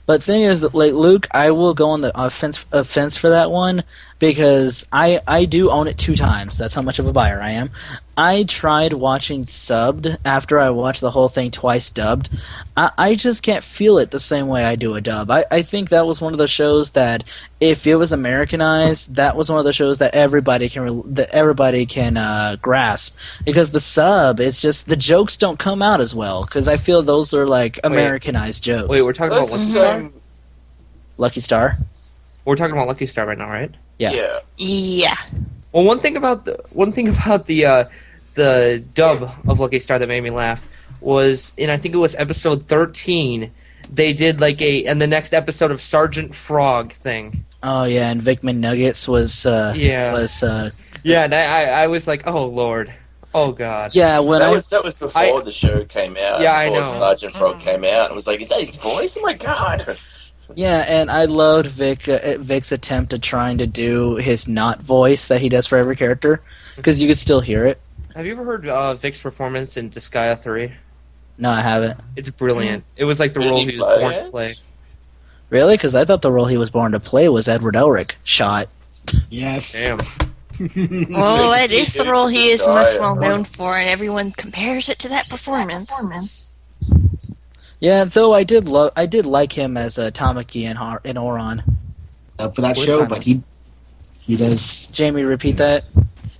S2: But thing is, that, like Luke, I will go on the offense offense for that one because I I do own it two times. That's how much of a buyer I am. I tried watching subbed after I watched the whole thing twice dubbed. I, I just can't feel it the same way I do a dub. I, I think that was one of the shows that if it was Americanized, that was one of the shows that everybody can rel- that everybody can uh, grasp because the sub it's just the jokes don't come out as well because I feel those are like Americanized jokes.
S5: Wait, we're talking about Lucky Star.
S2: Lucky Star.
S5: We're talking about Lucky Star right now, right?
S2: Yeah.
S9: Yeah.
S3: Yeah.
S5: Well, one thing about the one thing *laughs* about the uh, the dub of Lucky Star that made me laugh was, and I think it was episode thirteen. They did like a and the next episode of Sergeant Frog thing.
S2: Oh yeah, and Vic McNuggets was uh,
S5: Yeah.
S2: was uh,
S5: Yeah, and I, I, I was like, oh lord, oh god.
S2: yeah when
S9: that
S2: I
S9: was that was before
S5: I-
S9: the show came out.
S5: Yeah, I
S9: before
S5: know.
S9: Sergeant Frog
S2: Mm-hmm.
S9: came out. It was like, is that his voice? Oh my god!
S2: Yeah, and I loved Vic uh, Vic's attempt at trying to do his not voice that he does for every character because you could still hear it.
S5: Have you ever heard uh, Vic's performance in Disgaea Three?
S2: No, I haven't
S5: It's brilliant.
S3: Mm.
S5: It was like the
S9: Did
S5: role
S9: he
S5: he was born
S9: play
S5: to
S9: it?
S5: play.
S2: really because I thought the role he was born to play was Edward Elric. Shot.
S6: Yes.
S5: Damn.
S3: Well,
S9: *laughs* Yeah,
S3: it
S9: he
S3: is the
S9: did
S3: role he is most
S9: die.
S3: well known for, and everyone compares it to that performance.
S2: Yeah, though I did love I did like him as uh, Tamaki in, Har- in Oron.
S6: Up uh, for that
S5: We're
S6: show,
S5: fine.
S6: but he he does.
S2: Jamie, repeat that.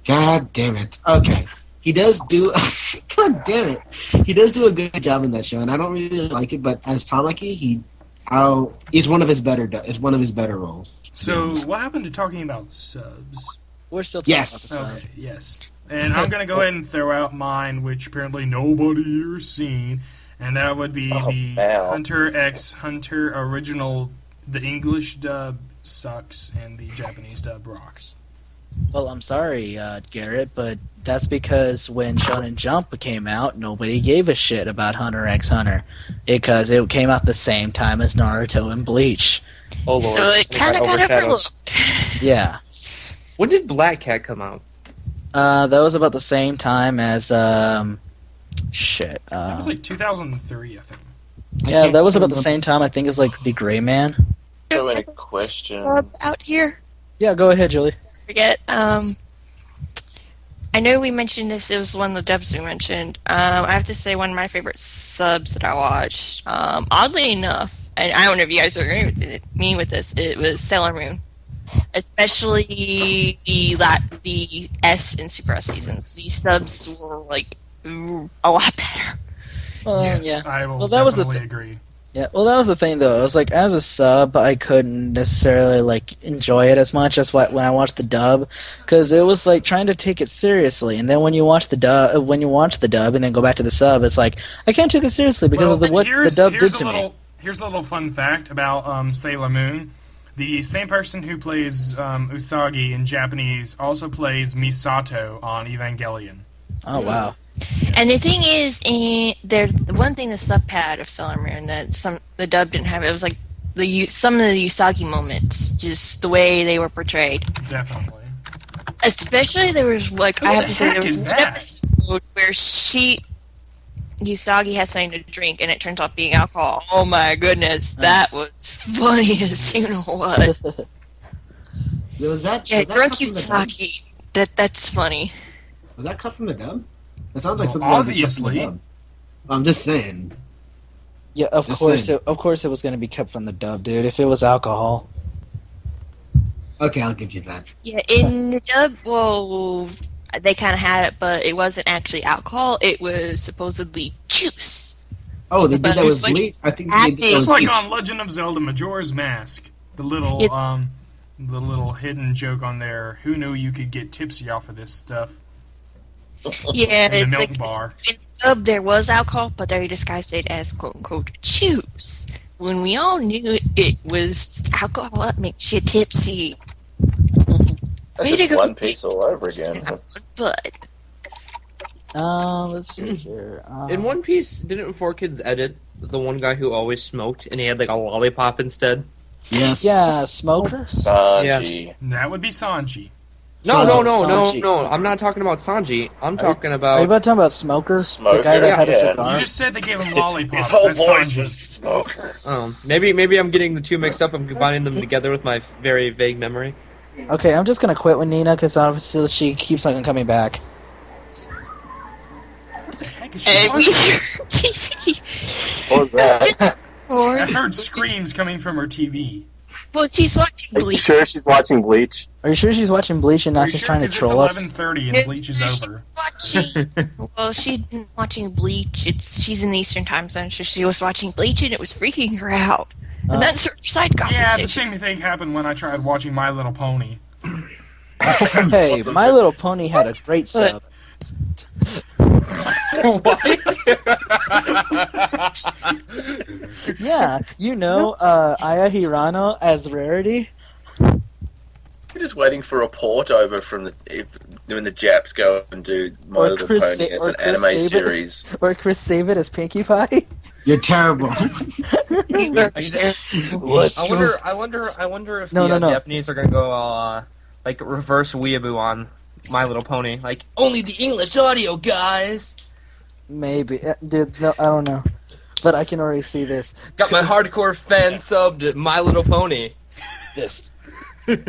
S6: God damn it. Okay. He does do. *laughs* God damn it. He does do a good job in that show, and I don't really like it. But as Tamaki, he, i he's one of his better. do- It's one of his better roles.
S1: So, what happened to talking about subs?
S2: We're still talking
S6: Yes.
S2: about this.
S1: Okay, yes. And I'm going to go ahead and throw out mine, which apparently nobody here's seen, and that would be
S9: Oh,
S1: the
S9: wow.
S1: Hunter x Hunter original. The English dub sucks, and the Japanese dub rocks.
S2: Well, I'm sorry, uh, Garrett, but that's because when Shonen Jump came out, nobody gave a shit about Hunter x Hunter because it came out the same time as Naruto and Bleach.
S5: Oh lord.
S3: So it kind of got
S5: Overshadowed.
S3: overlooked.
S2: Yeah.
S5: When did Black Cat come out?
S2: Uh, that was about the same time as um, shit.
S1: That
S2: Uh,
S1: was like 2003, I think.
S2: yeah, that was about the
S6: I
S2: same time. I think as like the Gray Man.
S9: So
S3: *laughs*
S9: many questions.
S3: Sub out here.
S2: Yeah, go ahead, Julie.
S3: Let's forget. Um, I know we mentioned this. It was one of the dubs we mentioned. Um, I have to say one of my favorite subs that I watched. Um, oddly enough, and I don't know if you guys agree with it, me with this, it was Sailor Moon, especially the la- the S and Super S seasons. These subs were like a lot better.
S2: Well,
S1: yes,
S2: Um, yeah.
S1: I will
S2: Well, that was the
S1: definitely agree.
S2: Yeah, well, that was the thing though. It was like as a sub, I couldn't necessarily like enjoy it as much as what when I watched the dub, because it was like trying to take it seriously. And then when you watch the dub, when you watch the dub and then go back to the sub, it's like I can't take this seriously because of the, what the
S1: here's-
S2: dub
S1: here's
S2: did
S1: a
S2: to
S1: little,
S2: me.
S1: Here's a little fun fact about um, Sailor Moon. The same person who plays um, Usagi in Japanese also plays Misato on Evangelion.
S2: Oh wow.
S3: And the thing is, eh, there one thing the sub had of Sailor Moon that some the dub didn't have. It was like the U- some of the Usagi moments, just the way they were portrayed.
S1: Definitely.
S3: Especially there was like
S1: Who
S3: I have
S1: the
S3: to say
S1: heck
S3: there was
S1: is
S3: one
S1: that?
S3: episode where she Usagi has something to drink and it turns out being alcohol. Oh my goodness,
S1: Uh.
S3: that was *laughs* funny as you know what.
S6: Was that?
S3: Yeah,
S6: was that
S3: drunk
S6: cut from the dub?
S3: Usagi. That that's funny.
S6: Was that cut from the dub? That sounds like
S1: Well,
S6: something. that would be cut from the
S1: obviously.
S6: dub. I'm just saying.
S2: Yeah, of
S6: Just
S2: course.
S6: saying.
S2: It, of course, it was going to be kept from the dub, dude. If it was alcohol,
S6: Okay, I'll give you that.
S3: Yeah, in the dub, well, they kind of had it, but it wasn't actually alcohol. It was supposedly
S1: *laughs*
S3: juice.
S6: Oh, they
S3: But
S6: did that
S3: it's
S6: with
S3: like
S6: Bleach. I think they did
S3: acting.
S6: that
S1: It's
S6: with
S1: like um,
S6: Bleach.
S1: on Legend of Zelda Majora's Mask. The little
S3: It-
S1: um the little hidden joke on there. Who knew you could get tipsy off of this stuff?
S3: Yeah,
S1: the
S3: it's
S1: milk
S3: like
S1: bar.
S3: in the dub there was alcohol, but they disguised it as quote unquote juice. When we all knew it was alcohol that makes you tipsy,
S9: That's
S3: Way to
S9: just
S3: go,
S9: one piece all over again.
S3: Pete. but
S2: uh, let's
S6: *clears throat*
S2: see here. Uh,
S5: In One Piece, didn't Four Kids edit the one guy who always smoked and he had like a lollipop instead?
S6: Yes.
S2: yeah, smokes.
S9: Sanji.
S1: That would be Sanji.
S5: No,
S2: Sanji.
S5: no, no, no,
S2: Sanji.
S5: no. I'm not talking about Sanji. I'm talking
S2: Are you
S5: about.
S2: about talking about smoker?
S9: Smoker,
S2: the guy that had a
S9: yeah.
S1: You
S2: cigar.
S1: just said they gave him
S9: *laughs* His
S1: lollipops.
S9: whole
S1: That's
S9: voice
S1: Sanji.
S9: was smoke.
S5: Um, maybe, maybe I'm getting the two mixed up. I'm combining them together with my very vague memory.
S2: Okay, I'm just gonna quit with Nina because obviously she keeps on coming back.
S3: And we- *laughs*
S8: What was that?
S1: I heard screams coming from her TV.
S3: well, she's watching
S8: Are you *laughs*
S3: Bleach.
S8: sure she's watching Bleach?
S2: Are you sure she's watching Bleach and not just trying to
S1: Because it's
S2: troll us?
S1: 11:30 and Bleach is over.
S3: Watching, well, she's been watching Bleach. It's she's in the Eastern Time Zone, so she was watching Bleach, and it was freaking her out.
S2: Uh.
S3: And that's her side
S1: Yeah, the
S3: conversation.
S1: same thing happened when I tried watching My Little Pony.
S2: *laughs* Hey, My Little Pony had a great sub. Yeah, you know uh, Aya Hirano as Rarity.
S9: You're just waiting for a port over from the if, when the Japs go up and do My
S2: Or
S9: Little
S2: Chris
S9: Pony
S2: Sa-
S9: as
S2: or
S9: an
S2: Chris
S9: anime
S2: Saban.
S9: *laughs* series.
S2: Or Chris Saban as Pinkie Pie.
S6: You're terrible. *laughs*
S5: Are you there?
S6: What's
S5: I wonder. I wonder. I wonder if
S2: No,
S5: the
S2: no,
S5: uh,
S2: no.
S5: Japanese are gonna go uh, like reverse weeaboo on My Little Pony. Like only the English audio guys.
S2: Maybe, Uh, dude. No, I don't know, but I can already see this.
S5: Got my hardcore fan subbed at My Little Pony.
S11: This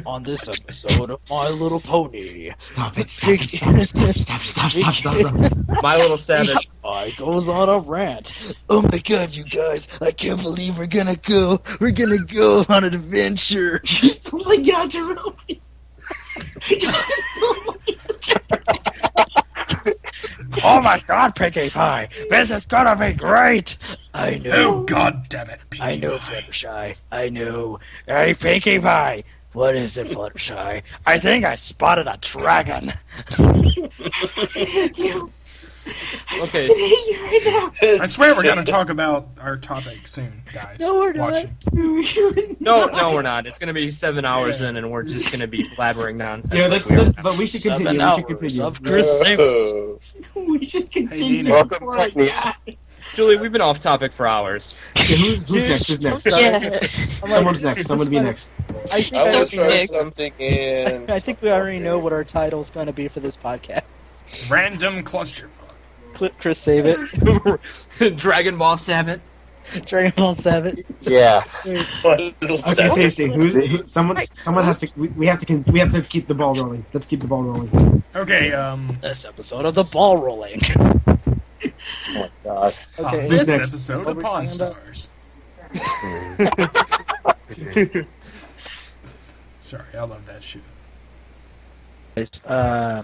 S11: on this episode of My Little Pony.
S6: Stop it! Stop it! Stop it! Stop it! Stop it! Stop it! Stop it! Stop it! Stop
S3: *laughs*
S6: it! *laughs*
S5: My Little Savage.
S11: I goes on a rant. Oh my god, you guys! I can't believe we're gonna go. We're gonna go on an adventure.
S6: You sound like Yajirobe. *laughs*
S3: *laughs*
S11: oh my god, Pinkie Pie! This is gonna be great. I know.
S1: Oh God damn it!
S11: I know, Fluttershy. I know. Hey, Pinkie Pie. What is it, Fluttershy? I think I spotted a dragon.
S5: Okay.
S1: I swear we're gonna talk about our topic soon, guys.
S2: No, we're not.
S1: Watching.
S5: No, no, we're not. It's gonna be seven hours in, and we're just gonna be blabbering nonsense.
S6: Yeah,
S5: like
S6: let's,
S5: we are.
S6: let's, but we should
S11: Seven
S6: continue. We
S11: hours
S6: should continue.
S11: of Chris
S9: *laughs*
S11: Simmons.
S6: we should continue.
S1: Nina.
S8: Welcome,
S6: before I
S8: Technies.
S6: die.
S5: Julie, we've been off topic for hours. *laughs*
S6: Okay, who's, who's next? Who's next?
S3: *laughs* Yeah.
S6: Someone's next. Someone be next.
S2: I think,
S9: I
S3: So
S9: want to throw
S3: mixed.
S9: something *laughs*
S2: *laughs*
S9: in.
S2: I think we already know what our title's going to be for this podcast.
S1: Random clusterfuck.
S2: Clip Chris Saban,
S5: Dragon Ball Seven.
S2: Dragon Ball Savage.
S8: Yeah.
S6: Okay, seriously, who's, who, someone? Someone has to. We, we have to. con- We have to keep the ball rolling. Let's keep the ball rolling.
S1: Okay, um,
S2: This episode of the ball rolling.
S8: Oh my *laughs* god.
S1: on
S2: Okay,
S1: this
S6: next?
S1: episode
S2: What
S1: of
S2: we're talking
S1: Pawn
S2: about?
S1: Stars. Sorry, I love that shit.
S2: uh,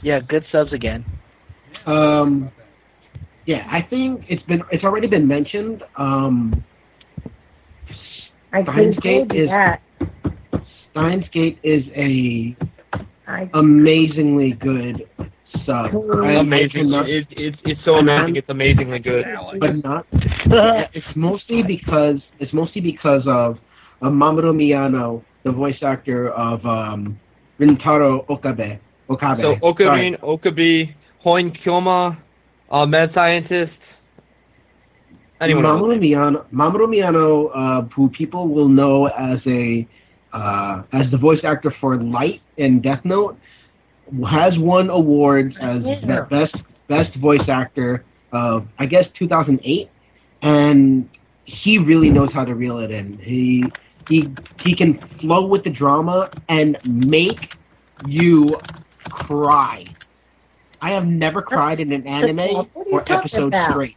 S2: yeah, good subs again.
S6: Um,
S1: About that.
S6: Yeah, I think it's been it's already been mentioned. Um,
S12: I
S6: Steins
S12: can
S6: Gate
S12: told you
S6: is-
S12: that.
S6: Steins Gate is a
S12: I
S6: amazingly good sub. I, I
S5: Amazing.
S6: cannot,
S5: It, it, it's so
S6: And
S5: amazing.
S6: then-
S5: It's amazingly good.
S6: but
S1: Alex.
S6: not. It's mostly because it's mostly because of, of Mamoru Miyano, the voice actor of um, Rintaro Okabe. Okabe.
S5: So
S6: Sorry.
S5: Okarin, Okabe, Hoin Kyoma, uh, mad scientist. Anyone? who-
S6: Mamoru Miyano, Mamoru Miyano, uh, who people will know as a uh, as the voice actor for Light and Death Note, has won awards as the best best voice actor of I guess 2008, and he really knows how to reel it in. He he he can flow with the drama and make you cry. I have never cried in an anime
S12: What are you
S6: or
S12: talking
S6: episode
S12: about?
S6: straight.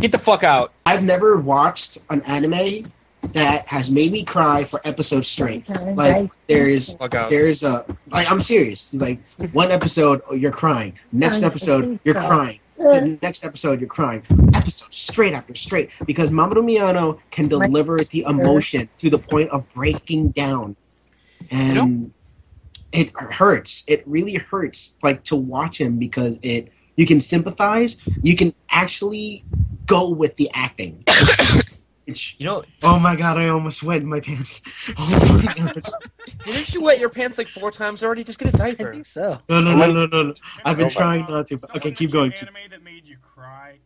S5: Get the fuck out.
S6: I've never watched an anime that has made me cry for episodes straight. Like there is
S5: Fuck out.
S6: there is a like I'm serious. Like one episode oh, you're crying. Next episode you're crying. The next episode you're crying. Episode straight after straight because Mamoru Miyano can deliver the emotion to the point of breaking down. And it hurts. It really hurts like to watch him because it you can sympathize, you can actually go with the *coughs* acting. It's-
S5: You know,
S6: oh my god, I almost wet my pants. *laughs* Oh my *laughs* God.
S5: didn't you wet your pants like four times already? Just get a
S2: I
S5: diaper.
S2: think so.
S6: No, no, no, no, no, no. I've
S1: Someone
S6: been trying
S1: mentioned-
S6: not to, but-
S1: someone
S6: okay,
S1: mentioned
S6: keep going,
S1: Anime that made you cry.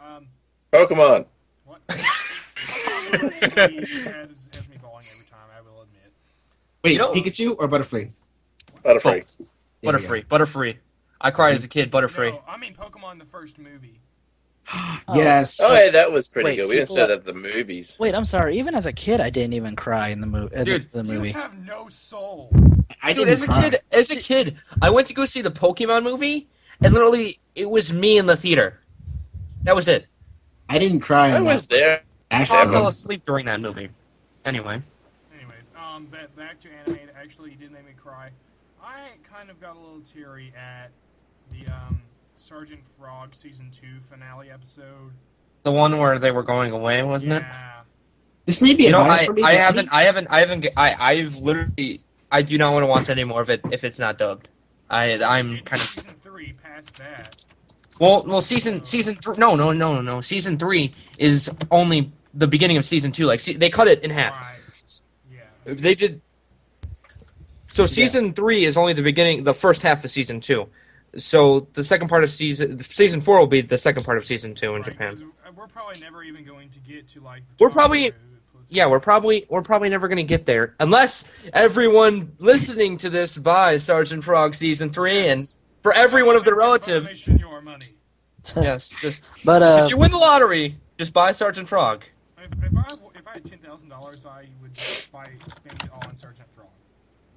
S1: Um,
S9: Pokemon.
S1: what? *laughs* has, has me bawling every time. I will admit.
S6: Wait,
S5: You know-
S6: Pikachu or Butterfree?
S9: Butterfree.
S6: There we
S5: Butterfree. Butterfree. I cried as a kid. Butterfree.
S1: No, I mean Pokemon the first movie.
S6: go. Yes.
S9: Oh, hey, that was pretty
S2: Wait,
S9: good. We didn't
S2: people-
S9: set up the movies.
S2: Wait, I'm sorry. Even as a kid, I didn't even cry in the, mo- uh, the-
S5: Dude,
S2: the
S1: You
S2: movie.
S1: have no soul.
S6: I
S5: Dude,
S6: didn't
S5: as a
S6: cry.
S5: kid, as a kid, I went to go see the Pokemon movie, and literally, it was me in the theater. That was it.
S6: I didn't cry.
S5: I was
S9: there.
S5: Actually, I
S9: Actually,
S5: fell
S9: I'm-
S5: asleep during that movie. Anyway,
S1: Anyways, um, back, back to anime that actually did make me cry. I kind of got a little teary at the um, Sergeant Frog season two finale episode.
S5: the one where they were going away, wasn't it?
S6: This may be
S5: you know,
S6: advice
S5: I,
S6: for me,
S5: I
S6: but
S5: haven't, I haven't, I haven't, g- I, I've literally, I do not want to watch any more of it if it's not dubbed. I, I'm kind of.
S1: Season three, past that.
S5: Well, well, season, season three. No, no, no, no, no. Season three is only the beginning of season two. Like, see, they cut it in half. They did. So season three is only the beginning, the first half of season two. So the second part of season, season four will be the second part of season two in Japan.
S1: Uh, We're probably never even going to get to like.
S5: We're probably yeah, we're probably we're probably never going to get there unless everyone listening to this buys Sergeant Frog season 3 and for every one of their relatives. Yes, just
S2: *laughs* But,
S5: just
S2: uh,
S5: if you win the lottery, just buy Sergeant Frog.
S1: If I, if I had ten thousand dollars, I would buy spend it all on Sergeant Frog,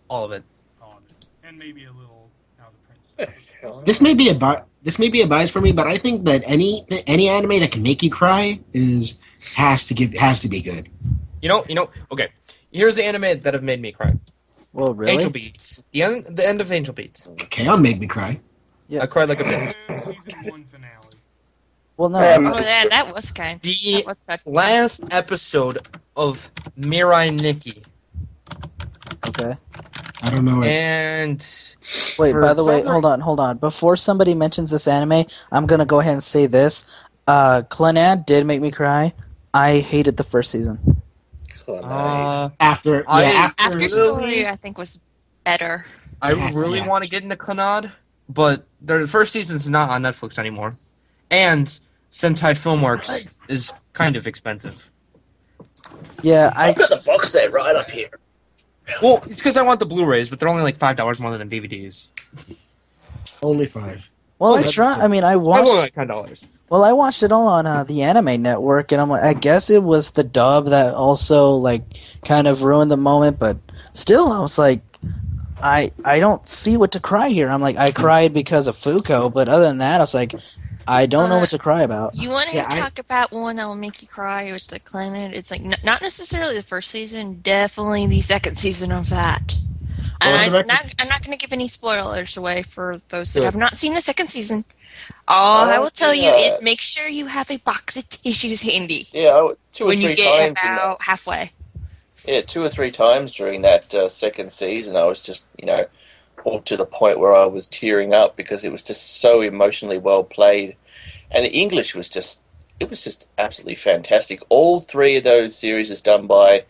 S5: All of it.
S1: all of it, and maybe a little out of the prince.
S6: This may be a bi- this may be a bias for me, but I think that any any anime that can make you cry is has to give has to be good.
S5: You know, you know. Okay, here's the anime that have made me cry.
S2: Well, really?
S5: Angel Beats. The end. The end of Angel Beats.
S6: Kaon made me cry.
S5: I cried like a bitch.
S2: Well, no.
S3: Oh, yeah, that was kind.
S5: The
S3: that was kind.
S5: last episode of Mirai Nikki,
S2: Okay.
S6: I don't know.
S5: and
S2: Wait,
S5: for
S2: by the way,
S5: some
S2: hold on, hold on. Before somebody mentions this anime, I'm gonna go ahead and say this. Uh, Clannad did make me cry. I hated the first season.
S5: Uh,
S6: after, yeah,
S5: I
S6: after,
S3: After story, I think was better.
S5: I
S3: Yes,
S5: really
S3: yeah.
S5: want to get into Clannad, but their first season's not on Netflix anymore, and Sentai Filmworks is kind of expensive.
S2: Yeah,
S5: *laughs*
S2: I.
S9: Got the box set right up here.
S5: Well, it's because I want the Blu-rays, but they're only like five dollars more than the DVDs.
S6: Only five.
S5: Oh,
S2: Well, I try. I mean, I
S5: only
S2: watched.
S5: like ten dollars.
S2: Well, I watched it all on uh, the Anime Network, and I'm like, I guess it was the dub that also like kind of ruined the moment. But still, I was like, I I don't see what to cry here. I'm like, I cried because of Fuko, but other than that, I was like, I don't know what to cry about.
S3: You want to
S2: Yeah, I-
S3: talk about one that will make you cry with the climate? It's like n- not necessarily the first season, definitely the second season of that. And
S6: Well,
S3: I,
S6: the record-
S3: not, I'm not going to give any spoilers away for those who
S6: Good.
S3: have not seen the second season. All I
S9: Oh,
S3: will tell you
S9: yeah.
S3: is make sure you have a box of tissues handy
S9: Yeah, I- two or
S3: when
S9: three
S3: you get
S9: times. in that.
S3: about halfway.
S9: Yeah, two or three times during that uh, second season, I was just, you know, all to the point where I was tearing up because it was just so emotionally well played, and the English was just, it was just absolutely fantastic. All three of those series is done by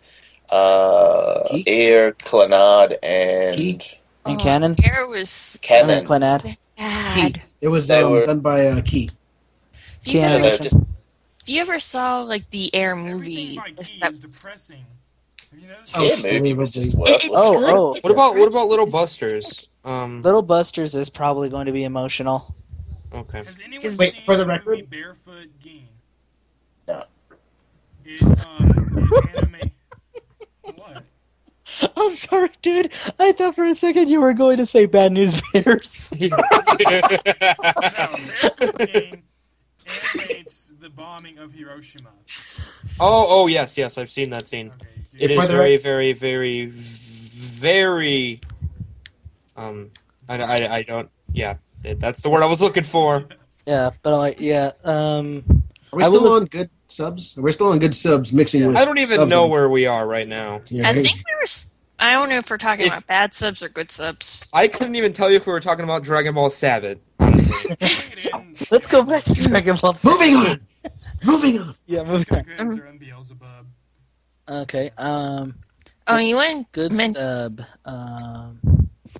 S9: uh, Air, Clannad, and
S2: And Canon.
S3: Hair Oh, was
S9: Canon.
S2: Clannad.
S6: It was
S9: They
S6: um,
S9: were-
S6: done by uh, Key.
S3: If you,
S9: Yeah,
S3: ever,
S9: they're just-
S3: if you ever saw like the Air movie, that-
S6: Oh,
S9: Yeah, maybe
S6: it was just
S2: It- it's Oh, good. oh.
S5: What about what about Little Busters? Um,
S2: Little Busters is probably going to be emotional.
S1: *laughs*
S5: okay.
S6: Wait for the record.
S1: Barefoot Geen.
S9: No.
S1: It, um, it anime. What?
S2: *laughs* I'm sorry, dude. I thought for a second you were going to say Bad News Bears.
S1: Animates the bombing of Hiroshima.
S5: Oh, oh yes, yes, I've seen that scene. it
S6: For
S5: is
S6: the
S5: very, very, very, very. Um, I, I, I don't. Yeah, th- that's the word I was
S1: *laughs*
S5: looking for.
S2: *laughs* yeah, but I'm like, yeah. Um,
S6: Are we
S2: I
S6: still
S2: will-
S6: on good subs? We're still on good subs, mixing with.
S5: I don't even
S6: subs
S5: know
S6: and-
S5: where we are right now.
S6: Yeah,
S3: I
S6: hey,
S3: think we were. s- I don't know if we're talking
S5: If-
S3: about bad subs or good subs.
S5: I couldn't even tell you if we were talking about Dragon Ball Sabbath. Honestly,
S2: let's go back to Dragon Ball. Z.
S6: Moving on. Moving on.
S2: Yeah, moving on.
S3: Uh-huh.
S1: Beelzebub.
S2: Okay. Um.
S3: Oh, you went
S2: Good
S3: men-
S2: sub. Um.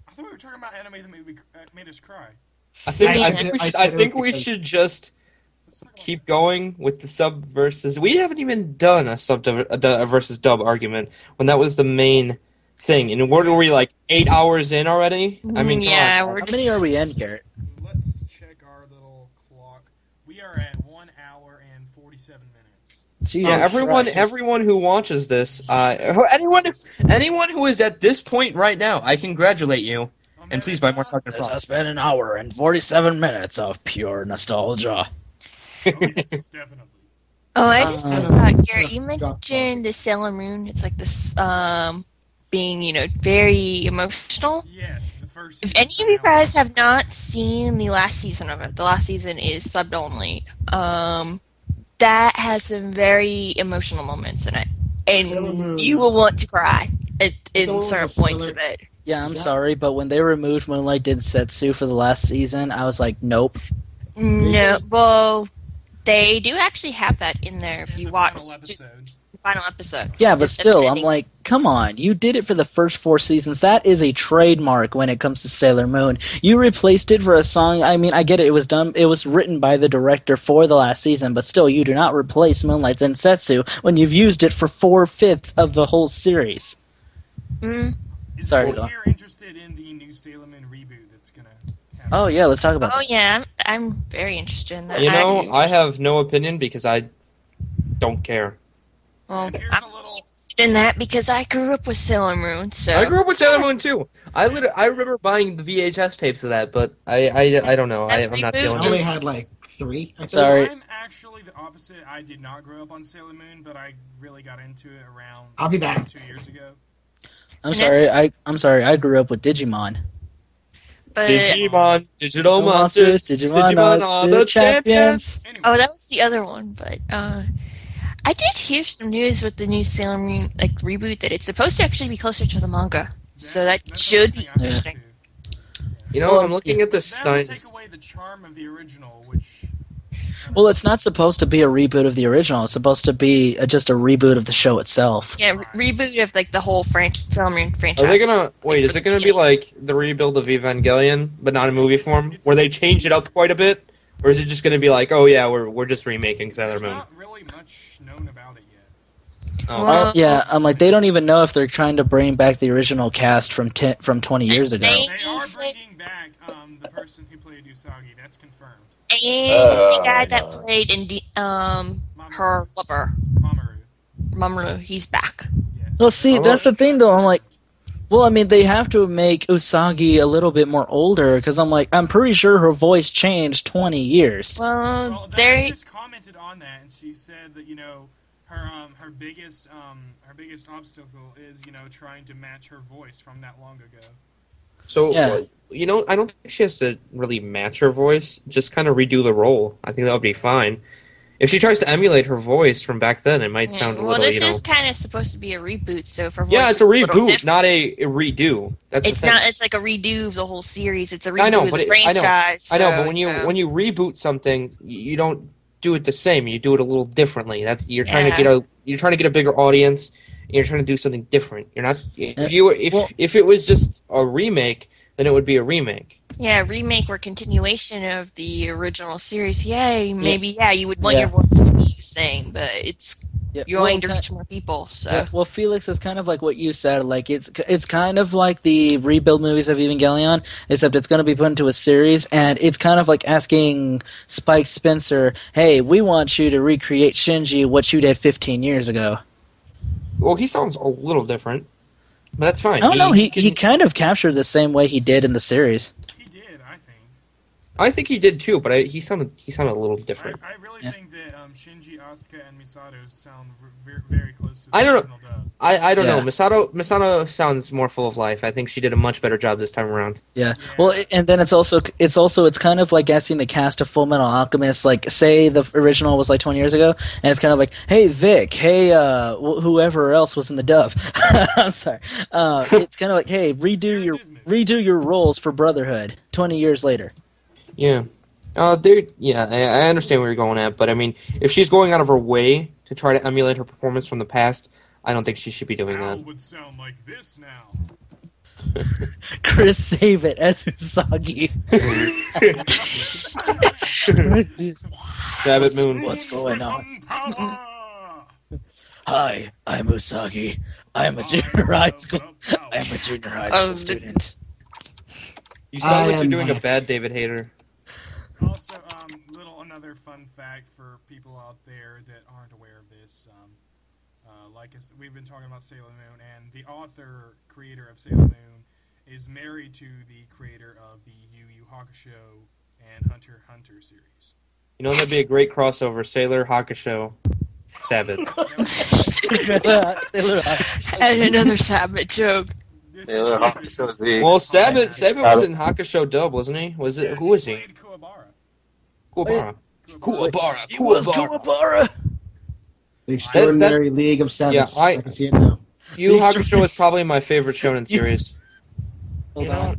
S1: I thought we were talking about anime that made, me, uh, made us cry.
S5: I think I,
S6: I-
S5: think we
S6: I
S5: should.
S6: said
S5: I think
S6: it
S5: we
S6: because-
S5: should just keep going with the sub versus. We haven't even done a sub div- a du- a versus dub argument when that was the main thing. And what are we like eight hours in already? I mean, come
S3: yeah,
S5: on.
S3: we're
S2: How
S3: just.
S2: many are we in, Garrett?
S1: Let's check our little clock. We are at 1 hour and 47 minutes.
S2: Jesus
S5: yeah, everyone,
S2: Christ.
S5: everyone who watches this, uh, who- anyone, anyone who is at this point right now, I congratulate you, and please buy more Talking
S2: This
S5: Frog.
S2: has been an hour and 47 minutes of pure nostalgia.
S3: Oh, I just
S2: Uh,
S3: thought, Garrett, you mentioned the Sailor Moon. It's like this um, being, you know, very emotional.
S1: Yes, the first.
S3: If any of you guys have not seen the last season of it, the last season is subbed only. Um, that has some very emotional moments in it, and you will want to cry at in certain points of it.
S2: Yeah, I'm sorry, but when they removed Moonlight Did Setsu for the last season, I was like, nope. Mm-hmm.
S3: No, well, they do actually have that in there if you watch the final episode.
S2: Yeah, but
S3: It's
S2: still, I'm
S3: upsetting.
S2: like, come on, you did it for the first four seasons. That is a trademark when it comes to Sailor Moon. You replaced it for a song. I mean, I get it; it was done, it was written by the director for the last season, but still, you do not replace Moonlight Densetsu when you've used it for four fifths of the whole series.
S3: Mm.
S2: Sorry.
S1: Well,
S2: Dawn.
S1: You're interested in the new Sailor Moon reboot that's gonna.
S2: Oh yeah, let's talk about.
S3: Oh yeah, I'm, I'm very interested in that.
S5: You know,
S3: I'm,
S5: I have no opinion because I don't care.
S3: well, I'm interested in that because I grew up with Sailor Moon. So
S5: I grew up with Sailor Moon too. I lit- I remember buying the VHS tapes of that, but I I, I don't know. I, I'm not feeling
S6: I only
S5: it.
S6: had like three. I think.
S1: I'm actually the opposite. I did not grow up on Sailor Moon, but I really got into it around.
S6: I'll be back.
S1: Two years ago.
S2: I'm sorry. I I'm sorry. I grew up with Digimon.
S3: But
S5: Digimon, digital
S2: Digimon
S5: monsters,
S2: monsters,
S5: Oh, Digimon, are the champions.
S3: Oh, that was the other one. But uh, I did hear some news with the new Sailor Moon like reboot that it's supposed to actually be closer to the manga. So that should be interesting.
S5: You know, I'm looking at the signs.
S1: Take away the charm of the original, which
S2: Well, it's not supposed to be a reboot of the original. It's supposed to be uh just a reboot of the show itself.
S3: Yeah, re- reboot of like the whole fran- Sailor Moon franchise.
S5: Are they gonna wait? Is it gonna be like the rebuild of Evangelion, but not in movie form, where they change it up quite a bit, or is it just gonna be like, oh yeah, we're we're just remaking Sailor Moon?
S2: Uh,
S5: Oh.
S2: yeah, I'm like they don't even know if they're trying to bring back the original cast from ten, from 20 years ago.
S1: they are bringing back um, the person who played Usagi. That's confirmed.
S3: And
S2: Oh,
S3: the guy that
S5: Uh.
S3: played in D- um her lover, Mamoru. Mamoru, he's back.
S2: Well, see, that's the thing though. I'm like, well, I mean, they have to make Usagi a little bit more older because I'm like, I'm pretty sure her voice changed 20 years.
S3: Well,
S1: They just commented on that, and she said that you know her um, her biggest um, her biggest obstacle is you know trying to match her voice from that long ago.
S5: So
S1: Yeah.
S5: like, you know, I don't think she has to really match her voice. Just kind of redo the role. I think that would be fine. If she tries to emulate her voice from back then, it might sound a
S3: Mm, well,
S5: little,
S3: this
S5: you know.
S3: is kind of supposed to be a reboot, so for
S5: yeah,
S3: voice
S5: it's a
S3: little
S5: reboot,
S3: diff-
S5: not a, a redo. That's the
S3: it's
S5: thing.
S3: not. It's like a redo of the whole series. It's a reboot
S5: I know,
S3: of
S5: but
S3: the
S5: it,
S3: franchise.
S5: I know, I know.
S3: so,
S5: But when you
S3: know.
S5: when you reboot something, y- you don't do it the same. You do it a little differently. That's you're trying to
S3: Yeah.
S5: get a you're trying to get a bigger audience. And you're trying to do something different. You're not if you were- if if it was just a remake, then it would be a remake.
S3: yeah, remake or continuation of the original series. Yay, maybe yeah, you would want
S2: Yeah.
S3: your voice to be the same, but it's you're
S2: well,
S3: going to
S2: kind-
S3: reach more people. So
S2: Yeah, well, Felix is kind of like what you said. Like it's it's kind of like the rebuild movies of Evangelion, except it's going to be put into a series, and it's kind of like asking Spike Spencer, "Hey, we want you to recreate Shinji what you did 15 years ago."
S5: Well, he sounds a little different, but that's fine.
S2: I don't know. He
S5: can-
S2: he kind of captured the same way he did in the series.
S5: I think he did too, but I, he sounded he sounded a little different.
S1: I really think that um, Shinji, Asuka, and Misato sound very, very close to. The
S5: I don't know.
S1: original dub.
S5: I, I don't
S2: Yeah.
S5: know. Misato Misato sounds more full of life. I think she did a much better job this time around.
S2: Yeah. Well, i- and then it's also it's also it's kind of like asking the cast of Full Metal Alchemist, like say the original was like 20 years ago, and it's kind of like, hey Vic, hey uh, wh- whoever else was in the dub. *laughs* I'm sorry. Uh, it's kind of like, hey, redo your redo your roles for Brotherhood 20 years later. *laughs*
S5: Yeah. Uh, there. Yeah, I, I understand where you're going at, but I mean, if she's going out of her way to try to emulate her performance from the past, I don't think she should be doing
S2: uh,
S5: that.
S1: Would sound like this now.
S2: Chris, save it as Usagi.
S5: Sabbath Moon.
S2: *laughs* What's going on? Hi, I'm Usagi. I'm a junior high
S1: Oh,
S2: school. I'm a junior high school
S5: Um,
S2: student. *laughs*
S5: You sound
S2: I
S5: like you're
S2: am
S5: doing a
S2: back.
S5: bad David Hayter.
S1: another fun fact for people out there that aren't aware of this. Um, uh, like I s we've been talking about Sailor Moon, and the author, creator of Sailor Moon, is married to the creator of the Yu Yu Hakusho and Hunter x Hunter series.
S5: You know that'd be a great crossover: Sailor Hakusho, Sabbath.
S3: *laughs* and another Sabbath joke.
S8: Sailor Hakusho Z.
S5: well, Sabbath, Sabbath was in Hakusho dub, wasn't he? Was it? Who was he? Kuwabara. Kuwabara. Kuwabara.
S2: Kuwabara.
S6: The Extraordinary League of
S5: Yeah,
S6: Sevens.
S5: I-
S6: I can see it now.
S5: Yu Yu Hakusho was probably my favorite shonen series.
S2: Hold on.
S3: Uh,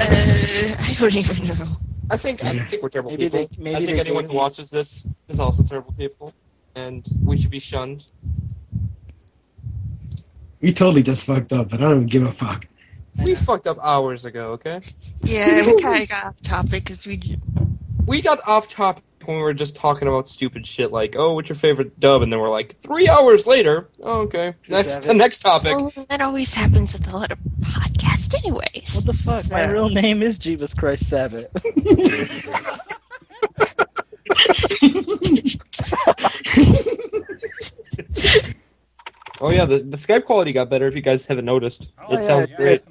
S3: I don't even know. *laughs*
S5: I think I think we're terrible
S2: Maybe
S5: people.
S2: they- maybe
S5: I think
S2: they
S5: anyone
S2: gave
S5: who
S2: these-
S5: watches this is also terrible people, and we should be shunned.
S6: We totally just fucked up, but I don't even give a fuck.
S5: We fucked up hours ago. Okay,
S3: Yeah, we kind of got off topic because we. j-
S5: we got off topic when we were just talking about stupid shit like, oh, what's your favorite dub, and then we're like, three hours later. Oh, okay, next
S2: Seven.
S5: *laughs* next topic.
S3: Well, that always happens with a lot of podcasts, anyways.
S2: What the fuck? My real name is Jeebus Christ Sabbath.
S5: Oh yeah, the, the Skype quality got better if you guys haven't noticed.
S1: Oh,
S5: it
S1: yeah,
S5: sounds
S1: yeah,
S5: great.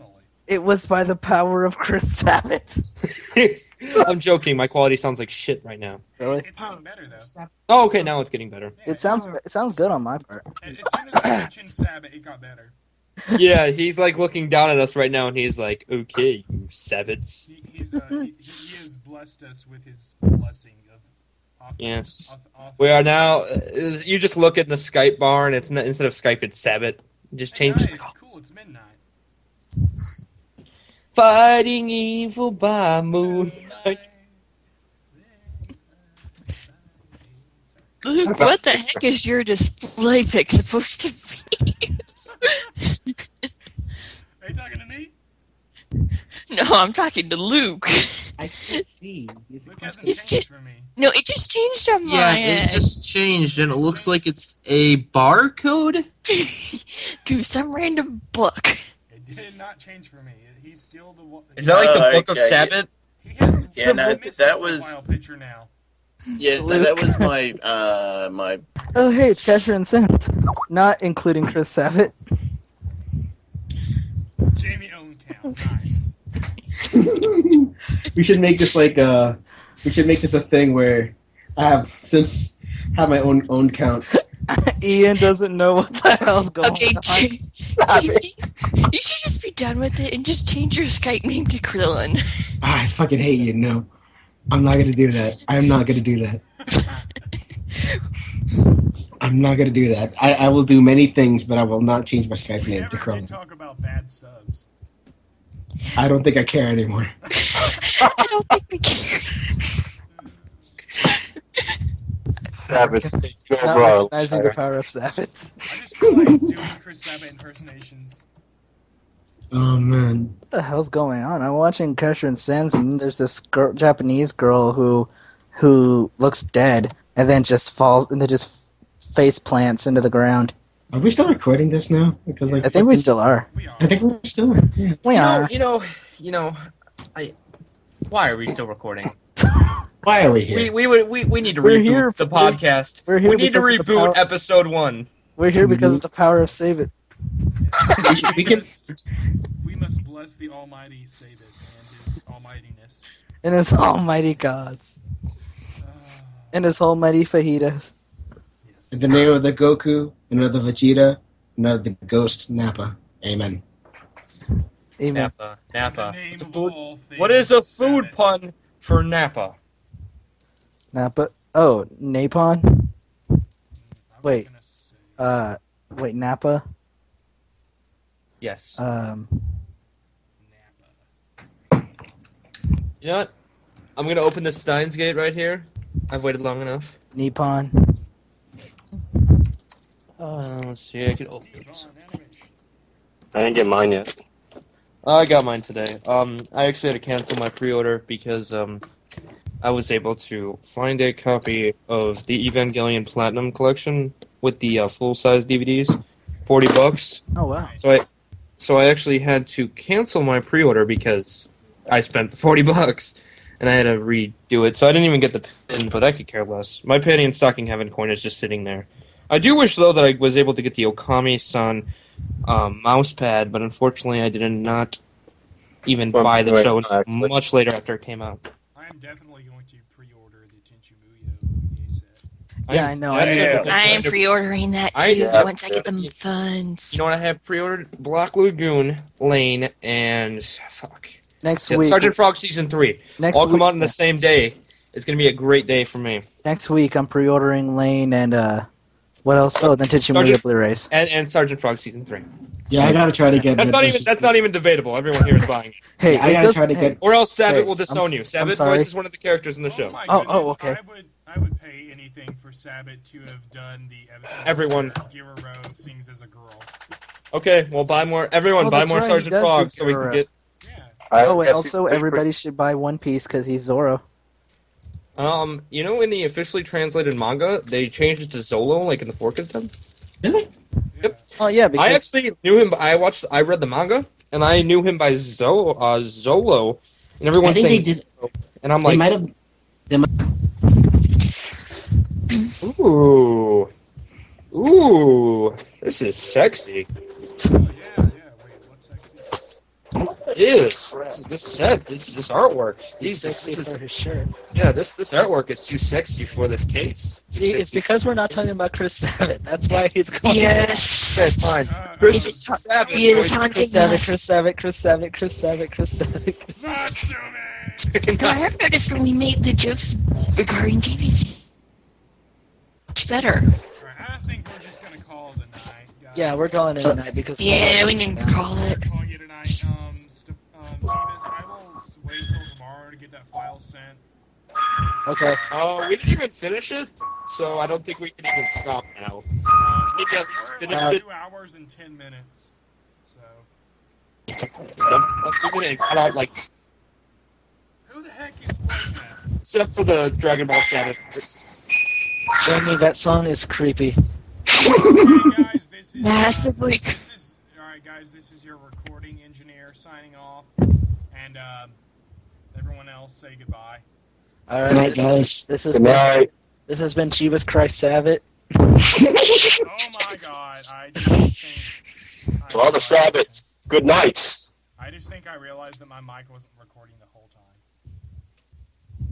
S12: It was by the power of Chris Savage.
S5: *laughs* I'm joking. My quality sounds like shit right now.
S2: Really?
S1: It's getting better though.
S5: Oh, okay, now it's getting better.
S2: It sounds it sounds good on my part.
S1: As soon as I mentioned Sabbath, it got better.
S5: yeah, he's like looking down at us right now, and he's like, "Okay, you sabbats."
S1: He, he's, uh, he, he has blessed us with his blessing of. Off,
S5: Yes.
S1: off- off-
S5: We are now. Uh, you just look at the Skype bar, and it's not, instead of Skype, it's sabbat. It just
S1: Hey,
S5: changes.
S1: guys, cool. It's midnight.
S5: Fighting evil by moonlight.
S3: Luke, *laughs* what the heck is your display pic supposed to be? *laughs*
S1: Are you talking to me?
S3: no, I'm talking to Luke. *laughs*
S6: I can't see. Is it
S1: Luke hasn't
S3: It's
S1: changed
S3: just-
S1: for me.
S3: No, it just changed on
S5: Yeah,
S3: my
S5: it
S3: end.
S5: just changed, and it looks like it's a barcode.
S3: to some random book.
S1: It did not change for me. It- He's still the one.
S5: Is that like the
S9: Oh,
S5: Book of
S9: okay.
S5: Sabbath?
S1: He has
S9: Yeah, no,
S1: I've missed
S9: that
S1: his
S9: was-
S1: profile picture now.
S9: Yeah, th- that was my uh, my
S2: Oh hey, it's Catcher and Sense. Not including Chris Savitt.
S1: Jamie Owen count. Nice.
S6: *laughs* we should make this like uh we should make this a thing where I have since have my own own count.
S2: *laughs* Ian doesn't know what the hell's going
S3: Okay,
S2: on.
S3: *laughs*
S2: *laughs*
S3: Jamie, you should just be done with it and just change your Skype name to Krillin. *laughs*
S6: Ah, I fucking hate you. No, I'm not gonna do that. I'm not gonna do *laughs* that. I'm not gonna do that. I, I will do many things, but I will not change my Skype
S1: We
S6: name to
S1: never did
S6: Chrome.
S1: talk about bad subs.
S6: I don't think I care anymore.
S3: I don't think we care.
S8: Sabbath takes
S2: Not
S8: over our
S2: recognizing the
S8: lives.
S2: power of Savitt.
S1: I just feel like doing Chris Sabat impersonations.
S6: Oh man.
S2: What the hell's going on? I'm watching Kesher and Sins, and there's this girl, Japanese girl who who looks dead, and then just falls, and then just face plants into the ground.
S6: Are we still recording this now? Because like
S2: I think we still are.
S1: We
S6: *laughs*
S1: are.
S6: I think we're still. Yeah.
S2: We
S5: you
S2: are.
S5: Know, you know, you know, I. Why are we still recording?
S6: Why are we here?
S5: We we would we, we need to
S2: We're
S5: reboot
S2: here
S5: the
S2: for-
S5: podcast.
S2: we're here
S5: we need to
S2: because of the
S5: reboot
S2: power-
S5: episode one.
S2: We're here because of the power of Savitt.
S1: we,
S6: can-
S1: must, we must bless the Almighty Sabat and his almightiness.
S2: and his *laughs* almighty gods
S1: Uh,
S2: and his almighty fajitas.
S1: yes.
S6: In the name of the Goku, and of the Vegeta, and of the Ghost Nappa. Amen.
S2: Amen.
S5: Napa,
S1: In the
S5: Napa.
S1: name
S5: It's a
S1: of
S5: food-
S1: all things,
S5: What is a food
S1: Sabat.
S5: pun for Napa?
S2: Napa. Oh, Napon.
S1: I'm
S2: Wait.
S1: gonna say-
S2: Uh, wait, Napa.
S5: Yes.
S2: Um,
S1: Napa.
S5: You know what? I'm gonna open this Steins Gate right here. I've waited long enough.
S2: Nippon.
S5: Uh, let's see. I could open it.
S1: Avon Animation.
S8: I didn't get mine yet.
S5: I got mine today. Um, I actually had to cancel my pre-order because um, I was able to find a copy of the Evangelion Platinum Collection with the uh, full-size DVDs, forty bucks.
S2: Oh wow.
S5: Ah, So I, so I actually had to cancel my pre-order because I spent the *laughs* forty bucks. and I had to redo it. So I didn't even get the pin, but I could care less. My Panty and Stocking Heaven coin is just sitting there. I do wish though that I was able to get the Okami San um, mouse pad, but unfortunately I did not even
S8: Well,
S5: buy the
S8: sorry,
S5: show until
S8: actually.
S5: much later after it came out.
S2: Yeah, I
S5: I'm
S2: know.
S5: definitely going to pre-order the Tenchu Muyo.
S3: I am pre-ordering that
S5: I-
S3: too
S5: Yeah.
S3: once I get them funds.
S5: You know what? I have pre-ordered Block Lagoon Lane and fuck
S2: Next
S5: Yeah,
S2: week.
S5: Sergeant Frog season three.
S2: Next
S5: all come
S2: week-
S5: out on the same day. It's gonna be a great day for me.
S2: Next week, I'm pre-ordering Lane and uh, what else? Oh, then Tenchimuya
S5: Sergeant-
S2: Blu-rays.
S5: And and Sergeant Frog season three.
S6: Yeah, I gotta try to get
S5: That's
S6: that
S5: not
S6: version.
S5: even that's not even debatable. Everyone here is buying it.
S2: Hey,
S6: Yeah, I
S2: it
S6: gotta
S2: does-
S6: try to
S2: hey.
S6: get.
S5: Or else Sabat
S2: Hey,
S5: will disown
S2: I'm-
S5: you.
S2: I'm
S5: Sabat
S2: sorry.
S5: voices one of the characters in the show.
S2: Oh, oh, okay.
S1: I would, I would pay anything for Sabbath to have done the episode
S5: Everyone.
S1: where Guerrero sings as a girl.
S5: Okay, well buy more. Everyone,
S2: Oh,
S5: buy
S2: that's
S5: more
S2: right, he
S5: Sergeant
S2: does do
S5: Frog so we
S2: Gyro.
S5: can get.
S2: oh, and also everybody should buy One Piece because he's Zoro.
S5: Um, you know, in the officially translated manga, they changed it to Zolo, like in the Fork is done.
S6: Really?
S2: Oh yeah,
S5: I
S2: because
S5: actually knew him. I watched. I read the manga, and I knew him by Zo, uh, Zolo, and
S6: I
S5: everyone
S6: think they
S5: saying,
S6: did.
S5: and I'm
S6: They
S5: like,
S6: might have. They might,
S5: Ooh. Ooh. This is sexy.
S1: Oh,
S5: Ew, this, this set, this, this artwork. These, this,
S11: for his shirt.
S5: yeah, this this artwork is too sexy for this case. Too
S11: See, it's
S5: sexy.
S11: because we're not talking about Chris Savitt. That's why he's going.
S3: Yes.
S5: Okay, fine.
S1: Uh,
S5: Chris Savage.
S3: He is
S5: voice-
S3: haunting
S2: Chris Savitt,
S3: us.
S2: Chris Savitt, Chris Savitt, Chris Savitt, Chris Savitt. Chris Savitt. *laughs*
S3: So I have noticed when we made the jokes regarding TVC, much better.
S2: Yeah, we're calling it a night because
S3: Yeah, we can call it.
S1: Um, Wait till tomorrow to get that file sent.
S2: Okay.
S5: Uh, we didn't even finish it, so I don't think we can even stop now. We can at least
S1: Uh, We're
S5: finish
S1: at
S5: it.
S1: two hours and ten minutes. So
S5: We're gonna cut out, like,
S1: who the heck is playing that?
S5: except for the Dragon Ball Sabbath.
S2: Jamie, that song is creepy.
S3: Massively.
S1: All right, guys, this is your recording engineer signing off, and uh, everyone else say goodbye.
S2: All right,
S6: Good night,
S2: this-
S6: guys.
S2: This has
S6: Good
S2: been,
S6: night.
S2: this has been Chivas Christ Savitt.
S1: oh my God, I just think
S8: To all the Sabbats, good night.
S1: I just think I realized that my mic wasn't recording the whole time.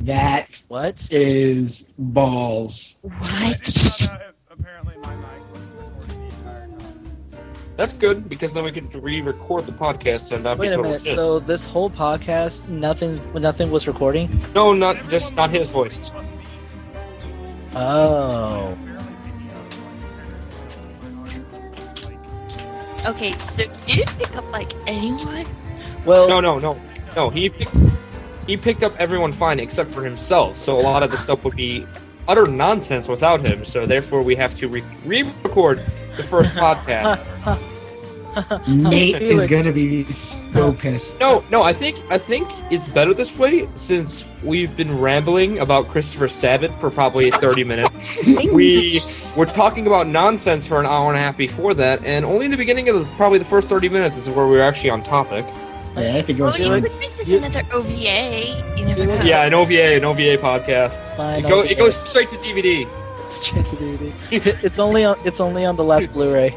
S13: That
S5: *laughs*
S2: what
S13: is balls.
S1: I just found out uh, apparently my mic wasn't recording the entire time.
S5: That's good because then we can re-record the podcast and not
S2: Wait
S5: be
S2: a
S5: total
S2: minute.
S5: shit.
S2: So this whole podcast, nothing's nothing was recording.
S5: no, not just not his voice.
S2: Oh.
S3: Okay, so did it pick up like anyone?
S2: Well,
S5: no, no, no, no. He picked, he picked up everyone fine except for himself. So a lot of the stuff would be utter nonsense without him. So therefore, we have to re- re-record
S2: *laughs*
S5: the first podcast.
S13: Nate
S5: Felix.
S13: is gonna be so pissed.
S5: No, no. I think I think it's better this way since we've been rambling about Christopher Sabat for probably
S2: *laughs*
S5: thirty minutes. we were talking about nonsense for an hour and a half before that, and only in the beginning of the, probably the first thirty minutes is where we were actually on topic.
S13: Yeah, I think it
S3: Well,
S13: was
S3: you
S13: good.
S3: could make this another OVA. You never know.
S5: Yeah, an OVA, an OVA podcast.
S2: Fine,
S5: It, go,
S2: OVA.
S5: it goes straight to DVD.
S1: *laughs*
S2: It's, straight to DVD. it's only on. It's only on the last Blu-ray.